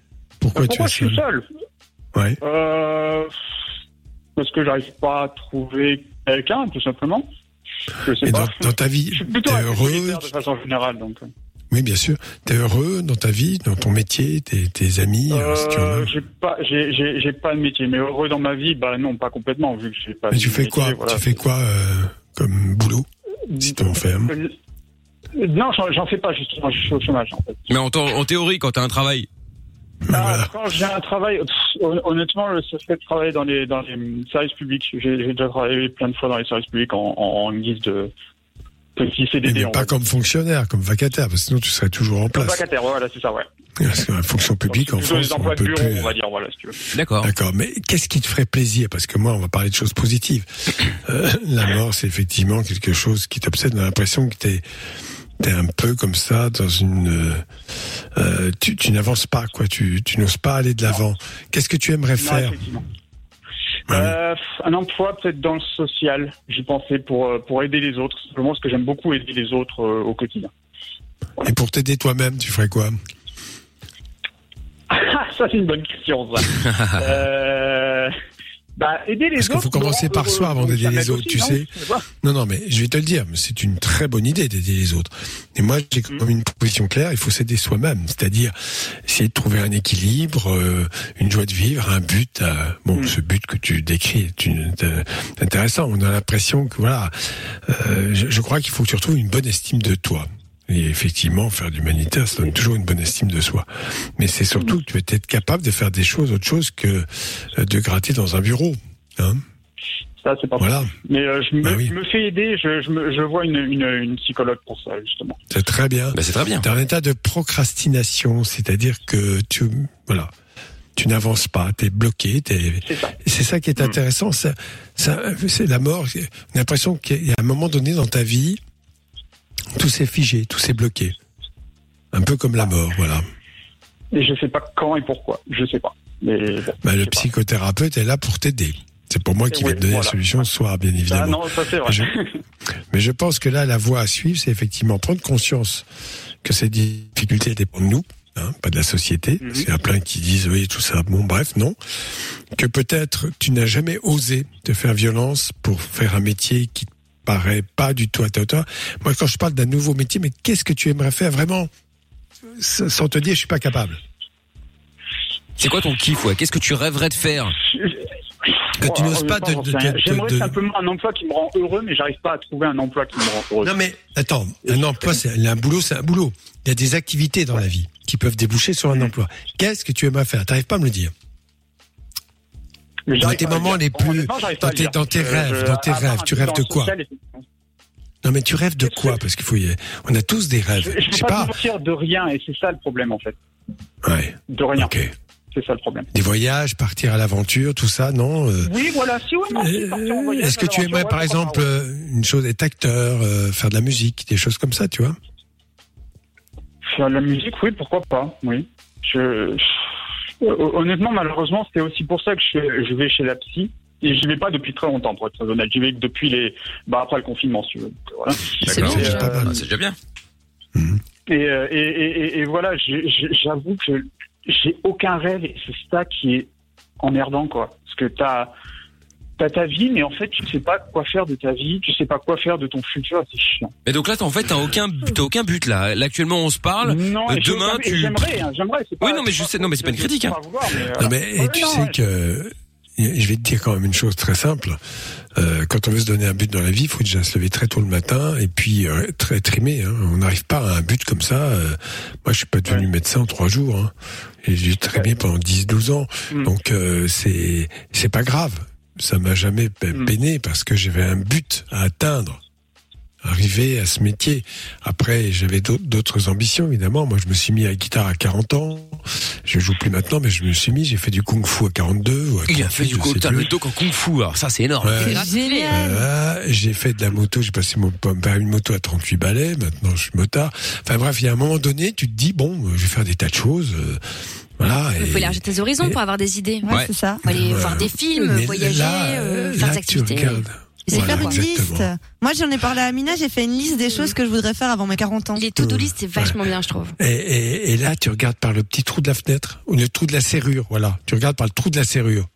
[SPEAKER 5] Pourquoi,
[SPEAKER 13] Pourquoi je
[SPEAKER 5] tu es
[SPEAKER 13] suis seul
[SPEAKER 5] Ouais.
[SPEAKER 13] Euh, parce que j'arrive pas à trouver quelqu'un, tout simplement. Je sais
[SPEAKER 5] Et
[SPEAKER 13] pas.
[SPEAKER 5] dans, dans ta vie, ben,
[SPEAKER 13] je suis plutôt un solitaire de façon générale, donc. euh.
[SPEAKER 5] Oui, bien sûr. T'es heureux dans ta vie, dans ton métier, tes, tes amis, euh, si tu en as.
[SPEAKER 13] Euh, j'ai pas, j'ai, j'ai, j'ai pas de métier, mais heureux dans ma vie, bah non, pas complètement, vu que j'ai pas.
[SPEAKER 5] Mais tu
[SPEAKER 13] de
[SPEAKER 5] fais
[SPEAKER 13] métier,
[SPEAKER 5] quoi
[SPEAKER 13] voilà.
[SPEAKER 5] Tu fais quoi euh, comme boulot Si t'en fais un.
[SPEAKER 13] Euh, Non, j'en, j'en fais pas justement, je suis au chômage en fait.
[SPEAKER 2] Mais en, temps- en théorie, quand t'as un travail.
[SPEAKER 13] Ah, Quand j'ai un travail, pff, hon- honnêtement, le- ça serait de travailler dans les, dans les services publics. J'ai, j'ai déjà travaillé plein de fois dans les services publics en, en, en guise de petit
[SPEAKER 5] Mais
[SPEAKER 13] CDD. en
[SPEAKER 5] Eh pas
[SPEAKER 13] fait.
[SPEAKER 5] comme fonctionnaire, comme vacataire, parce que sinon tu serais toujours en
[SPEAKER 13] Comme
[SPEAKER 5] place.
[SPEAKER 13] vacataire, voilà, c'est ça, ouais.
[SPEAKER 5] Parce que la fonction publique en
[SPEAKER 13] Plutôt
[SPEAKER 5] France,
[SPEAKER 13] des
[SPEAKER 5] on
[SPEAKER 13] emplois de
[SPEAKER 5] peut
[SPEAKER 13] bureau,
[SPEAKER 5] plus. euh,
[SPEAKER 13] on va dire, voilà, si tu veux.
[SPEAKER 2] D'accord.
[SPEAKER 5] D'accord. Mais qu'est-ce qui te ferait plaisir Parce que moi, on va parler de choses positives. Euh, la mort, c'est effectivement quelque chose qui t'obsède. On a l'impression que t'es t'es un peu comme ça dans une. euh, euh, tu tu n'avances pas, quoi. Tu, tu n'oses pas aller de l'avant. Qu'est-ce que tu aimerais
[SPEAKER 13] Non,
[SPEAKER 5] faire
[SPEAKER 13] effectivement.
[SPEAKER 5] Bah
[SPEAKER 13] Euh, un emploi peut-être dans le social, j'y pensais, pour, euh, pour aider les autres. Simplement parce que j'aime beaucoup aider les autres euh, au quotidien.
[SPEAKER 5] Et pour t'aider toi-même, tu ferais quoi
[SPEAKER 13] Ah, ça, c'est une bonne question, ça. Euh, bah, aider les
[SPEAKER 5] Parce qu'il
[SPEAKER 13] autres.
[SPEAKER 5] faut commencer
[SPEAKER 13] me rend
[SPEAKER 5] par
[SPEAKER 13] heureux,
[SPEAKER 5] soi avant
[SPEAKER 13] donc
[SPEAKER 5] d'aider
[SPEAKER 13] ça m'aide
[SPEAKER 5] les autres,
[SPEAKER 13] aussi,
[SPEAKER 5] tu
[SPEAKER 13] non
[SPEAKER 5] sais.
[SPEAKER 13] Je sais pas.
[SPEAKER 5] Non, non, mais je vais te le dire, mais c'est une très bonne idée d'aider les autres. Et moi, j'ai
[SPEAKER 13] Mm.
[SPEAKER 5] quand même une proposition claire, il faut s'aider soi-même, c'est-à-dire essayer de trouver un équilibre, euh, une joie de vivre, un but. à- bon,
[SPEAKER 13] Mm.
[SPEAKER 5] ce but que tu décris est, une- est intéressant. On a l'impression que, voilà, euh, je, je crois qu'il faut que tu retrouves une bonne estime de toi. Et effectivement, faire de l'humanitaire, ça donne toujours une bonne estime de soi. Mais c'est surtout que
[SPEAKER 13] Mm.
[SPEAKER 5] tu es peut-être capable de faire des choses autre chose que euh, de gratter dans un bureau. Hein
[SPEAKER 13] Ça, c'est pas
[SPEAKER 5] Voilà.
[SPEAKER 13] Mais euh, je, me,
[SPEAKER 5] Bah
[SPEAKER 13] je me fais aider, je, je, me- je vois une, une, une psychologue pour ça, justement.
[SPEAKER 5] C'est très bien.
[SPEAKER 2] Ben, c'est très bien.
[SPEAKER 5] T'es en état de procrastination, c'est-à-dire que tu, voilà, tu n'avances pas, t'es bloqué, t'es. C'est ça
[SPEAKER 2] Hmm.
[SPEAKER 5] qui est intéressant. Ça, ça, c'est la mort. On a l'impression qu'il y a un moment donné dans ta vie, tout s'est figé, tout s'est bloqué. Un peu comme la mort, voilà.
[SPEAKER 13] Et je sais pas quand et pourquoi, je sais pas. Mais bon,
[SPEAKER 5] Bah, le psychothérapeute est là pour t'aider. C'est pour moi qui vais te donner la solution ce soir, bien
[SPEAKER 13] ça,
[SPEAKER 5] évidemment.
[SPEAKER 13] Ben, non, ça c'est vrai.
[SPEAKER 5] Je- Mais je pense que là, la voie à suivre, c'est effectivement prendre conscience que ces difficultés dépendent de nous, hein, pas de la société. Parce qu'il y en a plein qui disent, oui, tout ça, bon, bref, non. Que peut-être tu n'as jamais osé te faire violence pour faire un métier qui te paraît pas du tout à ta hauteur. Moi, quand je parle d'un nouveau métier, mais qu'est-ce que tu aimerais faire vraiment s- sans te dire, je suis pas capable
[SPEAKER 2] C'est quoi ton kiff, ouais Qu'est-ce que tu rêverais de faire
[SPEAKER 5] Que tu
[SPEAKER 13] Oh,
[SPEAKER 5] n'oses pas
[SPEAKER 13] honnêtement,
[SPEAKER 5] de- de-
[SPEAKER 13] j'en sais rien.
[SPEAKER 5] de-
[SPEAKER 13] J'aimerais
[SPEAKER 5] de-
[SPEAKER 13] simplement un emploi qui me rend heureux, mais j'arrive pas à trouver un emploi qui me rend heureux.
[SPEAKER 5] Non mais Attends, un emploi, c'est un boulot, c'est un boulot. Il y a des activités dans la vie qui peuvent déboucher sur un emploi. Qu'est-ce que tu aimerais faire T'arrives pas à me le dire. Dans tes moments les plus, dans tes, dans
[SPEAKER 13] Euh,
[SPEAKER 5] tes rêves, dans
[SPEAKER 13] Ah,
[SPEAKER 5] tes rêves, tu rêves de quoi Non mais tu rêves de quoi Parce qu'il faut, y... on a tous des
[SPEAKER 13] Je
[SPEAKER 5] rêves.
[SPEAKER 13] ne
[SPEAKER 5] Je sais
[SPEAKER 13] peux
[SPEAKER 5] pas.
[SPEAKER 13] pas te mentir de rien, et c'est ça le problème en fait.
[SPEAKER 5] Ouais.
[SPEAKER 13] De rien. C'est ça le problème.
[SPEAKER 5] Des voyages, partir à l'aventure, tout ça, non euh,
[SPEAKER 13] Oui, voilà, si oui, non, si, partir en voyage,
[SPEAKER 5] Est-ce que tu
[SPEAKER 13] alors,
[SPEAKER 5] aimerais,
[SPEAKER 13] ouais,
[SPEAKER 5] par
[SPEAKER 13] pourquoi pas,
[SPEAKER 5] exemple, euh, une chose, être acteur, euh, faire de la musique, des choses comme ça, tu vois
[SPEAKER 13] ouais. Faire de La musique, oui, pourquoi pas, oui. Je... je- Honnêtement, malheureusement, c'est aussi pour ça que je, je vais chez la psy. Et j'y vais pas depuis très longtemps, pour être très honnête. J'y vais que depuis les, bah après le confinement, si tu veux. Donc, Voilà.
[SPEAKER 2] D'accord.
[SPEAKER 13] Et, euh,
[SPEAKER 2] Ah, C'est déjà bien.
[SPEAKER 13] Et, euh, et, et, et- et voilà, j'ai- j'ai- j'avoue que j'ai aucun rêve et c'est ça qui est emmerdant, quoi. Parce que t'as as ta vie, mais en fait, tu sais pas quoi faire de ta vie, tu sais pas quoi faire de ton futur, c'est chiant.
[SPEAKER 2] Mais donc là, t'as- en fait, t'as aucun, t'as aucun but là. Là, actuellement, on se parle.
[SPEAKER 13] Non,
[SPEAKER 2] Euh,
[SPEAKER 13] et j'ai
[SPEAKER 2] demain,
[SPEAKER 13] aucun- et
[SPEAKER 2] tu.
[SPEAKER 13] J'aimerais, hein, j'aimerais. c'est
[SPEAKER 2] Oui, non, mais je sais, non, mais c'est pas une critique. Hein.
[SPEAKER 13] euh,
[SPEAKER 5] Non, mais et tu sais que je vais te dire quand même une chose très simple. Euh, quand on veut se donner un but dans la vie, il faut déjà se lever très tôt le matin et puis euh, très trimer. hein. On n'arrive pas à un but comme ça. Euh, moi, je suis pas devenu médecin en trois jours. Hein. Et J'ai trimé pendant 10-12 ans. Donc euh, c'est c'est pas grave. Ça m'a jamais pe- peiné parce que j'avais un but à atteindre arriver à ce métier. Après, j'avais d'autres- d'autres ambitions, évidemment. Moi, je me suis mis à la guitare à 40 ans. Je joue plus maintenant, mais je me suis mis, j'ai fait du kung-fu à 42 ou à
[SPEAKER 2] Il a
[SPEAKER 5] 38,
[SPEAKER 2] fait du
[SPEAKER 5] je sais
[SPEAKER 2] coup,
[SPEAKER 5] plus.
[SPEAKER 2] le doc en kung fu. Alors ça, c'est énorme.
[SPEAKER 5] Ouais. Voilà, j'ai fait de la moto, j'ai passé mon mon permis de moto à 38 balais, maintenant je suis motard. Enfin bref, il y a un moment donné, tu te dis, bon, euh, je vais faire des tas de choses. euh, voilà.
[SPEAKER 4] Il faut élargir tes horizons pour avoir des idées.
[SPEAKER 5] Ouais, Ouais. c'est ça.
[SPEAKER 4] Faut aller
[SPEAKER 5] Ouais.
[SPEAKER 4] voir des films,
[SPEAKER 5] Mais
[SPEAKER 4] voyager,
[SPEAKER 5] là,
[SPEAKER 4] euh,
[SPEAKER 5] euh,
[SPEAKER 4] faire
[SPEAKER 5] là,
[SPEAKER 4] des
[SPEAKER 5] tu
[SPEAKER 4] activités.
[SPEAKER 5] regardes.
[SPEAKER 3] C'est
[SPEAKER 5] Voilà,
[SPEAKER 3] faire une
[SPEAKER 5] exactement.
[SPEAKER 3] liste. Moi, j'en ai parlé à Amina, j'ai fait une liste des choses que je voudrais faire avant mes 40 ans.
[SPEAKER 4] Les
[SPEAKER 5] Euh,
[SPEAKER 4] to-do list, c'est vachement bien, je trouve.
[SPEAKER 5] Et, et- et là, tu regardes par le petit trou de la fenêtre, ou le trou de la serrure, voilà. Tu regardes par le trou de la serrure.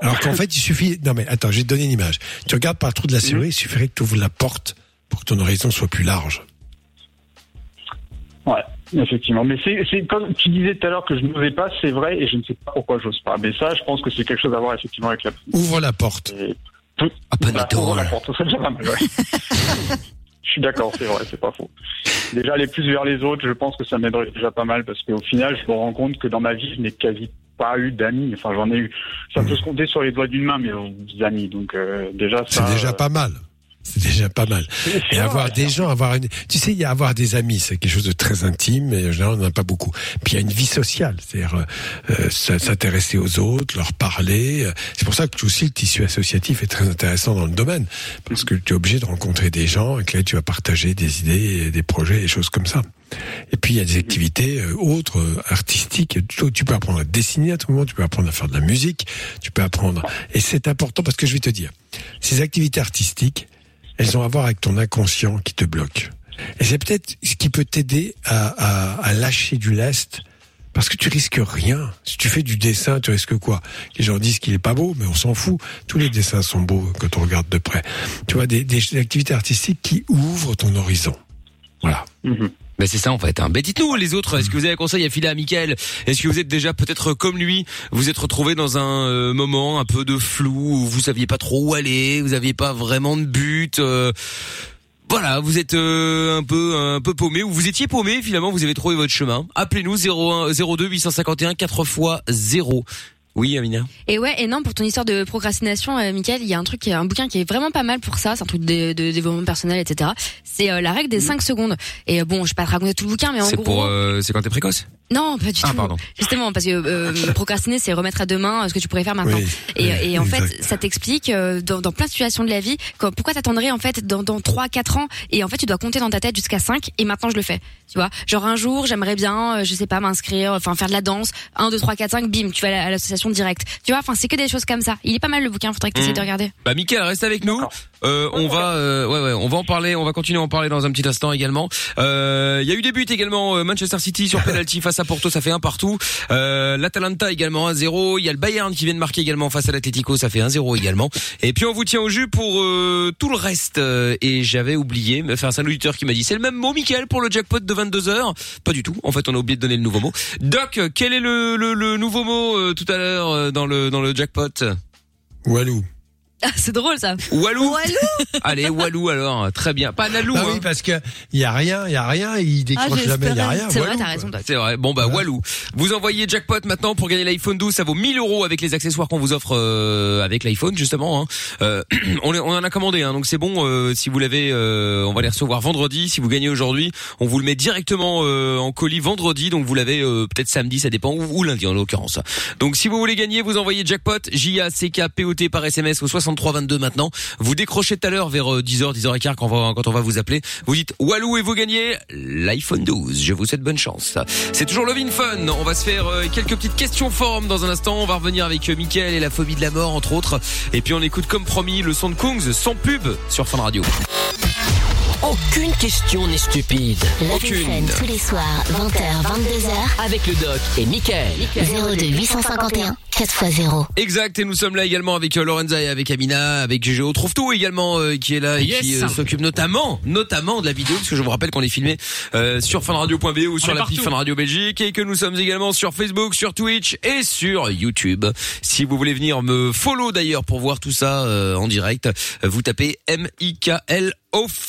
[SPEAKER 5] Alors qu'en fait, il suffit. Non, mais attends, je vais te donner une image. Tu regardes par le trou de la serrure, il suffirait que tu ouvres la porte pour que ton horizon soit plus large.
[SPEAKER 13] Effectivement, mais c'est c'est comme tu disais tout à l'heure que je n'osais pas, c'est vrai, et je ne sais pas pourquoi j'ose pas. Mais ça, je pense que c'est quelque chose à voir effectivement avec la.
[SPEAKER 5] Ouvre la porte.
[SPEAKER 13] Ah, pas la porte, ça serait déjà pas mal, ouais. Je suis d'accord, c'est vrai, c'est pas faux. Déjà, aller plus vers les autres, je pense que ça m'aiderait déjà pas mal parce qu'au final, je me rends compte que dans ma vie, je n'ai quasi pas eu d'amis. Enfin, j'en ai eu. Ça peut se compter sur les doigts d'une main, mais euh, des amis. Donc, euh, déjà, ça.
[SPEAKER 5] C'est déjà pas mal. C'est déjà pas mal. Et avoir des gens, avoir une, tu sais, il y a avoir des amis, c'est quelque chose de très intime. Et en général, on n'en a pas beaucoup. Puis il y a une vie sociale, c'est-à-dire euh, s- s'intéresser aux autres, leur parler. C'est pour ça que aussi le tissu associatif est très intéressant dans le domaine, parce que tu es obligé de rencontrer des gens et que là, tu vas partager des idées, des projets, des choses comme ça. Et puis il y a des activités euh, autres, euh, artistiques. Tu, tu peux apprendre à dessiner à tout moment, tu peux apprendre à faire de la musique, tu peux apprendre. Et c'est important parce que je vais te dire, ces activités artistiques, elles ont à voir avec ton inconscient qui te bloque. Et c'est peut-être ce qui peut t'aider à, à- à lâcher du lest. Parce que tu risques rien. Si tu fais du dessin, tu risques quoi Les gens disent qu'il est pas beau, mais on s'en fout. Tous les dessins sont beaux quand on regarde de près. Tu vois, des, des activités artistiques qui ouvrent ton horizon. Voilà.
[SPEAKER 2] Ben c'est ça en fait. Hein. Ben dites-nous les autres, est-ce que vous avez un conseil à filer à Michael Est-ce que vous êtes déjà peut-être comme lui, vous êtes retrouvé dans un euh, moment un peu de flou où vous saviez pas trop où aller, vous aviez pas vraiment de but euh, Voilà, vous êtes euh, un peu un peu paumé ou vous étiez paumé finalement, vous avez trouvé votre chemin. Appelez-nous 01 02 851 4 x 0. Oui, Amina.
[SPEAKER 4] Et ouais, et non, pour ton histoire de procrastination, euh, Michael, il y a un truc, qui est- un bouquin qui est vraiment pas mal pour ça, c'est un truc de, de développement personnel, etc. C'est euh, la règle des 5 secondes. Et euh, bon, je vais pas te raconter tout le bouquin, mais en
[SPEAKER 2] C'est
[SPEAKER 4] gros...
[SPEAKER 2] pour euh, c'est quand t'es précoce
[SPEAKER 4] Non, pas du
[SPEAKER 2] Ah,
[SPEAKER 4] tout.
[SPEAKER 2] pardon.
[SPEAKER 4] Justement, parce que euh, procrastiner, c'est remettre à demain euh, ce que tu pourrais faire maintenant.
[SPEAKER 2] Oui,
[SPEAKER 4] et, et en
[SPEAKER 2] exact.
[SPEAKER 4] fait, ça t'explique euh, dans, dans plein de situations de la vie quand- pourquoi t'attendrais en fait dans, dans 3 4 ans et en fait tu dois compter dans ta tête jusqu'à 5 et maintenant je le fais. Tu vois, genre un jour, j'aimerais bien euh, je sais pas m'inscrire, enfin faire de la danse, 1 2 3 4 5 bim, tu vas à la- à l'association directe. Tu vois, enfin c'est que des choses comme ça. Il est pas mal le bouquin, faudrait que tu
[SPEAKER 2] Mm.
[SPEAKER 4] de regarder.
[SPEAKER 2] Bah Mickaël, reste avec nous. Euh, on va, euh, ouais, ouais, on va en parler. On va continuer à en parler dans un petit instant également. Euh, Il y a eu des buts également. euh, Manchester City sur penalty face à Porto, ça fait un partout. Euh, L'Atalanta également 1-0. Il y a le Bayern qui vient de marquer également face à l'Atlético, ça fait 1-0 également. Et puis on vous tient au jus pour euh, tout le reste. Euh, Et j'avais oublié, enfin c'est un auditeur qui m'a dit c'est le même mot, Mickaël, pour le jackpot de 22 h Pas du tout. En fait, on a oublié de donner le nouveau mot. Doc, quel est le, le, le nouveau mot euh, tout à l'heure euh, dans le dans le jackpot?
[SPEAKER 5] Walou.
[SPEAKER 4] Ah, c'est drôle ça.
[SPEAKER 2] Walou. Allez, Walou alors, très bien. Pas Nalou. hein.
[SPEAKER 5] Bah oui, parce que il y a rien, il y a rien, il
[SPEAKER 4] Ah,
[SPEAKER 5] décroche jamais, il y a rien. Walou.
[SPEAKER 2] Ah, C'est vrai. Bon bah Walou. Vous envoyez jackpot maintenant pour gagner l'iPhone 12, ça vaut 1000 euros avec les accessoires qu'on vous offre euh, avec l'iPhone justement. hein. Euh, on, est- on en a commandé, hein, donc c'est bon. euh, si vous l'avez, euh, on va les recevoir vendredi. Si vous gagnez aujourd'hui, on vous le met directement euh, en colis vendredi, donc vous l'avez euh, peut-être samedi, ça dépend, ou, ou lundi en l'occurrence. Donc si vous voulez gagner, vous envoyez jackpot J A C K P O T par SMS au 6322 maintenant. Vous décrochez tout à l'heure vers euh, 10h, 10h15 quand on va, quand on va vous appeler. Vous dites Walou et vous gagnez l'iPhone 12. Je vous souhaite bonne chance. C'est toujours Love in Fun. On va se faire euh, quelques petites questions formes dans un instant. On va revenir avec euh, Mickaël et la phobie de la mort entre autres. Et puis on écoute comme promis le son de Kongs sans pub sur Fun Radio.
[SPEAKER 8] Aucune question n'est stupide.
[SPEAKER 1] Love in Fun, tous les soirs, 20h, 22h.
[SPEAKER 8] Avec le doc et Michael.
[SPEAKER 1] 02 851 4x0.
[SPEAKER 2] Exact, et nous sommes là également avec euh, Lorenza et avec Amina, avec GGO Trouve tout également euh, qui est là et
[SPEAKER 7] Yes.
[SPEAKER 2] qui euh, s'occupe notamment, notamment de la vidéo, parce que je vous rappelle qu'on est filmé euh, sur fanradio.be ou sur
[SPEAKER 7] est
[SPEAKER 2] l'appli
[SPEAKER 7] partout.
[SPEAKER 2] Fan Radio Belgique et que nous sommes également sur Facebook, sur Twitch et sur YouTube. Si vous voulez venir me follow d'ailleurs pour voir tout ça euh, en direct, euh, vous tapez M-I-K-L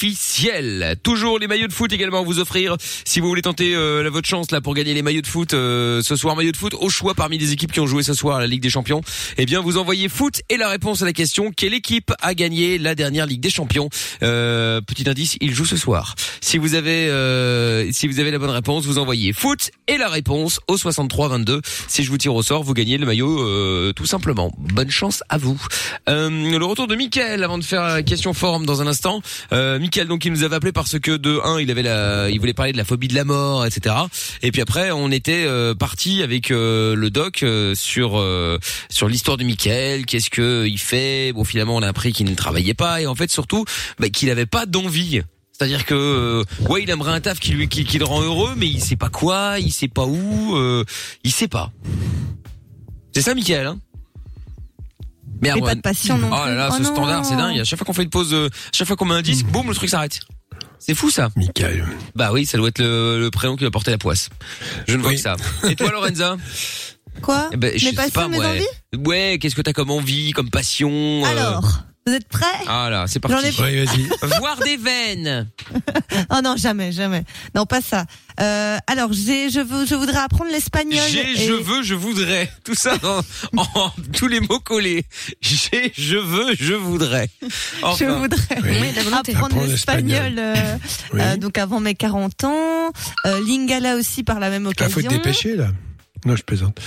[SPEAKER 2] officiel. Toujours les maillots de foot également à vous offrir. Si vous voulez tenter euh, la- votre chance là pour gagner les maillots de foot euh, ce soir, maillots de foot au choix parmi les équipes qui ont joué ce soir à la Ligue des Champions, eh bien vous envoyez foot et la réponse à la question quelle équipe a gagné la dernière Ligue des Champions Euh, Petit indice, il joue ce soir. Si vous avez euh, si vous avez la bonne réponse, vous envoyez foot et la réponse au 63 22. Si je vous tire au sort, vous gagnez le maillot euh, tout simplement. Bonne chance à vous. Euh, le retour de Mickaël avant de faire la question forme dans un instant. Euh, Mickaël donc il nous avait appelé parce que de 1 il avait la il voulait parler de la phobie de la mort etc. Et puis après on était euh, parti avec euh, le doc euh, sur euh, sur l'histoire de Mickaël. Qu'est-ce que il fait Bon finalement on a appris qu'il ne travaillait pas et en fait surtout bah, qu'il n'avait pas d'envie. C'est-à-dire que euh, ouais, il aimerait un taf qui lui qui, qui le rend heureux, mais il sait pas quoi, il sait pas où, euh, il sait pas. C'est ça, Michael. Hein Merde,
[SPEAKER 3] Et pas
[SPEAKER 2] ouais.
[SPEAKER 3] de passion non
[SPEAKER 2] Oh là
[SPEAKER 3] plus.
[SPEAKER 2] là,
[SPEAKER 3] Oh
[SPEAKER 2] ce
[SPEAKER 3] non. Mm.
[SPEAKER 2] standard, c'est dingue. À chaque fois qu'on fait une pause, euh, à chaque fois qu'on met un disque, boum, le truc s'arrête. C'est fou ça.
[SPEAKER 5] Michael.
[SPEAKER 2] Bah oui, ça doit être le, le prénom qui doit porter la poisse. Je ne vois que ça. Et toi, Lorenza
[SPEAKER 3] Quoi
[SPEAKER 2] Eh ben, je
[SPEAKER 3] Mes
[SPEAKER 2] sais
[SPEAKER 3] passions, mes
[SPEAKER 2] ouais.
[SPEAKER 3] envies
[SPEAKER 2] Ouais, qu'est-ce que t'as comme envie, comme passion euh,
[SPEAKER 3] Alors, vous êtes prêts
[SPEAKER 2] Ah là, c'est parti.
[SPEAKER 3] J'en ai- Ouais,
[SPEAKER 2] vas-y. Voir des veines.
[SPEAKER 3] Oh non, jamais, jamais. Non, pas ça. Euh, alors, j'ai, je, veux, je voudrais apprendre l'espagnol.
[SPEAKER 2] J'ai,
[SPEAKER 3] et-
[SPEAKER 2] je veux, je voudrais. Tout ça dans- en tous les mots collés. J'ai, je veux, je voudrais.
[SPEAKER 3] Je
[SPEAKER 2] Enfin.
[SPEAKER 3] voudrais apprendre
[SPEAKER 2] Apprendre
[SPEAKER 3] l'espagnol,
[SPEAKER 2] l'espagnol.
[SPEAKER 3] euh, euh, donc avant mes 40 ans, euh, l'ingala aussi par la même
[SPEAKER 5] Il
[SPEAKER 3] occasion.
[SPEAKER 5] Ah, faut te dépêcher, là. Non, je plaisante.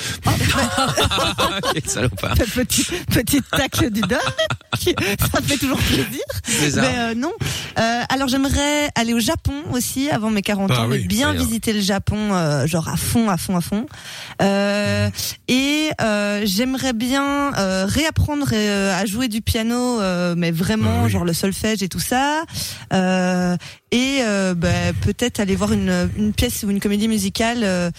[SPEAKER 2] Quel salopard.
[SPEAKER 3] Cette petite, petite tacle du doigt, ça me fait toujours plaisir.
[SPEAKER 2] C'est ça.
[SPEAKER 3] Mais euh, non. Euh, alors j'aimerais aller au Japon aussi avant mes 40
[SPEAKER 2] Ah
[SPEAKER 3] ans,
[SPEAKER 2] oui,
[SPEAKER 3] mais bien
[SPEAKER 2] c'est bien.
[SPEAKER 3] visiter le Japon, euh, genre à fond, à fond, à fond. Euh, et euh, j'aimerais bien euh, réapprendre euh, à jouer du piano, euh, mais vraiment genre le solfège et tout ça. Euh, et euh, bah, peut-être aller voir une, une pièce ou une comédie musicale euh,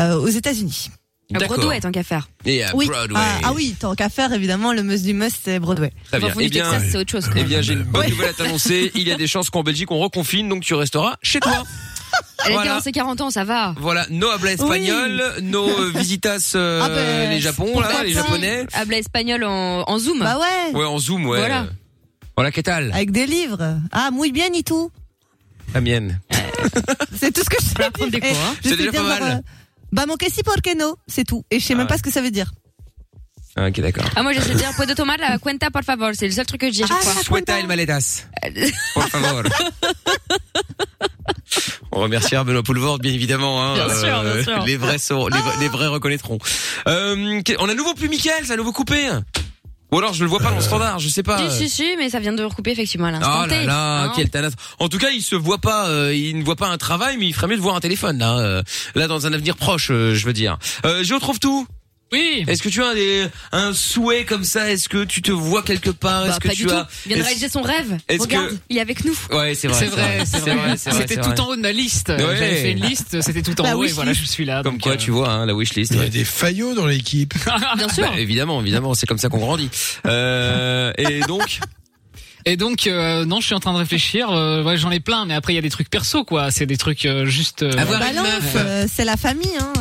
[SPEAKER 3] euh, aux États-Unis.
[SPEAKER 4] À Broadway, tant qu'à faire.
[SPEAKER 2] Et à
[SPEAKER 3] Oui.
[SPEAKER 2] Broadway.
[SPEAKER 3] Ah, ah oui, tant qu'à faire, évidemment, le must du must, c'est Broadway.
[SPEAKER 2] Très bien. Eh bien, eh bien, j'ai une bonne nouvelle à t'annoncer. Il y a des chances qu'en Belgique on reconfine, donc tu resteras chez toi.
[SPEAKER 4] Elle est
[SPEAKER 2] Voilà.
[SPEAKER 4] dans ses 40 ans, ça va.
[SPEAKER 2] Voilà, no habla espagnol, no euh, visitas euh,
[SPEAKER 4] Ah ben,
[SPEAKER 2] les Japon
[SPEAKER 4] pourquoi
[SPEAKER 2] là, les
[SPEAKER 4] pas
[SPEAKER 2] japonais.
[SPEAKER 4] Habla espagnol en, en zoom.
[SPEAKER 3] Bah ouais.
[SPEAKER 2] Ouais, en zoom, ouais.
[SPEAKER 4] Voilà.
[SPEAKER 2] Voilà, qu'est-ce que tal
[SPEAKER 3] Avec des livres. Ah, muy bien et tout.
[SPEAKER 2] La mienne.
[SPEAKER 3] C'est tout ce que je sais dire.
[SPEAKER 4] des
[SPEAKER 3] Et
[SPEAKER 4] cours, hein.
[SPEAKER 3] je
[SPEAKER 2] C'est
[SPEAKER 3] sais
[SPEAKER 2] déjà
[SPEAKER 3] dire,
[SPEAKER 2] pas
[SPEAKER 3] genre,
[SPEAKER 2] mal.
[SPEAKER 3] euh, bah, mon que si, por qué no C'est tout. Et je sais même pas ce que ça veut dire.
[SPEAKER 2] Ah, ok, d'accord.
[SPEAKER 4] Ah, moi, je sais dire, puedo tomar la cuenta, por favor. C'est le seul truc que je dis à
[SPEAKER 5] Ah,
[SPEAKER 4] chaque fois.
[SPEAKER 2] Sueta el maletas. Por favor. On remerciera Benoît Poulvord, bien évidemment. Hein,
[SPEAKER 8] Bien sûr, bien sûr.
[SPEAKER 2] Les vrais sont, les, vrais- les vrais reconnaîtront. Euh, qu'est- on a nouveau plus Michael, ça a nouveau coupé. Ou alors je le vois pas dans le standard, je sais pas.
[SPEAKER 4] Si, si, si, mais ça vient de recouper effectivement à l'instant
[SPEAKER 2] Oh là
[SPEAKER 4] T,
[SPEAKER 2] là,
[SPEAKER 4] hein.
[SPEAKER 2] quel tanas. En tout cas, il se voit pas, euh, il ne voit pas un travail, mais il ferait mieux de voir un téléphone là, euh, là dans un avenir proche, euh, je veux dire. Euh, je retrouve tout.
[SPEAKER 7] Oui.
[SPEAKER 2] Est-ce que tu as un, des- un souhait comme ça Est-ce que tu te vois quelque part Est-ce
[SPEAKER 4] Bah,
[SPEAKER 2] que
[SPEAKER 4] pas
[SPEAKER 2] tu
[SPEAKER 4] du
[SPEAKER 2] as
[SPEAKER 4] tout. Il vient de
[SPEAKER 2] est-ce-
[SPEAKER 4] réaliser son rêve.
[SPEAKER 2] est-ce
[SPEAKER 4] Regarde,
[SPEAKER 2] que-
[SPEAKER 4] il est avec nous.
[SPEAKER 2] Ouais, c'est vrai.
[SPEAKER 7] C'est vrai, c'est vrai.
[SPEAKER 2] c'est vrai,
[SPEAKER 7] C'était
[SPEAKER 2] c'est
[SPEAKER 7] tout
[SPEAKER 2] vrai.
[SPEAKER 7] en haut de ma liste.
[SPEAKER 2] Ouais.
[SPEAKER 4] Ah,
[SPEAKER 7] J'avais fait une liste, c'était tout
[SPEAKER 5] Bah,
[SPEAKER 7] en haut et voilà, je suis là. euh,
[SPEAKER 2] Comme quoi, tu vois, hein, la wishlist. Il y a
[SPEAKER 5] des faillots dans l'équipe.
[SPEAKER 7] Bien sûr.
[SPEAKER 2] évidemment, évidemment, c'est comme ça qu'on grandit. Euh, et donc,
[SPEAKER 7] Et donc euh, non, je suis en train de réfléchir. Euh, ouais, j'en ai plein, mais après il y a des trucs perso quoi. C'est des trucs euh, juste. euh,
[SPEAKER 3] Ah, Balance, Bah, euh, c'est la famille, hein.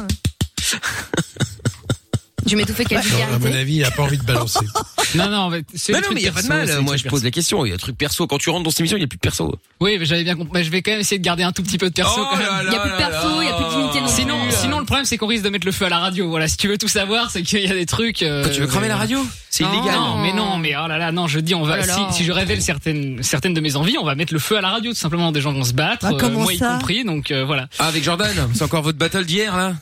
[SPEAKER 4] Je m'étouffais quelle
[SPEAKER 5] À mon avis, il a pas envie de balancer.
[SPEAKER 7] Non, non, mais c'est
[SPEAKER 2] non,
[SPEAKER 7] les
[SPEAKER 2] non,
[SPEAKER 7] trucs
[SPEAKER 2] mais il y a pas de
[SPEAKER 7] perso, Bah,
[SPEAKER 2] mal.
[SPEAKER 7] c'est les
[SPEAKER 2] Moi,
[SPEAKER 7] trucs
[SPEAKER 2] je pose la question. Il y a un truc perso. Quand tu rentres dans cette émission, il y a plus de perso.
[SPEAKER 7] Oui, mais j'avais bien compris. Mais je vais quand même essayer de garder un tout petit peu de perso.
[SPEAKER 2] Oh
[SPEAKER 7] quand même.
[SPEAKER 2] là là Il y a plus de là perso, là. il y a plus de dignité non
[SPEAKER 7] Sinon,
[SPEAKER 2] plus.
[SPEAKER 7] sinon le problème c'est qu'on risque de mettre le feu à la radio. Voilà, si tu veux tout savoir, c'est qu'il y a des trucs. euh,
[SPEAKER 2] Quand tu veux cramer la radio, c'est
[SPEAKER 7] Non,
[SPEAKER 2] illégal.
[SPEAKER 7] Non, mais non, mais oh là là, non, je dis on va.
[SPEAKER 2] Oh là là.
[SPEAKER 7] Si, si je révèle certaines certaines de mes envies, on va mettre le feu à la radio tout simplement. Des gens vont se battre,
[SPEAKER 2] Ah,
[SPEAKER 7] euh,
[SPEAKER 2] comment
[SPEAKER 7] moi y
[SPEAKER 2] ça
[SPEAKER 7] compris. Donc euh, voilà.
[SPEAKER 2] Ah, avec Jordan, c'est encore votre battle d'hier là.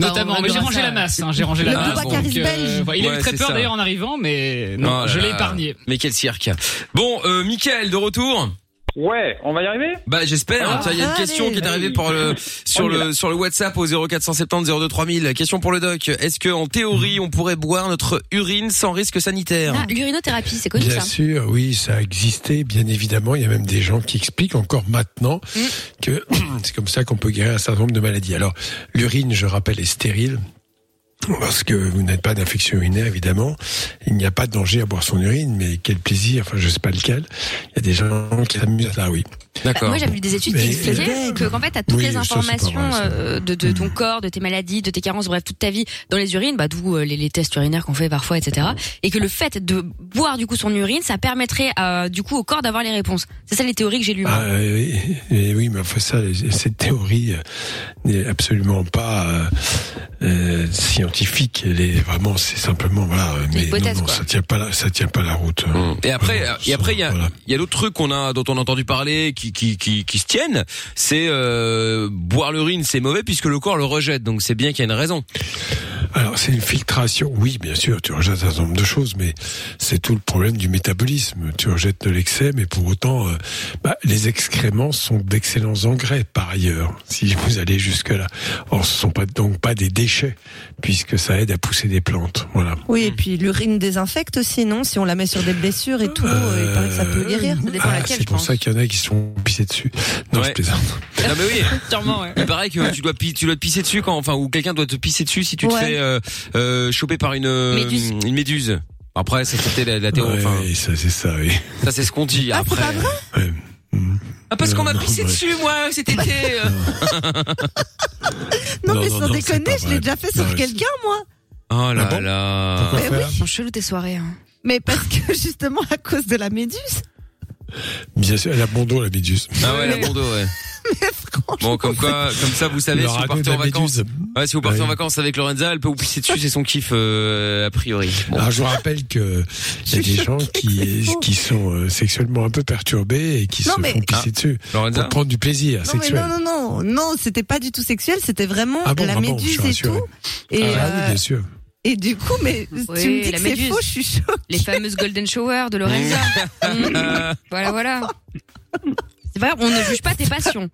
[SPEAKER 2] Bah,
[SPEAKER 7] Notamment, mais j'ai rangé la masse. hein, j'ai rangé la masse. donc, euh, voilà. Il a eu très peur d'ailleurs en arrivant, mais non,
[SPEAKER 2] Oh là
[SPEAKER 7] je l'ai
[SPEAKER 2] là.
[SPEAKER 7] épargné.
[SPEAKER 2] Mais quel cirque. Bon, euh, Michael, de retour.
[SPEAKER 13] Ouais, on va y arriver Oh
[SPEAKER 2] Bah j'espère.
[SPEAKER 13] Ah,
[SPEAKER 2] Tiens, Il y a une
[SPEAKER 13] allez.
[SPEAKER 2] question qui est arrivée par le, sur
[SPEAKER 13] On y
[SPEAKER 2] le
[SPEAKER 13] va.
[SPEAKER 2] sur le WhatsApp au 0470 02 3000. Question pour le doc. Est-ce que en théorie on pourrait boire notre urine sans risque sanitaire
[SPEAKER 4] Ah, l'urinothérapie, c'est connu ça.
[SPEAKER 5] Bien sûr, oui, ça a existé, bien évidemment. Il y a même des gens qui expliquent encore maintenant que c'est comme ça qu'on peut guérir un certain nombre de maladies. Alors, l'urine, je rappelle, est stérile. Parce que vous n'êtes pas d'infection urinaire, évidemment. Il n'y a pas de danger à boire son urine, mais quel plaisir, enfin, je sais pas lequel. Il y a des gens qui s'amusent à ça, oui.
[SPEAKER 4] Bah, moi, j'avais lu des études qui
[SPEAKER 5] Mais-
[SPEAKER 4] explicaient que, qu'en fait, t'as toutes
[SPEAKER 5] Oui,
[SPEAKER 4] les
[SPEAKER 5] ça, c'est pas vrai,
[SPEAKER 4] informations
[SPEAKER 5] ça. Mm.
[SPEAKER 4] euh, de, de ton corps, de tes maladies, de tes carences, bref, toute ta vie dans les urines, bah, d'où euh, les, les tests urinaires qu'on fait parfois, etc. Et que le fait de boire du coup son urine, ça permettrait euh, du coup au corps d'avoir les réponses. C'est ça les théories que j'ai lues. moi.
[SPEAKER 5] Ah, euh, oui, et oui, mais enfin ça, cette théorie euh, n'est absolument pas euh, euh, scientifique. Elle est vraiment, c'est simplement voilà. euh, Mais
[SPEAKER 2] hypothèse,
[SPEAKER 5] non, non,
[SPEAKER 2] quoi.
[SPEAKER 5] ça tient pas, la, ça tient pas la route.
[SPEAKER 2] Et après, euh, et après, il y a, il y a d'autres trucs qu'on a, dont on a entendu parler, qui, qui, qui, qui se tiennent. C'est euh, boire l'urine, c'est mauvais puisque le corps le rejette. Donc c'est bien qu'il y a une raison.
[SPEAKER 5] Alors c'est une filtration. Oui, bien sûr, tu rejettes un certain nombre de choses, mais c'est tout le problème du métabolisme. Tu rejettes de l'excès, mais pour autant, euh, bah, les excréments sont d'excellents engrais par ailleurs. Si vous allez jusque là, or ce sont pas donc pas des déchets, puisque ça aide à pousser des plantes. Voilà.
[SPEAKER 3] Oui, et puis l'urine désinfecte aussi, non Si on la met sur des blessures et tout, euh, il paraît que ça peut guérir. Ça dépend
[SPEAKER 5] Ah,
[SPEAKER 3] laquelle,
[SPEAKER 5] c'est
[SPEAKER 3] je
[SPEAKER 5] pour
[SPEAKER 3] pense.
[SPEAKER 5] ça qu'il y en a qui sont pissés dessus. Non, je plaisante.
[SPEAKER 2] Ah bah oui, sûrement. Ouais. Il paraît que tu dois pi- tu dois te pisser dessus quand enfin ou quelqu'un doit te pisser dessus si tu te
[SPEAKER 5] Ouais.
[SPEAKER 2] fais euh, euh, choper par une euh,
[SPEAKER 5] Méduse.
[SPEAKER 2] une méduse. Après ça c'était la, la théorie.
[SPEAKER 5] Ouais,
[SPEAKER 2] enfin,
[SPEAKER 5] oui, ça c'est ça, oui.
[SPEAKER 2] Ah, ça c'est ce qu'on dit après.
[SPEAKER 3] Ah, c'est pas vrai
[SPEAKER 2] Ah, parce qu'on m'a
[SPEAKER 5] Euh, non,
[SPEAKER 2] pissé
[SPEAKER 5] ouais.
[SPEAKER 2] dessus, moi, cet été. euh.
[SPEAKER 3] Non,
[SPEAKER 5] Non, non, non,
[SPEAKER 3] mais sans
[SPEAKER 5] c'est Ah
[SPEAKER 3] déconner,
[SPEAKER 5] pas
[SPEAKER 3] je l'ai
[SPEAKER 5] vrai.
[SPEAKER 3] déjà fait sur
[SPEAKER 5] Ouais.
[SPEAKER 3] quelqu'un, moi.
[SPEAKER 2] Oh là là.
[SPEAKER 3] Mais oui.
[SPEAKER 4] Sont chelous tes soirées. Hein.
[SPEAKER 3] Mais parce que justement à cause de la méduse.
[SPEAKER 5] Bien sûr, elle a bon dos, la méduse.
[SPEAKER 2] Ah ouais, la Bordeaux, ouais. Bon, comme quoi, comme ça, vous savez,
[SPEAKER 5] Le
[SPEAKER 2] si vous
[SPEAKER 5] radeau
[SPEAKER 2] partez
[SPEAKER 5] de la
[SPEAKER 2] en vacances,
[SPEAKER 5] Méduse.
[SPEAKER 2] ouais, si vous partez en
[SPEAKER 5] Ouais.
[SPEAKER 2] vacances avec Lorenza, elle peut vous pisser dessus, c'est son kiff euh, a priori. Bon.
[SPEAKER 5] Alors, je vous rappelle que il y a des gens qui, qui sont euh, sexuellement un peu perturbés et qui
[SPEAKER 3] Non,
[SPEAKER 5] se
[SPEAKER 3] mais-
[SPEAKER 5] font pisser
[SPEAKER 2] Ah,
[SPEAKER 5] dessus pour prendre du plaisir
[SPEAKER 3] Non, mais
[SPEAKER 5] sexuel.
[SPEAKER 3] non, non, non, non, c'était pas du tout sexuel, c'était vraiment
[SPEAKER 5] Ah bon,
[SPEAKER 3] la
[SPEAKER 5] vraiment, je
[SPEAKER 3] méduse
[SPEAKER 5] suis
[SPEAKER 3] et
[SPEAKER 5] rassuré.
[SPEAKER 3] tout. Et,
[SPEAKER 5] ah oui,
[SPEAKER 3] euh,
[SPEAKER 5] bien sûr.
[SPEAKER 3] et du coup, mais tu me
[SPEAKER 4] Oui,
[SPEAKER 3] dis
[SPEAKER 4] la
[SPEAKER 3] que c'est
[SPEAKER 4] méduse.
[SPEAKER 3] faux, je suis choquée.
[SPEAKER 4] Les fameuses golden shower de Lorenza.
[SPEAKER 2] Euh,
[SPEAKER 4] Mmh. Voilà, voilà. C'est vrai, on ne juge pas tes passions.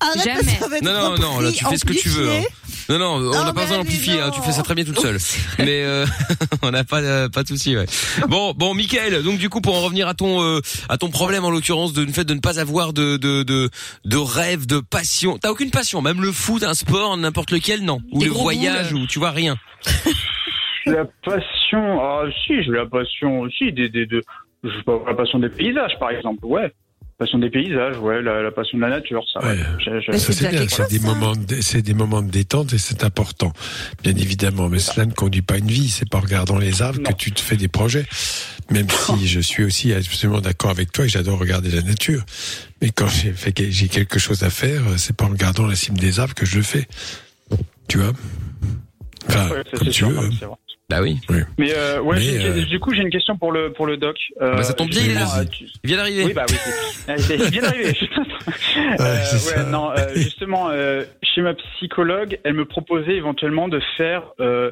[SPEAKER 3] Arrête,
[SPEAKER 4] Jamais.
[SPEAKER 3] parce que ça va être Oh,
[SPEAKER 2] Non, non, non, là, tu fais ce que tu veux. hein. Non, non, on
[SPEAKER 3] Non,
[SPEAKER 2] n'a pas
[SPEAKER 3] mais
[SPEAKER 2] besoin d'amplifier, hein, tu fais ça très bien toute seule. Mais euh, on n'a pas, euh, pas de souci, ouais. Bon, bon, Michael, donc du coup, pour en revenir à ton, euh, à ton problème, en l'occurrence, de, du fait de ne pas avoir de, de, de, de rêve, de passion. T'as aucune passion, même le foot, un sport, n'importe lequel, non. Ou
[SPEAKER 4] Des
[SPEAKER 2] le
[SPEAKER 4] gros
[SPEAKER 2] voyage,
[SPEAKER 4] boules.
[SPEAKER 2] ou tu vois, rien.
[SPEAKER 13] La passion, ah si, j'ai la passion aussi des, des, de, je sais pas, la passion des paysages par exemple, ouais. Passion des paysages, ouais, la, la passion de la nature, ça. ouais. J'ai- j'ai-
[SPEAKER 5] Ça, c'est bien, c'est des, moments de- c'est des moments de détente et c'est important, bien évidemment. Mais cela ne conduit pas à une vie. C'est pas en regardant les arbres que tu te fais des projets. Même si je suis aussi absolument d'accord avec toi et j'adore regarder la nature. Mais quand j'ai, fait, que- j'ai quelque chose à faire, c'est pas en regardant la cime des arbres que je le fais. Tu vois Enfin,
[SPEAKER 13] Ouais, ça,
[SPEAKER 5] comme
[SPEAKER 13] c'est
[SPEAKER 5] tu
[SPEAKER 13] sûr,
[SPEAKER 5] veux.
[SPEAKER 13] ouais,
[SPEAKER 5] hein.
[SPEAKER 13] c'est vrai.
[SPEAKER 2] Bah oui.
[SPEAKER 13] Mais euh, ouais,
[SPEAKER 5] Mais,
[SPEAKER 13] j'ai- j'ai-
[SPEAKER 5] euh,
[SPEAKER 13] du coup, j'ai une question pour le pour le doc. Euh,
[SPEAKER 2] bah, ça tombe bien,
[SPEAKER 13] j'ai-
[SPEAKER 2] il est là.
[SPEAKER 13] Ah, tu-
[SPEAKER 2] Il vient d'arriver.
[SPEAKER 13] Oui, bah oui. c'est- Ah, c'est- Il vient d'arriver. Euh, ouais, non, euh, justement, euh, chez ma psychologue, elle me proposait éventuellement de faire. euh,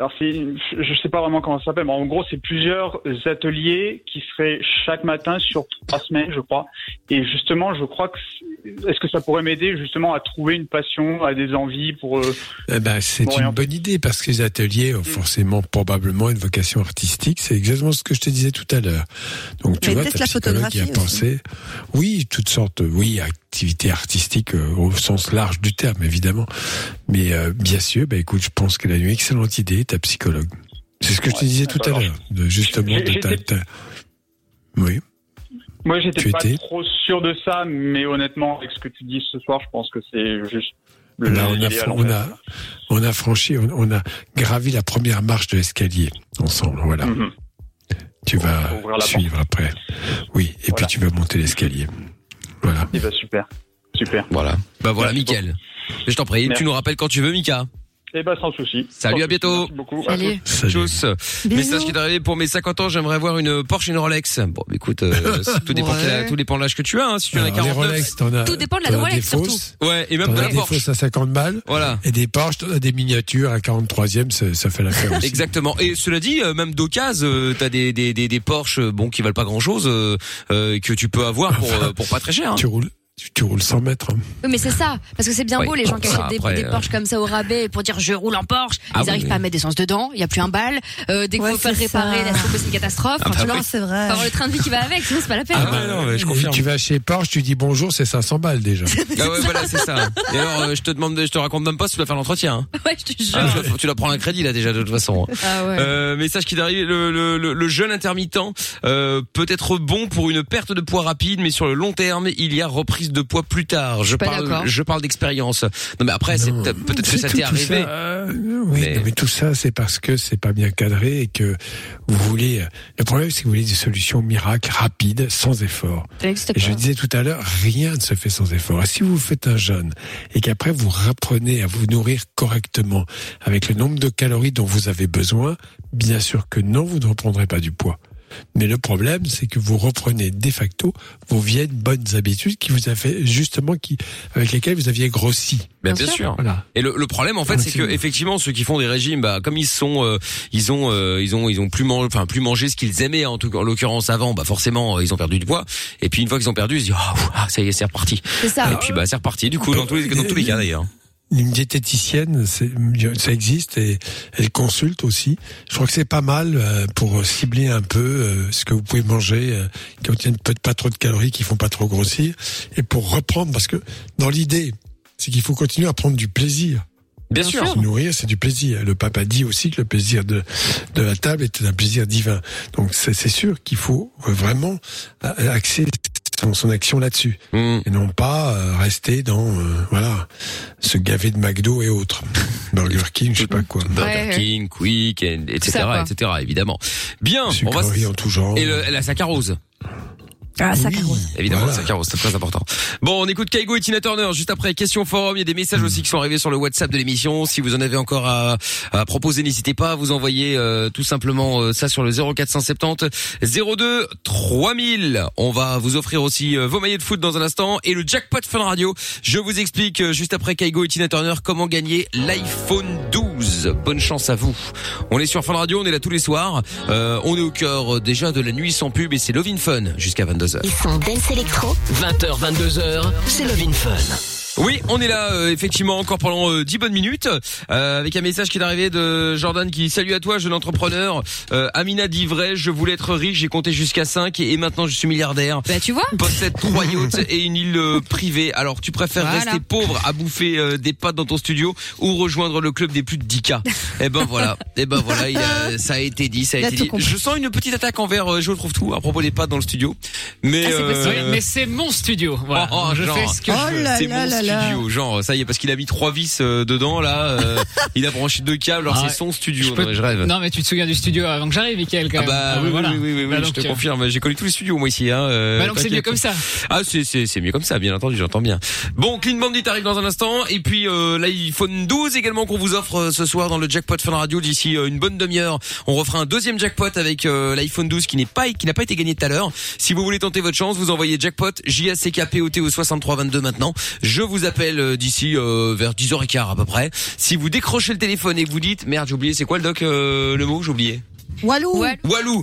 [SPEAKER 13] alors, c'est, une- je je sais pas vraiment comment ça s'appelle, mais en gros, c'est plusieurs ateliers qui seraient chaque matin sur trois semaines, je crois. Et justement, je crois que. c'est- Est-ce que ça pourrait m'aider justement à trouver une passion, à des envies pour. euh,
[SPEAKER 5] Eh ben, c'est
[SPEAKER 13] Bon, et
[SPEAKER 5] une
[SPEAKER 13] en- Mm.
[SPEAKER 5] bonne idée parce que les ateliers ont forcément, probablement, une vocation artistique. C'est exactement ce que je te disais tout à l'heure. Donc, tu
[SPEAKER 3] Mais
[SPEAKER 5] vois,
[SPEAKER 3] peut-être
[SPEAKER 5] ta
[SPEAKER 3] la
[SPEAKER 5] psychologue y a
[SPEAKER 3] photographie
[SPEAKER 5] pensé. Oui, toutes sortes, euh, oui, activités artistiques euh, au sens large du terme, évidemment. Mais euh, bien sûr, bah, écoute, je pense qu'elle a une excellente idée, ta psychologue. C'est ce que je te disais tout à
[SPEAKER 13] alors,
[SPEAKER 5] l'heure, de- justement,
[SPEAKER 13] j'ai-
[SPEAKER 5] de ta,
[SPEAKER 13] j'étais-
[SPEAKER 5] ta- Oui.
[SPEAKER 13] Moi, j'étais
[SPEAKER 5] Tu
[SPEAKER 13] pas
[SPEAKER 5] étais
[SPEAKER 13] trop sûr de ça, mais honnêtement, avec ce que tu dis ce soir, je pense que c'est juste. le-
[SPEAKER 5] Là, on a,
[SPEAKER 13] l'idéal, en
[SPEAKER 5] on
[SPEAKER 13] fait.
[SPEAKER 5] a, on a franchi, on, on a gravi la première marche de l'escalier ensemble. Voilà. Tu vas
[SPEAKER 13] Mhm. ouvrir la
[SPEAKER 5] suivre après. Oui, et puis tu vas monter l'escalier. Voilà.
[SPEAKER 13] Eh ben, super, super.
[SPEAKER 2] Voilà. Bah voilà, Michael. Je t'en prie,
[SPEAKER 13] Merci.
[SPEAKER 2] tu nous rappelles quand tu veux, Mika.
[SPEAKER 13] Eh ben, sans souci.
[SPEAKER 2] Salut,
[SPEAKER 13] Sans
[SPEAKER 2] à bientôt.
[SPEAKER 13] souci, merci beaucoup. À
[SPEAKER 4] Salut.
[SPEAKER 13] tous.
[SPEAKER 2] Tchuss. Message qui est arrivé pour mes 50 ans, j'aimerais avoir une Porsche et une Rolex. Bon, bah, écoute, euh, c'est- tout dépend
[SPEAKER 5] Ouais.
[SPEAKER 2] quel- tout dépend de l'âge que tu as, hein, si tu en as
[SPEAKER 5] Alors, les
[SPEAKER 2] 49.
[SPEAKER 5] Rolex, t'en as.
[SPEAKER 4] Tout dépend de la
[SPEAKER 5] t'en as
[SPEAKER 4] Rolex,
[SPEAKER 5] des
[SPEAKER 4] surtout.
[SPEAKER 5] fausses,
[SPEAKER 2] Ouais, et même
[SPEAKER 5] t'en
[SPEAKER 2] de
[SPEAKER 5] as
[SPEAKER 2] la
[SPEAKER 5] des
[SPEAKER 2] Porsche.
[SPEAKER 5] fausses à 50 balles.
[SPEAKER 2] Voilà.
[SPEAKER 5] Et des Porsche, t'en as des miniatures à 43e, ça, ça fait l'affaire aussi.
[SPEAKER 2] Exactement. Et cela dit, euh, même d'occasion, euh, t'as des des des, des Porsche, euh, bon, qui valent pas grand chose, que tu peux avoir pour euh, pour pas très cher. hein.
[SPEAKER 5] Tu roules, tu, tu roules 100 mètres. hein.
[SPEAKER 4] Oui, mais c'est ça, parce que c'est bien
[SPEAKER 2] Oui,
[SPEAKER 4] beau les gens qui
[SPEAKER 2] ça,
[SPEAKER 4] achètent des,
[SPEAKER 2] après,
[SPEAKER 4] des
[SPEAKER 2] euh,
[SPEAKER 4] Porsche comme ça au rabais pour dire je roule en Porsche,
[SPEAKER 2] Ah
[SPEAKER 4] ils
[SPEAKER 2] oui,
[SPEAKER 4] arrivent
[SPEAKER 2] oui.
[SPEAKER 4] pas à mettre d'essence dedans, il y a plus un bal, euh, dès qu'il
[SPEAKER 3] Ouais,
[SPEAKER 4] faut faire
[SPEAKER 3] c'est ça.
[SPEAKER 4] réparer, la soupe c'est une catastrophe.
[SPEAKER 5] Ah
[SPEAKER 4] Enfin,
[SPEAKER 5] bah
[SPEAKER 4] tu
[SPEAKER 5] oui.
[SPEAKER 4] vois,
[SPEAKER 3] C'est vrai.
[SPEAKER 4] faut avoir le train de vie qui va avec, sinon c'est pas la peine.
[SPEAKER 2] ouais, Ah, bah non, mais je confirme.
[SPEAKER 5] Tu vas chez Porsche, tu dis bonjour, c'est 500 balles déjà.
[SPEAKER 2] Ah ouais, voilà, c'est ça. Et alors, euh, je te demande, je te raconte même pas si tu dois faire l'entretien. hein.
[SPEAKER 4] Ouais, je te jure.
[SPEAKER 2] Ah, faut- tu dois prendre un crédit là déjà de toute façon.
[SPEAKER 4] Ah ouais.
[SPEAKER 2] Euh, message qui t'arrive, le, le, le- le jeûne intermittent euh, peut être bon pour une perte de poids rapide, mais sur le long terme, il y a reprise de poids plus tard. Je
[SPEAKER 4] pas
[SPEAKER 2] parle,
[SPEAKER 4] d'accord.
[SPEAKER 2] je parle d'expérience. Non mais après, c'est peut- peut-être que
[SPEAKER 5] C'est
[SPEAKER 2] ça
[SPEAKER 5] tout,
[SPEAKER 2] t'est
[SPEAKER 5] tout
[SPEAKER 2] arrivé.
[SPEAKER 5] ça, euh, oui, non, mais... tout ça, c'est parce que c'est pas bien cadré et que vous voulez. euh, Le problème, c'est que vous voulez des solutions miracles rapides, sans effort.
[SPEAKER 4] Ça n'existe
[SPEAKER 5] Et je
[SPEAKER 4] pas.
[SPEAKER 5] le disais tout à l'heure, rien ne se fait sans effort. Et si vous faites un jeûne et qu'après vous reprenez à vous nourrir correctement avec le nombre de calories dont vous avez besoin, bien sûr que non, vous ne reprendrez pas du poids. Mais le problème, c'est que vous reprenez de facto vos vieilles bonnes habitudes qui vous avaient justement qui avec lesquelles vous aviez grossi.
[SPEAKER 2] Ben, bien, sûr.
[SPEAKER 5] Voilà.
[SPEAKER 2] Et le, le problème en fait, c'est que effectivement ceux qui font des régimes, bah comme ils sont, euh, ils ont, euh, ils ont, ils ont plus mangé, enfin plus mangé ce qu'ils aimaient en tout cas en l'occurrence avant, bah forcément euh, ils ont perdu du poids. Et puis une fois qu'ils ont perdu, ils se disent Ah, ouh, ah ça y est c'est reparti.
[SPEAKER 4] C'est ça.
[SPEAKER 2] Et puis bah c'est reparti du coup dans tous les dans tous les cas d'ailleurs.
[SPEAKER 5] Une diététicienne, c'est- ça existe et elle consulte aussi. Je crois que c'est pas mal euh, pour cibler un peu euh, ce que vous pouvez manger, euh, qui contiennent peut-être pas trop de calories, qui font pas trop grossir, et pour reprendre parce que dans l'idée, c'est qu'il faut continuer à prendre du plaisir.
[SPEAKER 2] Bien sûr.
[SPEAKER 5] Se nourrir, c'est du plaisir. Le pape a dit aussi que le plaisir de, de la table était un plaisir divin. Donc c'est c'est sûr qu'il faut vraiment euh, axer son, son action là-dessus.
[SPEAKER 2] Mm.
[SPEAKER 5] Et non pas euh, rester dans, euh, voilà, se gaver de McDo et autres. Burger King, je sais pas quoi.
[SPEAKER 2] Burger King, Quick, et- etc.,
[SPEAKER 5] ça, quoi.
[SPEAKER 2] etc. Évidemment. Bien. On va.
[SPEAKER 5] Sucreries en tout genre.
[SPEAKER 2] Et le- la saccharose.
[SPEAKER 3] Ah, ça
[SPEAKER 2] Évidemment, la saccharose, c'est très important. Bon, on écoute Kaigo et Tina Turner juste après. Question forum. Il y a des messages aussi qui sont arrivés sur le WhatsApp de l'émission. Si vous en avez encore à, à proposer, n'hésitez pas à vous envoyer euh, tout simplement euh, ça sur le 0470 02 3000. On va vous offrir aussi euh, vos maillets de foot dans un instant et le jackpot Fun Radio. Je vous explique euh, juste après Kaigo et Tina Turner comment gagner l'iPhone 12. Bonne chance à vous. On est sur Fun Radio, on est là tous les soirs. Euh, on est au cœur euh, déjà de la nuit sans pub et c'est Lovin Fun jusqu'à 22h.
[SPEAKER 1] Ils sont dance électro.
[SPEAKER 8] 20h, 22h, c'est Love in Fun.
[SPEAKER 2] Oui, on est là euh, effectivement encore pendant euh, 10 bonnes minutes euh, avec un message qui est arrivé de Jordan qui dit, salut à toi jeune entrepreneur Euh, Amina dit vrai je voulais être riche j'ai compté jusqu'à 5 et, et maintenant je suis milliardaire.
[SPEAKER 4] Bah tu vois.
[SPEAKER 2] Possède trois yachts et une île euh, privée. Alors tu préfères
[SPEAKER 4] Voilà.
[SPEAKER 2] rester pauvre à bouffer euh, des pâtes dans ton studio ou rejoindre le club des plus de 10K. Eh ben voilà. Eh ben voilà, il a- ça a été dit, ça a,
[SPEAKER 7] Il a
[SPEAKER 2] été
[SPEAKER 7] tout
[SPEAKER 2] dit.
[SPEAKER 7] compris.
[SPEAKER 2] Je sens une petite attaque envers euh, je trouve tout à propos des pâtes dans le studio. Mais
[SPEAKER 7] Ah, c'est possible.
[SPEAKER 2] euh,
[SPEAKER 7] Oui, mais c'est mon studio. Voilà.
[SPEAKER 2] Oh, oh,
[SPEAKER 7] je
[SPEAKER 2] genre.
[SPEAKER 7] fais ce que
[SPEAKER 2] Oh
[SPEAKER 7] je veux.
[SPEAKER 2] c'est mon studio, genre ça y est parce qu'il a mis trois vis euh, dedans là, euh, il a branché deux câbles, alors
[SPEAKER 7] Ah,
[SPEAKER 2] c'est son studio.
[SPEAKER 7] je
[SPEAKER 2] Non,
[SPEAKER 7] peux-
[SPEAKER 2] mais je rêve.
[SPEAKER 7] Non, mais tu te souviens du studio avant que j'arrive, Michael, quand
[SPEAKER 2] Ah
[SPEAKER 7] même.
[SPEAKER 2] bah
[SPEAKER 7] Ah,
[SPEAKER 2] oui,
[SPEAKER 7] voilà.
[SPEAKER 2] oui, oui, oui, oui,
[SPEAKER 7] Bah,
[SPEAKER 2] je
[SPEAKER 7] donc,
[SPEAKER 2] te
[SPEAKER 7] euh,
[SPEAKER 2] confirme. J'ai connu tous les studios moi ici. Hein, euh,
[SPEAKER 7] Bah, donc, c'est
[SPEAKER 2] t'inquiète.
[SPEAKER 7] mieux comme ça.
[SPEAKER 2] Ah c'est c'est c'est mieux comme ça, bien entendu, j'entends bien. Bon, Clean Bandit arrive dans un instant et puis euh, l'iPhone 12 également qu'on vous offre euh, ce soir dans le jackpot Fun Radio d'ici euh, une bonne demi-heure. On refera un deuxième jackpot avec euh, l'iPhone 12 qui n'est pas qui n'a pas été gagné tout à l'heure. Si vous voulez tenter votre chance, vous envoyez jackpot J A C K P O T au 6322 maintenant. Je vous appelle euh, d'ici euh, vers 10h15 à peu près. Si vous décrochez le téléphone et que vous dites merde, j'ai oublié, c'est quoi le doc euh, le mot que j'ai oublié
[SPEAKER 3] Walou.
[SPEAKER 2] Walou.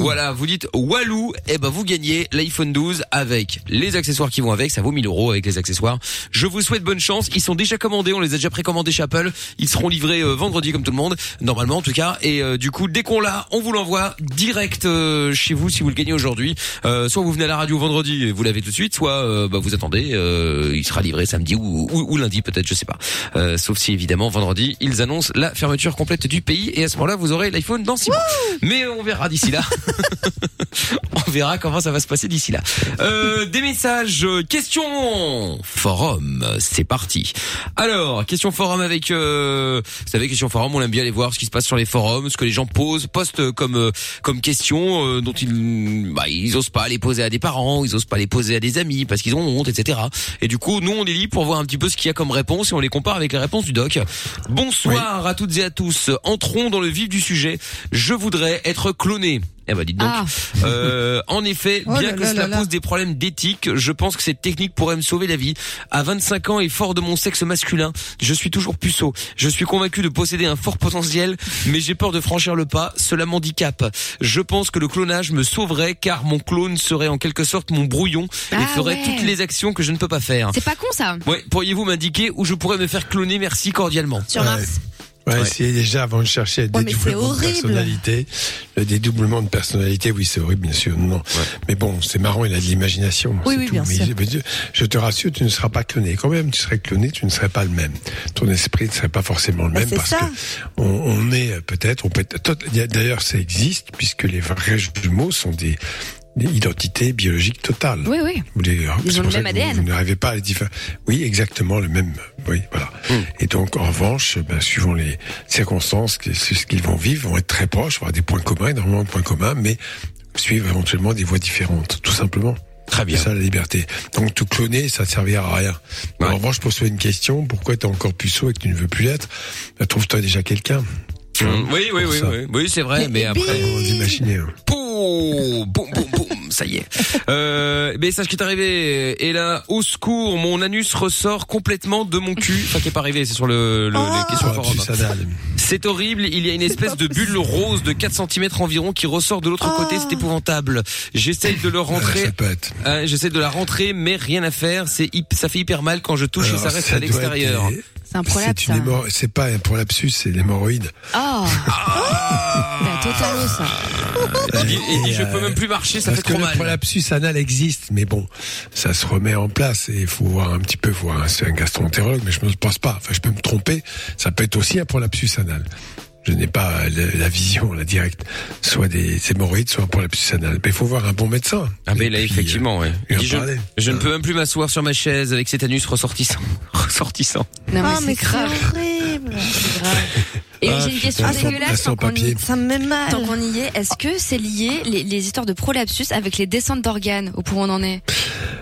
[SPEAKER 2] Voilà, vous dites Walou, et ben vous gagnez l'iPhone 12 avec les accessoires qui vont avec, ça vaut 1000 euros avec les accessoires. Je vous souhaite bonne chance, ils sont déjà commandés, on les a déjà précommandés chez Apple, ils seront livrés euh, vendredi comme tout le monde, normalement en tout cas, et euh, du coup dès qu'on l'a, on vous l'envoie direct euh, chez vous si vous le gagnez aujourd'hui. Euh, soit vous venez à la radio vendredi et vous l'avez tout de suite, soit euh, bah, vous attendez, euh, il sera livré samedi ou, ou- ou lundi peut-être, je sais pas. Euh, sauf si évidemment vendredi ils annoncent la fermeture complète du pays et à ce moment-là vous aurez l'iPhone dans six mois. Mais euh, on verra d'ici là. on verra comment ça va se passer d'ici là. Euh, des messages, euh, questions, forum, c'est parti. Alors, question forum avec, euh, vous savez, question forum, on aime bien aller voir ce qui se passe sur les forums, ce que les gens posent, postent comme euh, comme questions euh, dont ils, bah, ils osent pas les poser à des parents, ils osent pas les poser à des amis parce qu'ils ont honte, etc. Et du coup, nous, on les lit pour voir un petit peu ce qu'il y a comme réponse et on les compare avec les réponses du doc. Bonsoir à toutes et à tous. Entrons dans le vif du sujet. Je voudrais être cloné. Eh ben, dites donc.
[SPEAKER 15] Ah.
[SPEAKER 2] Euh, en effet,
[SPEAKER 15] Oh
[SPEAKER 2] bien
[SPEAKER 15] là
[SPEAKER 2] que
[SPEAKER 15] là
[SPEAKER 2] cela
[SPEAKER 15] là là.
[SPEAKER 2] pose des problèmes d'éthique, je pense que cette technique pourrait me sauver la vie. À 25 ans et fort de mon sexe masculin, je suis toujours puceau. Je suis convaincu de posséder un fort potentiel, mais j'ai peur de franchir le pas. Cela m'handicape. Je pense que le clonage me sauverait car mon clone serait en quelque sorte mon brouillon et
[SPEAKER 4] Ah
[SPEAKER 2] ferait
[SPEAKER 4] ouais.
[SPEAKER 2] toutes les actions que je ne peux pas faire.
[SPEAKER 4] C'est pas con ça.
[SPEAKER 2] Ouais, pourriez-vous m'indiquer où je pourrais me faire cloner Merci cordialement.
[SPEAKER 4] Sur Mars.
[SPEAKER 5] Ouais, essayez déjà avant de chercher le
[SPEAKER 4] Oh, mais
[SPEAKER 5] dédoublement de
[SPEAKER 4] c'est horrible.
[SPEAKER 5] personnalité. Le dédoublement de personnalité, oui, c'est horrible, bien sûr. Non. Mais bon, c'est marrant, il a de l'imagination.
[SPEAKER 3] Oui,
[SPEAKER 5] c'est
[SPEAKER 3] oui,
[SPEAKER 5] tout.
[SPEAKER 3] bien
[SPEAKER 5] Mais
[SPEAKER 3] sûr.
[SPEAKER 5] je- Je te rassure, tu ne seras pas cloné. Quand même, tu serais cloné, tu ne serais pas le même. Ton esprit ne serait pas forcément le
[SPEAKER 3] Mais
[SPEAKER 5] même
[SPEAKER 3] Bah, c'est
[SPEAKER 5] parce
[SPEAKER 3] ça.
[SPEAKER 5] que on, on est euh, peut-être, on peut être- tot- D'ailleurs, ça existe puisque les vrais jumeaux sont des, des identités biologiques totales. euh,
[SPEAKER 4] Oui, oui.
[SPEAKER 5] Vous les-
[SPEAKER 4] Ils
[SPEAKER 5] c'est
[SPEAKER 4] ont
[SPEAKER 5] pour
[SPEAKER 4] le
[SPEAKER 5] ça
[SPEAKER 4] même
[SPEAKER 5] que vous-
[SPEAKER 4] ADN.
[SPEAKER 5] Vous n'arrivez pas à les différer. Oui, exactement le même. Oui, voilà.
[SPEAKER 2] Hmm.
[SPEAKER 5] Et donc, en revanche, ben, suivant les circonstances, que- ce qu'ils vont vivre, vont être très proches, aura des points communs, énormément de points communs, mais suivre éventuellement des voies différentes, tout simplement.
[SPEAKER 2] Très bien.
[SPEAKER 5] C'est ça la liberté. Donc tout cloner, ça ne servira à rien. En revanche, pour poser une question, pourquoi tu es encore puceau et que tu ne veux plus l'être Ben, Trouve-toi déjà quelqu'un.
[SPEAKER 2] Hum, Oui, oui,
[SPEAKER 5] Pour
[SPEAKER 2] oui,
[SPEAKER 5] ça.
[SPEAKER 2] oui, oui, c'est vrai, mais après. hein.
[SPEAKER 5] Imaginez.
[SPEAKER 2] Poum, boum, boum, boum, ça y est. Euh, message qui est arrivé. Et là, au secours, mon anus ressort complètement de mon cul. Enfin, qui est pas arrivé, c'est sur le, le
[SPEAKER 5] Ah.
[SPEAKER 2] les
[SPEAKER 5] Oh
[SPEAKER 2] questions forum. C'est horrible, il y a une espèce de bulle rose de 4 cm environ qui ressort de
[SPEAKER 5] Ah.
[SPEAKER 2] l'autre côté, c'est épouvantable. J'essaye de le rentrer. Euh, J'essaie de la rentrer, mais rien à faire. C'est hip- ça fait hyper mal quand je touche et
[SPEAKER 5] Alors,
[SPEAKER 2] ça reste
[SPEAKER 5] ça
[SPEAKER 2] à
[SPEAKER 5] doit
[SPEAKER 2] l'extérieur.
[SPEAKER 5] être des-
[SPEAKER 4] C'est un problème
[SPEAKER 5] C'est
[SPEAKER 4] ça.
[SPEAKER 5] une hémorro- c'est pas un prolapsus, c'est l'hémorroïde.
[SPEAKER 4] Oh. La totalo ça.
[SPEAKER 2] Il dit, il dit, je peux même plus marcher, ça
[SPEAKER 5] Euh, Parce que
[SPEAKER 2] fait trop
[SPEAKER 5] le
[SPEAKER 2] mal.
[SPEAKER 5] prolapsus anal existe, mais bon, ça se remet en place et il faut voir un petit peu, voir, hein, c'est un gastroentérologue, mais je ne pense pas, enfin je peux me tromper, ça peut être aussi un prolapsus anal. je n'ai pas la, la vision, la directe, soit des hémorroïdes, soit pour la puce anale. Mais il faut voir un bon médecin.
[SPEAKER 2] Ah ben là effectivement ouais.
[SPEAKER 5] il en
[SPEAKER 2] Dis, je
[SPEAKER 5] parlait.
[SPEAKER 2] je ne peux même plus m'asseoir sur ma chaise avec cet anus ressortissant. ressortissant.
[SPEAKER 3] Non, Ah, mais c'est horrible.
[SPEAKER 4] Et
[SPEAKER 2] Ah,
[SPEAKER 4] j'ai une question
[SPEAKER 2] putain. Ah,
[SPEAKER 4] dégueulasse.
[SPEAKER 2] sans
[SPEAKER 4] tant qu'on y-
[SPEAKER 2] papier.
[SPEAKER 3] Ça me met mal.
[SPEAKER 4] Tant qu'on y est, est-ce que c'est lié les, les histoires de prolapsus avec les descentes d'organes au point où on en est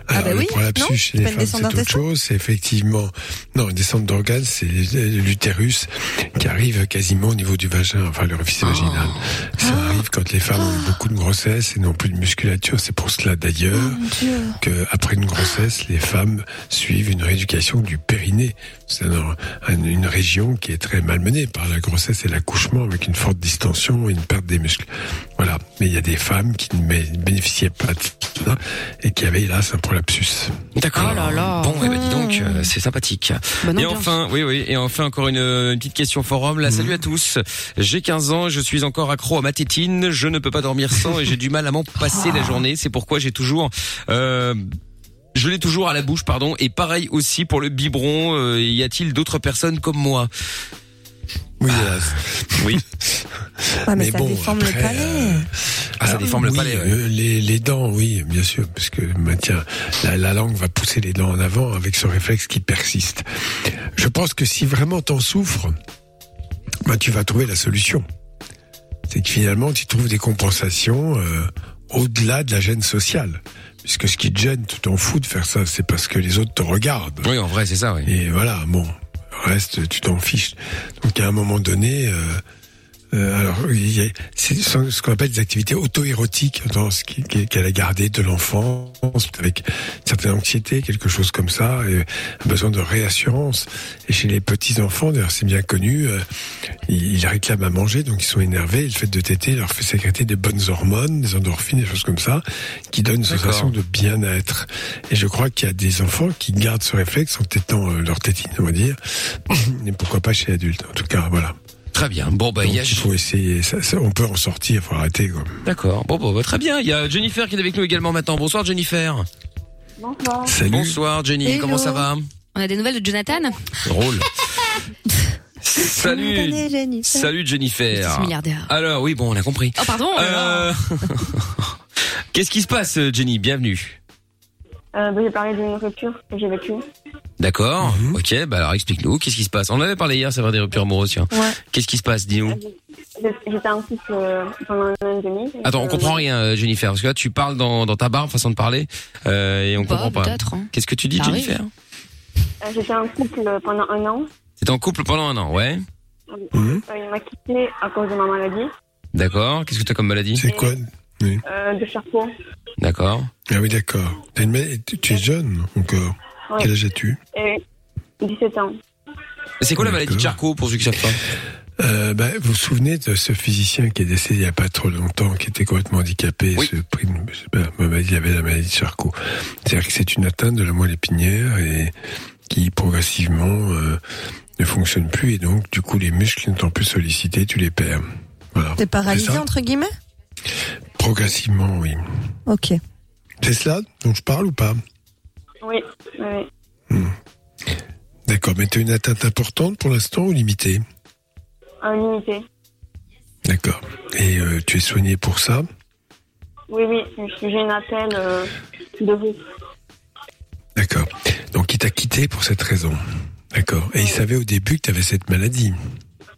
[SPEAKER 5] Alors,
[SPEAKER 4] bah
[SPEAKER 5] le
[SPEAKER 4] oui,
[SPEAKER 5] Ah prolapsus
[SPEAKER 4] non,
[SPEAKER 5] chez
[SPEAKER 4] c'est
[SPEAKER 5] les
[SPEAKER 4] pas une
[SPEAKER 5] femmes,
[SPEAKER 4] descente
[SPEAKER 5] c'est autre
[SPEAKER 4] d'intestin
[SPEAKER 5] chose. C'est effectivement, non, une descente d'organes, c'est l'utérus qui arrive quasiment au niveau du vagin, enfin le réflexe
[SPEAKER 4] Oh.
[SPEAKER 5] vaginal. Ça
[SPEAKER 4] Ah.
[SPEAKER 5] arrive quand les femmes ont eu beaucoup de grossesse et n'ont plus de musculature. C'est pour cela d'ailleurs
[SPEAKER 4] Ah.
[SPEAKER 5] que après une grossesse, les femmes suivent une rééducation du périnée. C'est un- un- une région qui est très malmenée par la grossesse et l'accouchement, avec une forte distension et une perte des muscles. Voilà. Mais il y a des femmes qui ne mé- bénéficiaient pas de cela et qui avaient hélas un prolapsus.
[SPEAKER 2] D'accord. Bon, eh ben, dis donc, euh, c'est sympathique.
[SPEAKER 5] Bonne
[SPEAKER 2] et
[SPEAKER 5] ambiance.
[SPEAKER 2] enfin, oui, oui, et enfin encore une, euh, une petite question forum. Là, salut à tous. J'ai 15 ans, je suis encore accro à ma tétine. Je ne peux pas dormir sans et j'ai du mal à m'en passer la journée. C'est pourquoi j'ai toujours. euh, je l'ai toujours à la bouche, pardon, et pareil aussi pour le biberon. euh, y a-t-il d'autres personnes comme moi Ah.
[SPEAKER 5] Oui.
[SPEAKER 2] oui.
[SPEAKER 3] Ah, mais,
[SPEAKER 5] Mais
[SPEAKER 3] ça
[SPEAKER 5] bon,
[SPEAKER 3] déforme
[SPEAKER 5] après, euh,
[SPEAKER 3] le palais.
[SPEAKER 2] Ah, ça déforme le
[SPEAKER 5] oui,
[SPEAKER 2] palais, ouais.
[SPEAKER 5] euh, les, les dents, oui, bien sûr, parce que bah, tiens, la, la langue va pousser les dents en avant avec ce réflexe qui persiste. Je pense que si vraiment t'en souffres, bah, tu vas trouver la solution. C'est que finalement, tu trouves des compensations euh, au-delà de la gêne sociale. Puisque ce qui te gêne, tu t'en fous de faire ça, c'est parce que les autres te regardent.
[SPEAKER 2] Oui, en vrai, c'est ça, oui.
[SPEAKER 5] Et voilà, bon, le reste, tu t'en fiches. Donc à un moment donné, euh, euh, alors il y a- c'est ce ce qu'on appelle des activités auto-érotiques, dans ce qui- qui- qu'elle a gardé de l'enfance, avec une certaine anxiété, quelque chose comme ça, et un besoin de réassurance. Et chez les petits enfants, d'ailleurs, c'est bien connu, euh, ils, ils réclament à manger, donc ils sont énervés. Et le fait de téter leur fait sécréter des bonnes hormones, des endorphines, des choses comme ça, qui donnent une sensation de bien-être. Et je crois qu'il y a des enfants qui gardent ce réflexe en tétant euh, leur tétine, on va dire. Et pourquoi pas chez adultes, en tout cas, voilà.
[SPEAKER 2] Très bien. Bon, bah,
[SPEAKER 5] Donc,
[SPEAKER 2] il y a-
[SPEAKER 5] faut essayer. Ça, ça, on peut en sortir, faut arrêter. Quoi.
[SPEAKER 2] D'accord. Bon, bon, bah, très bien. Il y a Jennifer qui est avec nous également maintenant. Bonsoir, Jennifer.
[SPEAKER 6] Bonsoir.
[SPEAKER 2] Bonsoir, Jenny.
[SPEAKER 4] Hello.
[SPEAKER 2] Comment ça va
[SPEAKER 4] On a des nouvelles de Jonathan
[SPEAKER 2] Drôle. Salut.
[SPEAKER 4] Bonne année, Jennifer.
[SPEAKER 2] Salut Ah. Jennifer.
[SPEAKER 4] Petit milliardaire.
[SPEAKER 2] Alors oui, bon, on a compris.
[SPEAKER 4] Oh pardon
[SPEAKER 2] Euh, Qu'est-ce qui se passe, euh, Jenny Bienvenue.
[SPEAKER 6] Euh, ben, j'ai parlé d'une rupture que j'ai vécue.
[SPEAKER 2] D'accord. Ok. Bah alors explique-nous. Qu'est-ce qui se passe On en avait parlé hier, ça va des ruptures amoureuses. tiens.
[SPEAKER 6] Ouais.
[SPEAKER 2] Qu'est-ce qui se passe Dis-nous.
[SPEAKER 6] J'ai- J'étais en couple euh, pendant un an et demi.
[SPEAKER 2] Attends, on
[SPEAKER 6] Euh,
[SPEAKER 2] comprend rien, euh, Jennifer, parce que là tu parles dans, dans ta barbe, façon de parler, euh, et on
[SPEAKER 6] Bah,
[SPEAKER 2] comprend pas.
[SPEAKER 6] peut-être, hein.
[SPEAKER 2] Qu'est-ce que tu dis,
[SPEAKER 6] Ça arrive.
[SPEAKER 2] Jennifer
[SPEAKER 6] euh, J'étais en couple pendant un an.
[SPEAKER 2] T'es en couple pendant un an, ouais.
[SPEAKER 5] Mmh.
[SPEAKER 2] Mhm.
[SPEAKER 6] Euh, il m'a quitté à cause de ma maladie
[SPEAKER 2] D'accord. Qu'est-ce que t'as comme maladie
[SPEAKER 5] C'est quoi
[SPEAKER 6] euh, de charcot.
[SPEAKER 2] D'accord.
[SPEAKER 5] Ah oui, d'accord. T'as une ma- Tu tu es jeune encore.
[SPEAKER 6] Ouais.
[SPEAKER 5] Quel âge as-tu
[SPEAKER 6] Et 17 ans.
[SPEAKER 2] C'est quoi la maladie de Charcot pour ceux qui savent pas
[SPEAKER 5] Euh, bah, vous vous souvenez de ce physicien qui est décédé il n'y a pas trop longtemps, qui était complètement handicapé, ce prix de- je sais pas, ma maladie- il avait la maladie de Charcot. C'est-à-dire que c'est une atteinte de la moelle épinière et qui progressivement euh, ne fonctionne plus et donc du coup les muscles n'étant plus sollicités, tu les perds. Voilà.
[SPEAKER 3] T'es
[SPEAKER 5] C'est
[SPEAKER 3] paralysé
[SPEAKER 5] ça
[SPEAKER 3] entre guillemets
[SPEAKER 5] Progressivement, oui.
[SPEAKER 3] Ok.
[SPEAKER 5] C'est cela dont je parle ou pas
[SPEAKER 6] Oui, oui.
[SPEAKER 5] D'accord, mais tu as une atteinte importante pour l'instant ou limitée
[SPEAKER 6] Un limité.
[SPEAKER 5] D'accord. Et euh, tu es soigné pour ça
[SPEAKER 6] Oui, oui, je- j'ai une appel euh, de vous.
[SPEAKER 5] D'accord. Donc il t'a quitté pour cette raison. D'accord. Et il savait au début que tu avais cette maladie.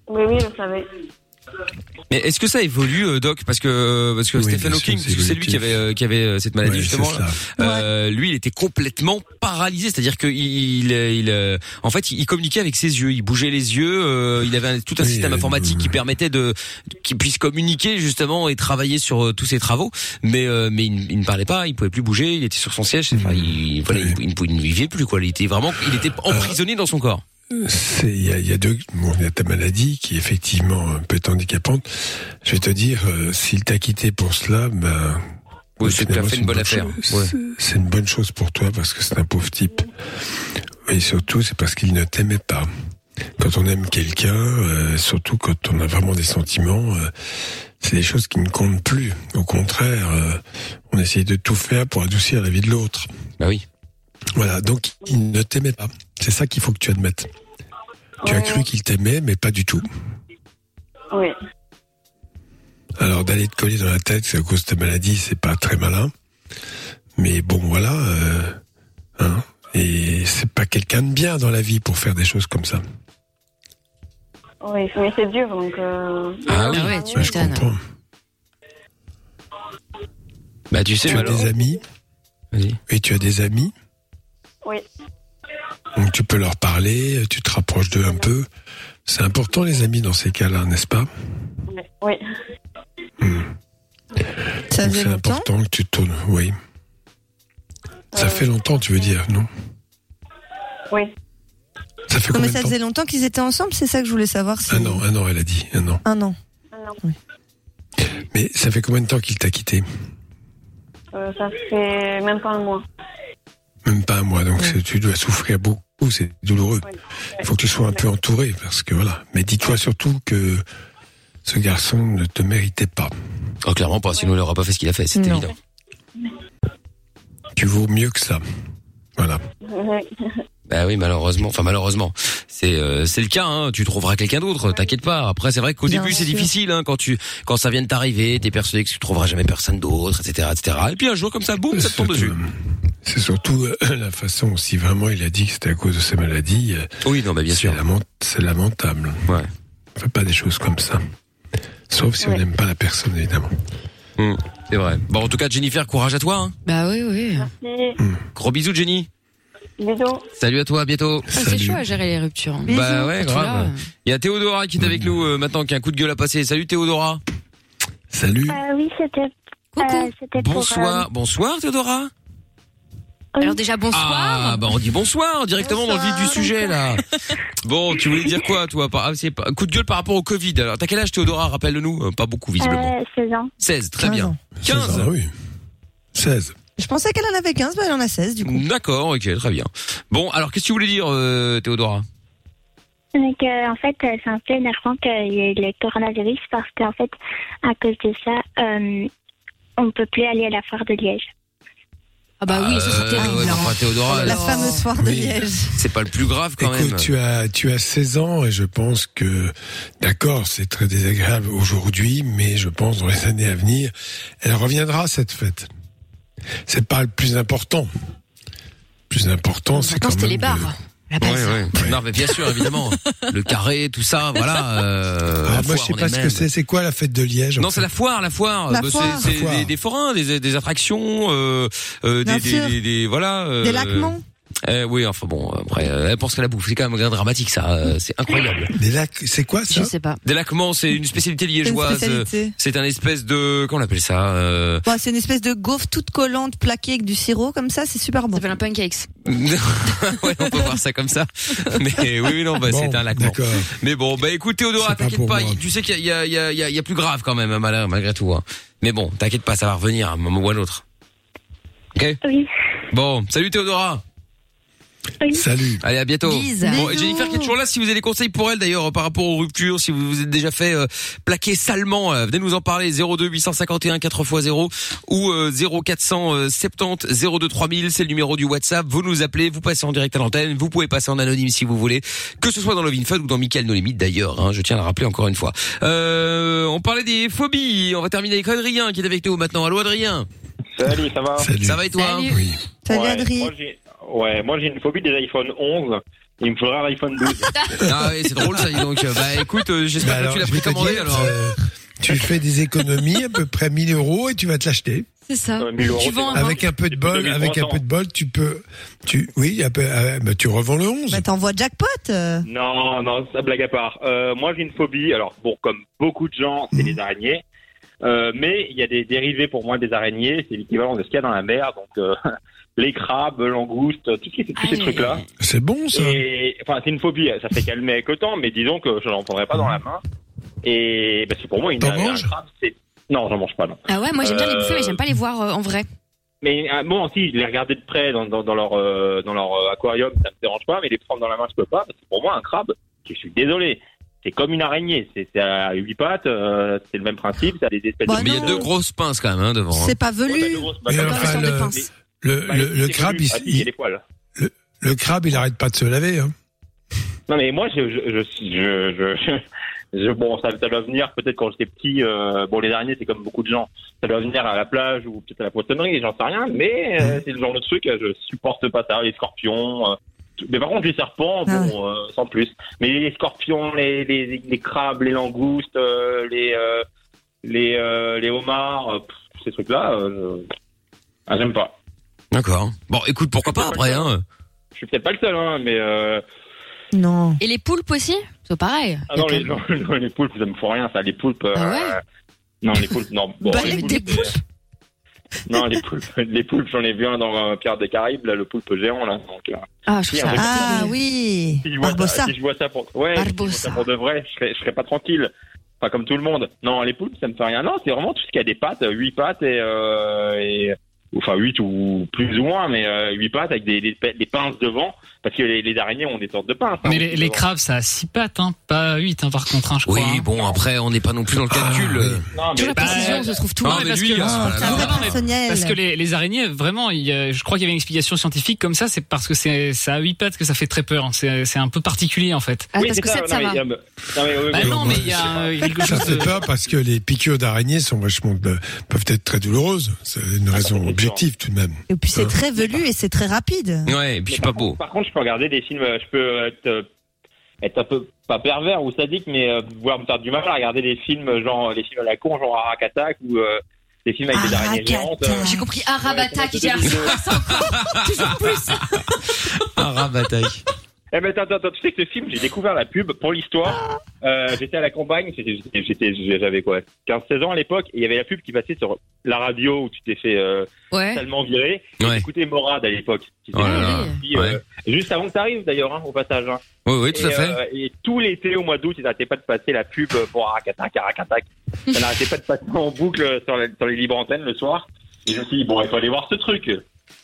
[SPEAKER 6] Oui, oui, je savais.
[SPEAKER 2] Mais est-ce que ça évolue, euh, Doc Parce que euh, parce que Stephen Hawking, parce que c'est lui qui avait euh, qui avait euh, cette maladie
[SPEAKER 5] Ouais,
[SPEAKER 2] justement.
[SPEAKER 5] c'est
[SPEAKER 2] là. Euh, Lui, il était complètement paralysé, c'est-à-dire que il, il- il, euh, en fait, il communiquait avec ses yeux, il bougeait les yeux, euh, il avait un- tout un système informatique qui permettait de qu'il puisse communiquer justement et travailler sur euh, tous ses travaux. Mais euh, mais il, il ne parlait pas, il pouvait plus bouger, il était sur son siège,
[SPEAKER 5] Mmh.
[SPEAKER 2] enfin, il, voilà, il, il ne pouvait- il ne vivait plus quoi. Il était vraiment, il était emprisonné dans son corps.
[SPEAKER 5] C'est- Il y a, il y a deux. Bon, il y a ta maladie qui effectivement euh, peut être handicapante. Je vais te dire, euh, s'il t'a quitté pour cela, ben.
[SPEAKER 2] Oui, c'est
[SPEAKER 5] finalement,
[SPEAKER 2] tout à fait une bonne affaire.
[SPEAKER 5] chose.
[SPEAKER 2] Ouais.
[SPEAKER 5] C'est- C'est une bonne chose pour toi parce que c'est un pauvre type. Et surtout, c'est parce qu'il ne t'aimait pas. Quand on aime quelqu'un, euh, surtout quand on a vraiment des sentiments, euh, c'est des choses qui ne comptent plus. Au contraire, euh, on essaye de tout faire pour adoucir la vie de l'autre.
[SPEAKER 2] Bah oui.
[SPEAKER 5] Voilà, donc il ne t'aimait pas. C'est ça qu'il faut que tu admettes. Tu as cru qu'il t'aimait, mais pas du tout.
[SPEAKER 6] Oui.
[SPEAKER 5] Alors d'aller te coller dans la tête, c'est à cause de ta maladie, c'est pas très malin. Mais bon, voilà. euh, hein, et c'est pas quelqu'un de bien dans la vie pour faire des choses comme ça.
[SPEAKER 6] Oui, mais c'est dur, donc. euh,
[SPEAKER 2] Ah
[SPEAKER 5] ouais, je comprends.
[SPEAKER 2] Bah tu sais,
[SPEAKER 5] tu as
[SPEAKER 2] alors.
[SPEAKER 5] des amis. Et tu as des amis.
[SPEAKER 6] Oui.
[SPEAKER 5] Donc tu peux leur parler, tu te rapproches d'eux un peu. C'est important les amis dans ces cas-là, n'est-ce pas
[SPEAKER 6] Oui.
[SPEAKER 5] Donc, C'est important que tu te tournes, oui. Ça fait longtemps, tu veux dire, non
[SPEAKER 6] Oui.
[SPEAKER 5] Ça fait
[SPEAKER 3] Non, mais
[SPEAKER 5] combien de
[SPEAKER 3] ça
[SPEAKER 5] temps
[SPEAKER 3] faisait longtemps qu'ils étaient ensemble, c'est ça que je voulais savoir. Si...
[SPEAKER 5] Un an, un an, elle a dit, un an.
[SPEAKER 3] Un an.
[SPEAKER 5] Mais ça fait combien de temps qu'il t'a quitté
[SPEAKER 6] Euh, ça fait même pas un mois.
[SPEAKER 5] Même pas un mois, donc c'est- tu dois souffrir beaucoup, c'est douloureux. Il faut que tu sois un peu entouré, parce que voilà. Mais dis-toi surtout que ce garçon ne te méritait pas.
[SPEAKER 2] Oh, clairement pas, sinon il aura pas fait ce qu'il a fait, c'est
[SPEAKER 5] Non.
[SPEAKER 2] évident.
[SPEAKER 5] Tu vaux mieux que ça. Voilà.
[SPEAKER 2] Bah oui, malheureusement. Enfin, malheureusement, c'est euh, c'est le cas. Hein. Tu trouveras quelqu'un d'autre. T'inquiète pas. Après, c'est vrai qu'au
[SPEAKER 15] Bien
[SPEAKER 2] début, c'est
[SPEAKER 15] sûr.
[SPEAKER 2] difficile hein, quand tu quand ça vient de t'arriver. T'es persuadé que tu trouveras jamais personne d'autre, etc., etc. Et puis un jour comme ça, boum, ça te tombe dessus.
[SPEAKER 5] C'est surtout euh, la façon, si vraiment il a dit que c'était à cause de sa maladie.
[SPEAKER 2] Oui, non, mais bien
[SPEAKER 5] sûr. C'est lamentable.
[SPEAKER 2] Ouais.
[SPEAKER 5] On fait pas des choses comme ça. Sauf si on n'aime pas la personne, évidemment.
[SPEAKER 2] Hmm, c'est vrai. Bon, en tout cas, Jennifer, courage à toi. Hein.
[SPEAKER 4] Bah oui, oui. Ah,
[SPEAKER 6] Merci.
[SPEAKER 5] Mm.
[SPEAKER 2] Gros bisous, Jenny.
[SPEAKER 6] Bisous.
[SPEAKER 2] Salut à toi, à bientôt.
[SPEAKER 4] C'est chaud à gérer les ruptures. hein.
[SPEAKER 2] Bah ouais,
[SPEAKER 4] Quand tu l'as,
[SPEAKER 2] grave. Il y a Théodora qui est avec nous euh, maintenant, qui a un coup de gueule à passer. Salut Théodora.
[SPEAKER 5] Salut.
[SPEAKER 16] Euh, oui, c'était. euh, c'était pour,
[SPEAKER 2] Bonsoir, bonsoir Théodora.
[SPEAKER 4] Alors déjà bonsoir.
[SPEAKER 2] Ah bah on dit bonsoir directement dans le vif du sujet là. Bon, tu voulais dire quoi toi par... ah, c'est pas- Coup de gueule par rapport au Covid. Alors t'as quel âge Théodora Rappelle-nous. Euh, Pas beaucoup
[SPEAKER 16] euh,
[SPEAKER 2] visiblement.
[SPEAKER 16] 16 ans.
[SPEAKER 2] 16, très bien. 15
[SPEAKER 5] Ah oui. 16.
[SPEAKER 3] Je pensais qu'elle en avait 15, mais elle en a 16 du coup.
[SPEAKER 2] D'accord, ok, très bien. Bon, alors qu'est-ce que tu voulais dire euh, Théodora
[SPEAKER 16] Donc, euh, en fait, euh, c'est un peu énervant qu'il y ait le coronavirus parce qu'en fait, à cause de ça, euh, on ne peut plus aller à la foire de Liège.
[SPEAKER 4] Ah bah oui, ça
[SPEAKER 2] Euh, ouais, mais enfin, Théodora,
[SPEAKER 3] La
[SPEAKER 2] euh,
[SPEAKER 3] fameuse foire de Liège.
[SPEAKER 2] c'est pas le plus grave quand
[SPEAKER 5] Écoute,
[SPEAKER 2] même.
[SPEAKER 5] tu as, tu as 16 ans et je pense que, d'accord, c'est très désagréable aujourd'hui, mais je pense dans les années à venir, elle reviendra cette fête. C'est pas le plus important. Le plus important, c'est
[SPEAKER 4] Attends,
[SPEAKER 5] quand
[SPEAKER 4] c'était
[SPEAKER 5] même.
[SPEAKER 4] les bars. La base.
[SPEAKER 2] Non mais bien sûr évidemment le carré tout ça voilà euh,
[SPEAKER 5] Ah, moi,
[SPEAKER 2] la foire,
[SPEAKER 5] je sais
[SPEAKER 2] on
[SPEAKER 5] pas
[SPEAKER 2] est
[SPEAKER 5] ce que
[SPEAKER 2] même.
[SPEAKER 5] c'est. C'est quoi la fête de Liège en
[SPEAKER 2] Non,
[SPEAKER 5] fait
[SPEAKER 2] c'est la foire, la foire.
[SPEAKER 5] La
[SPEAKER 2] Bah, c'est-
[SPEAKER 5] foire.
[SPEAKER 2] C'est
[SPEAKER 5] La foire.
[SPEAKER 2] Des, des forains, des, des attractions, euh, euh,
[SPEAKER 5] Bien
[SPEAKER 2] des, des,
[SPEAKER 5] sûr.
[SPEAKER 2] des- des- voilà. euh,
[SPEAKER 5] Des laquements.
[SPEAKER 2] euh, oui, enfin bon, après, euh, elle pense qu'elle a bouffé. C'est quand même dramatique, ça. euh, c'est incroyable.
[SPEAKER 5] Des lacs, c'est quoi ça
[SPEAKER 4] pas.
[SPEAKER 2] Des laquements, c'est une spécialité liégeoise.
[SPEAKER 3] spécialité.
[SPEAKER 2] C'est un espèce de, comment on appelle ça euh,
[SPEAKER 3] Bon, c'est une espèce de gaufre toute collante plaquée avec du sirop comme ça, c'est super bon. Ça
[SPEAKER 4] s'appelle un pancakes.
[SPEAKER 2] ouais, on peut voir ça comme ça. Mais oui, oui, non, bah,
[SPEAKER 5] Bon,
[SPEAKER 2] c'est un laquement. Mais bon, bah écoute, Théodora, t'inquiète pas. y- Tu sais qu'il y a, il y, a, il y, a, il y a plus grave quand même, hein, malheur, malgré tout. hein. Mais bon, t'inquiète pas, ça va revenir à un moment ou à l'autre. Ok. Bon, salut Théodora.
[SPEAKER 5] Salut.
[SPEAKER 2] Allez, à bientôt.
[SPEAKER 15] Bise.
[SPEAKER 2] Bon, et
[SPEAKER 15] Bisous.
[SPEAKER 2] Jennifer qui est toujours là, si vous avez des conseils pour elle d'ailleurs par rapport aux ruptures, si vous vous êtes déjà fait euh, plaquer salement, euh, venez nous en parler 02 851 4x0 ou euh, 0470 02 3000, c'est le numéro du WhatsApp. Vous nous appelez, vous passez en direct à l'antenne, vous pouvez passer en anonyme si vous voulez, que ce soit dans Lovin Fun ou dans Michael No Limit d'ailleurs, hein, je tiens à le rappeler encore une fois. Euh, on parlait des phobies, on va terminer avec Adrien qui est avec nous maintenant. Allô Adrien
[SPEAKER 17] Salut, ça va
[SPEAKER 2] Ça va et toi hein
[SPEAKER 3] Salut
[SPEAKER 17] ouais,
[SPEAKER 3] Adrien.
[SPEAKER 17] Moi, j'ai- ouais, moi j'ai une phobie des iPhone 11. Il me faudra l'iPhone 12.
[SPEAKER 2] Ah oui, c'est drôle ça, dis donc. Bah écoute, euh, j'espère
[SPEAKER 5] Bah
[SPEAKER 2] que tu l'as
[SPEAKER 5] alors, je vais te
[SPEAKER 2] précommandé
[SPEAKER 5] dire,
[SPEAKER 2] alors.
[SPEAKER 5] euh, tu fais des économies à peu près 1000 euros et tu vas te l'acheter.
[SPEAKER 4] C'est
[SPEAKER 7] Hein
[SPEAKER 4] ça. Tu vends un
[SPEAKER 5] avec un peu de bol,
[SPEAKER 4] Depuis
[SPEAKER 5] avec un
[SPEAKER 4] 2300.
[SPEAKER 5] peu de bol, tu peux, tu, oui, un peu, ah, bah, tu revends le 11.
[SPEAKER 3] Bah t'envoies jackpot. euh.
[SPEAKER 17] non, non, ça blague à part. Euh, moi j'ai une phobie. Alors bon, comme beaucoup de gens,
[SPEAKER 5] Mhm.
[SPEAKER 17] c'est les araignées. Euh, mais il y a des dérivés pour moi des araignées. C'est l'équivalent de ce qu'il y a dans la mer. Donc euh, les crabes, langoustes, tout ce qui- tous
[SPEAKER 4] Ah,
[SPEAKER 17] ces trucs-là.
[SPEAKER 5] C'est bon ça.
[SPEAKER 17] Et, enfin, c'est une phobie. Ça s'est calmé avec le temps, mais disons que je n'en prendrai pas dans la main. Et bah, c'est pour moi une
[SPEAKER 5] T'en
[SPEAKER 17] un
[SPEAKER 5] manges
[SPEAKER 17] crabe, c'est non, j'en mange pas. Non.
[SPEAKER 4] Ah ouais, moi j'aime bien les bouffer,
[SPEAKER 17] Euh,
[SPEAKER 4] mais j'aime pas les voir euh, en vrai.
[SPEAKER 17] Mais euh, bon, si, les regarder de près dans, dans, dans leur, euh, dans leur euh, aquarium, ça me dérange pas, mais les prendre dans la main, je peux pas, parce que pour moi, un crabe, je suis désolé, c'est comme une araignée, c'est c'est à huit pattes, euh, c'est le même principe, ça a des espèces de...
[SPEAKER 2] mais il y a deux grosses pinces quand même hein, devant.
[SPEAKER 3] C'est pas velu.
[SPEAKER 5] Mais enfin, le, le, le- le crabe, il,
[SPEAKER 17] il y a des poils.
[SPEAKER 5] le, le crabe, il arrête pas de se laver. Hein.
[SPEAKER 17] Non mais moi je je je je, je, je- Je- bon, ça, ça doit venir peut-être quand j'étais petit. euh, bon, les araignées, c'est comme beaucoup de gens. Ça doit venir à la plage ou peut-être à la poissonnerie, j'en sais rien. Mais euh, c'est le genre de truc, euh, je supporte pas ça. Les scorpions. euh, tout- mais par contre, les serpents, bon, euh, sans plus. Mais les scorpions, les, les, les crabes, les langoustes, euh, les, euh, les, euh, les homards, euh, pff, ces trucs-là, euh, je- ah, j'aime pas.
[SPEAKER 2] D'accord. Bon, écoute, pourquoi pas après, hein
[SPEAKER 17] Je suis peut-être pas le seul, hein, mais euh,
[SPEAKER 3] Non.
[SPEAKER 4] Et les poulpes aussi C'est pareil.
[SPEAKER 17] ah non, les, non, non, les poulpes, ça me fout rien, ça. Les poulpes. euh, non, les poulpes, non. Bon,
[SPEAKER 4] Bah,
[SPEAKER 17] les
[SPEAKER 4] avec
[SPEAKER 17] poulpes,
[SPEAKER 4] des
[SPEAKER 17] euh, Non, les poulpes, les poulpes, j'en ai vu un dans euh, Pierre des Caraïbes, là, le poulpe géant, là. Donc, euh,
[SPEAKER 4] Ah,
[SPEAKER 17] je trouve ça-
[SPEAKER 3] Ah oui.
[SPEAKER 17] si je vois
[SPEAKER 3] Barbossa.
[SPEAKER 5] Ah,
[SPEAKER 17] ça, si je vois ça pour, ouais, si je vois ça pour de vrai, je serais, je serais pas tranquille. Pas comme tout le monde. Non, les poulpes, ça me fait rien. Non, c'est vraiment tout ce qui a des pattes, 8 pattes et, euh, et- enfin 8 ou plus ou moins, mais 8 pattes avec des, des, pe- des pinces devant, parce que les, les araignées ont des sortes de pinces. hein,
[SPEAKER 7] Mais les,
[SPEAKER 17] aussi
[SPEAKER 7] les
[SPEAKER 17] devant.
[SPEAKER 7] crabes, ça a 6 pattes, hein, pas 8 hein, par contre, hein, je crois. Oui,
[SPEAKER 2] bon, après, on n'est pas non plus dans le calcul.
[SPEAKER 17] Non,
[SPEAKER 7] mais
[SPEAKER 4] la précision se trouve toujours.
[SPEAKER 7] Non, mais parce que-
[SPEAKER 2] ah,
[SPEAKER 3] un vrai
[SPEAKER 7] Non, mais-
[SPEAKER 3] personnel.
[SPEAKER 7] Parce que les, les araignées, vraiment, il y a- je crois qu'il y avait une explication scientifique comme ça, c'est parce que c'est ça a huit pattes que ça fait très peur. hein. C'est c'est un peu particulier en fait.
[SPEAKER 4] Ah, Oui, parce c'est que ça,
[SPEAKER 17] sept, ça non, va. mais,
[SPEAKER 7] Bah non, mais il y a euh, quelque
[SPEAKER 5] Ça
[SPEAKER 7] chose
[SPEAKER 5] fait
[SPEAKER 7] de...
[SPEAKER 5] peur parce que les piqûres d'araignées sont vachement, euh, peuvent être très douloureuses. C'est une raison objective tout de même.
[SPEAKER 3] Et puis c'est
[SPEAKER 5] Hein
[SPEAKER 3] très velu et c'est très rapide.
[SPEAKER 2] Ouais, et puis
[SPEAKER 17] c'est pas beau. Par contre, je peux regarder des films, euh, je peux être, euh, être un peu, pas pervers ou sadique, mais euh, vouloir me faire du mal à regarder des films, euh, genre, les films à la con, genre Arak Attack ou euh, des films avec des araignées géantes. euh.
[SPEAKER 4] J'ai compris Arabata Ah, qui dit Toujours plus.
[SPEAKER 2] Un rabataille.
[SPEAKER 17] Eh ben, attends, attends, attends, tu sais que ce film, j'ai découvert la pub pour l'histoire. Euh, j'étais à la campagne, j'étais- j'étais- j'avais quoi, 15-16 ans à l'époque, et il y avait la pub qui passait sur la radio où tu t'es fait euh,
[SPEAKER 4] Ouais.
[SPEAKER 17] totalement virer. Et J'écoutais Morad à l'époque. qui était
[SPEAKER 2] Oh là
[SPEAKER 17] une
[SPEAKER 2] là.
[SPEAKER 17] fille, euh, Juste avant que t'arrives d'ailleurs, hein, au passage. hein.
[SPEAKER 2] Oui, oui, tout
[SPEAKER 17] et,
[SPEAKER 2] à fait.
[SPEAKER 17] euh, et tout l'été, au mois d'août, ils n'arrêtaient pas de passer la pub euh, pour ah, Arakatak, Arakatak. Ça n'arrêtait pas de passer en boucle sur, la- sur les libres antennes le soir. Et je me suis dit, bon, il faut aller voir ce truc.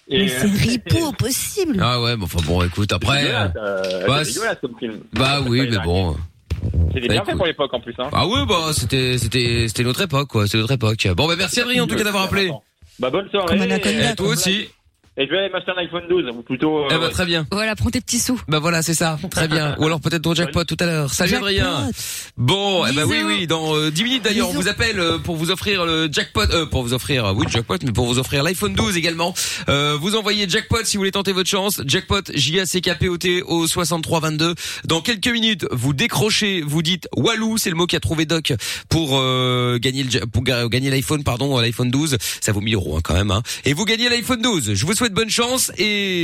[SPEAKER 17] Et,
[SPEAKER 3] Mais c'est ripo possible.
[SPEAKER 2] Ah ouais, mais enfin bon, écoute, après.
[SPEAKER 17] dégueulasse, euh,
[SPEAKER 2] euh,
[SPEAKER 17] c'est
[SPEAKER 2] bah,
[SPEAKER 17] dégueulasse comme film.
[SPEAKER 2] Bah oui, mais bon.
[SPEAKER 17] C'était bien
[SPEAKER 2] Écoute.
[SPEAKER 17] fait pour l'époque en plus. Hein.
[SPEAKER 2] Ah ouais, bah c'était c'était c'était notre époque quoi, c'est notre époque. Bon bah merci Adrien en tout cas d'avoir appelé.
[SPEAKER 17] Bah bonne soirée.
[SPEAKER 2] Et toi aussi.
[SPEAKER 17] Et je vais aller m'acheter un iPhone 12, ou plutôt. euh,
[SPEAKER 2] Eh bah très bien.
[SPEAKER 4] Voilà, prends tes petits sous.
[SPEAKER 2] Bah voilà, c'est ça. Très bien. Ou alors peut-être ton jackpot tout à l'heure. Salut
[SPEAKER 4] Jackpot.
[SPEAKER 2] Adrien. Bon, eh ben oui
[SPEAKER 4] Bisous.
[SPEAKER 2] oui, dans euh, 10 minutes d'ailleurs, on vous appelle euh, pour vous offrir le jackpot euh, pour vous offrir euh, oui, le jackpot mais pour vous offrir l'iPhone 12 également. Euh, vous envoyez jackpot si vous voulez tenter votre chance. Jackpot J A C K P O T au 63 22. Dans quelques minutes, vous décrochez, vous dites Walou, c'est le mot qu'a trouvé Doc pour euh, gagner le ja- pour ga- gagner l'iPhone pardon, euh, l'iPhone 12, ça vaut 1000 euros hein, quand même hein. Et vous gagnez l'iPhone 12. Je vous souhaite bonne chance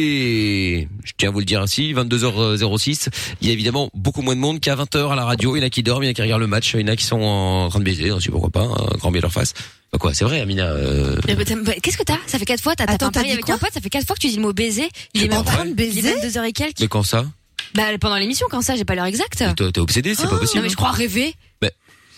[SPEAKER 2] et je tiens à vous le dire ainsi, 22h06, il y a évidemment beaucoup moins de monde qu'à 20h à la radio, il y en a qui dorment, il y en a qui regardent le match, il y en a qui sont en train de baiser, je sais pas pourquoi pas, hein, grand bien leur face. Bah quoi, c'est vrai Amina euh,
[SPEAKER 4] Mais bah, t'as- bah, Qu'est-ce que t'as Ça fait 4 fois, t'as tapé un pari avec un pote, ça fait 4 fois que tu dis le mot baiser. Il est même
[SPEAKER 2] pas vrai.
[SPEAKER 4] Il est 22h et quelques.
[SPEAKER 2] Mais quand ça
[SPEAKER 4] Bah, pendant l'émission, quand ça, j'ai pas l'heure exacte.
[SPEAKER 2] Toi, T'es obsédé, c'est pas
[SPEAKER 4] Non,
[SPEAKER 2] possible.
[SPEAKER 4] Oh, mais je crois rêver,
[SPEAKER 2] Bah,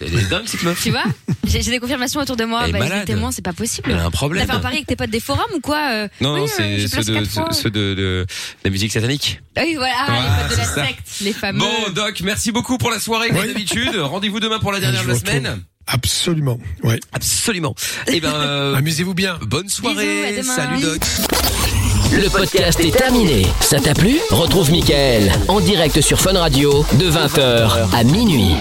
[SPEAKER 2] elle est dingue cette meuf.
[SPEAKER 4] tu vois. J'ai j'ai des confirmations autour de moi.
[SPEAKER 2] Elle
[SPEAKER 4] Bah,
[SPEAKER 2] est
[SPEAKER 4] ils étaient
[SPEAKER 2] malade.
[SPEAKER 4] témoins, c'est pas possible.
[SPEAKER 2] Elle a un problème.
[SPEAKER 4] T'as fait un pari avec tes potes des forums ou quoi euh,
[SPEAKER 2] Non, non,
[SPEAKER 4] oui, euh,
[SPEAKER 2] c'est
[SPEAKER 4] j'ai
[SPEAKER 2] ceux
[SPEAKER 4] placé
[SPEAKER 2] de,
[SPEAKER 4] quatre fois.
[SPEAKER 2] ceux de, de la musique satanique.
[SPEAKER 4] Ah oui, voilà, ah, les potes de la
[SPEAKER 2] c'est ça.
[SPEAKER 4] secte, les fameux.
[SPEAKER 2] Bon, Doc, merci beaucoup pour la soirée, comme d'habitude. Rendez-vous demain pour la dernière de la semaine.
[SPEAKER 5] Absolument. Ouais.
[SPEAKER 2] Absolument. Eh ben,
[SPEAKER 5] amusez-vous bien.
[SPEAKER 2] Bonne soirée. Salut, Doc.
[SPEAKER 8] Le podcast est terminé. Ça t'a plu Retrouve Mickaël en direct sur Fun Radio de 20h à minuit.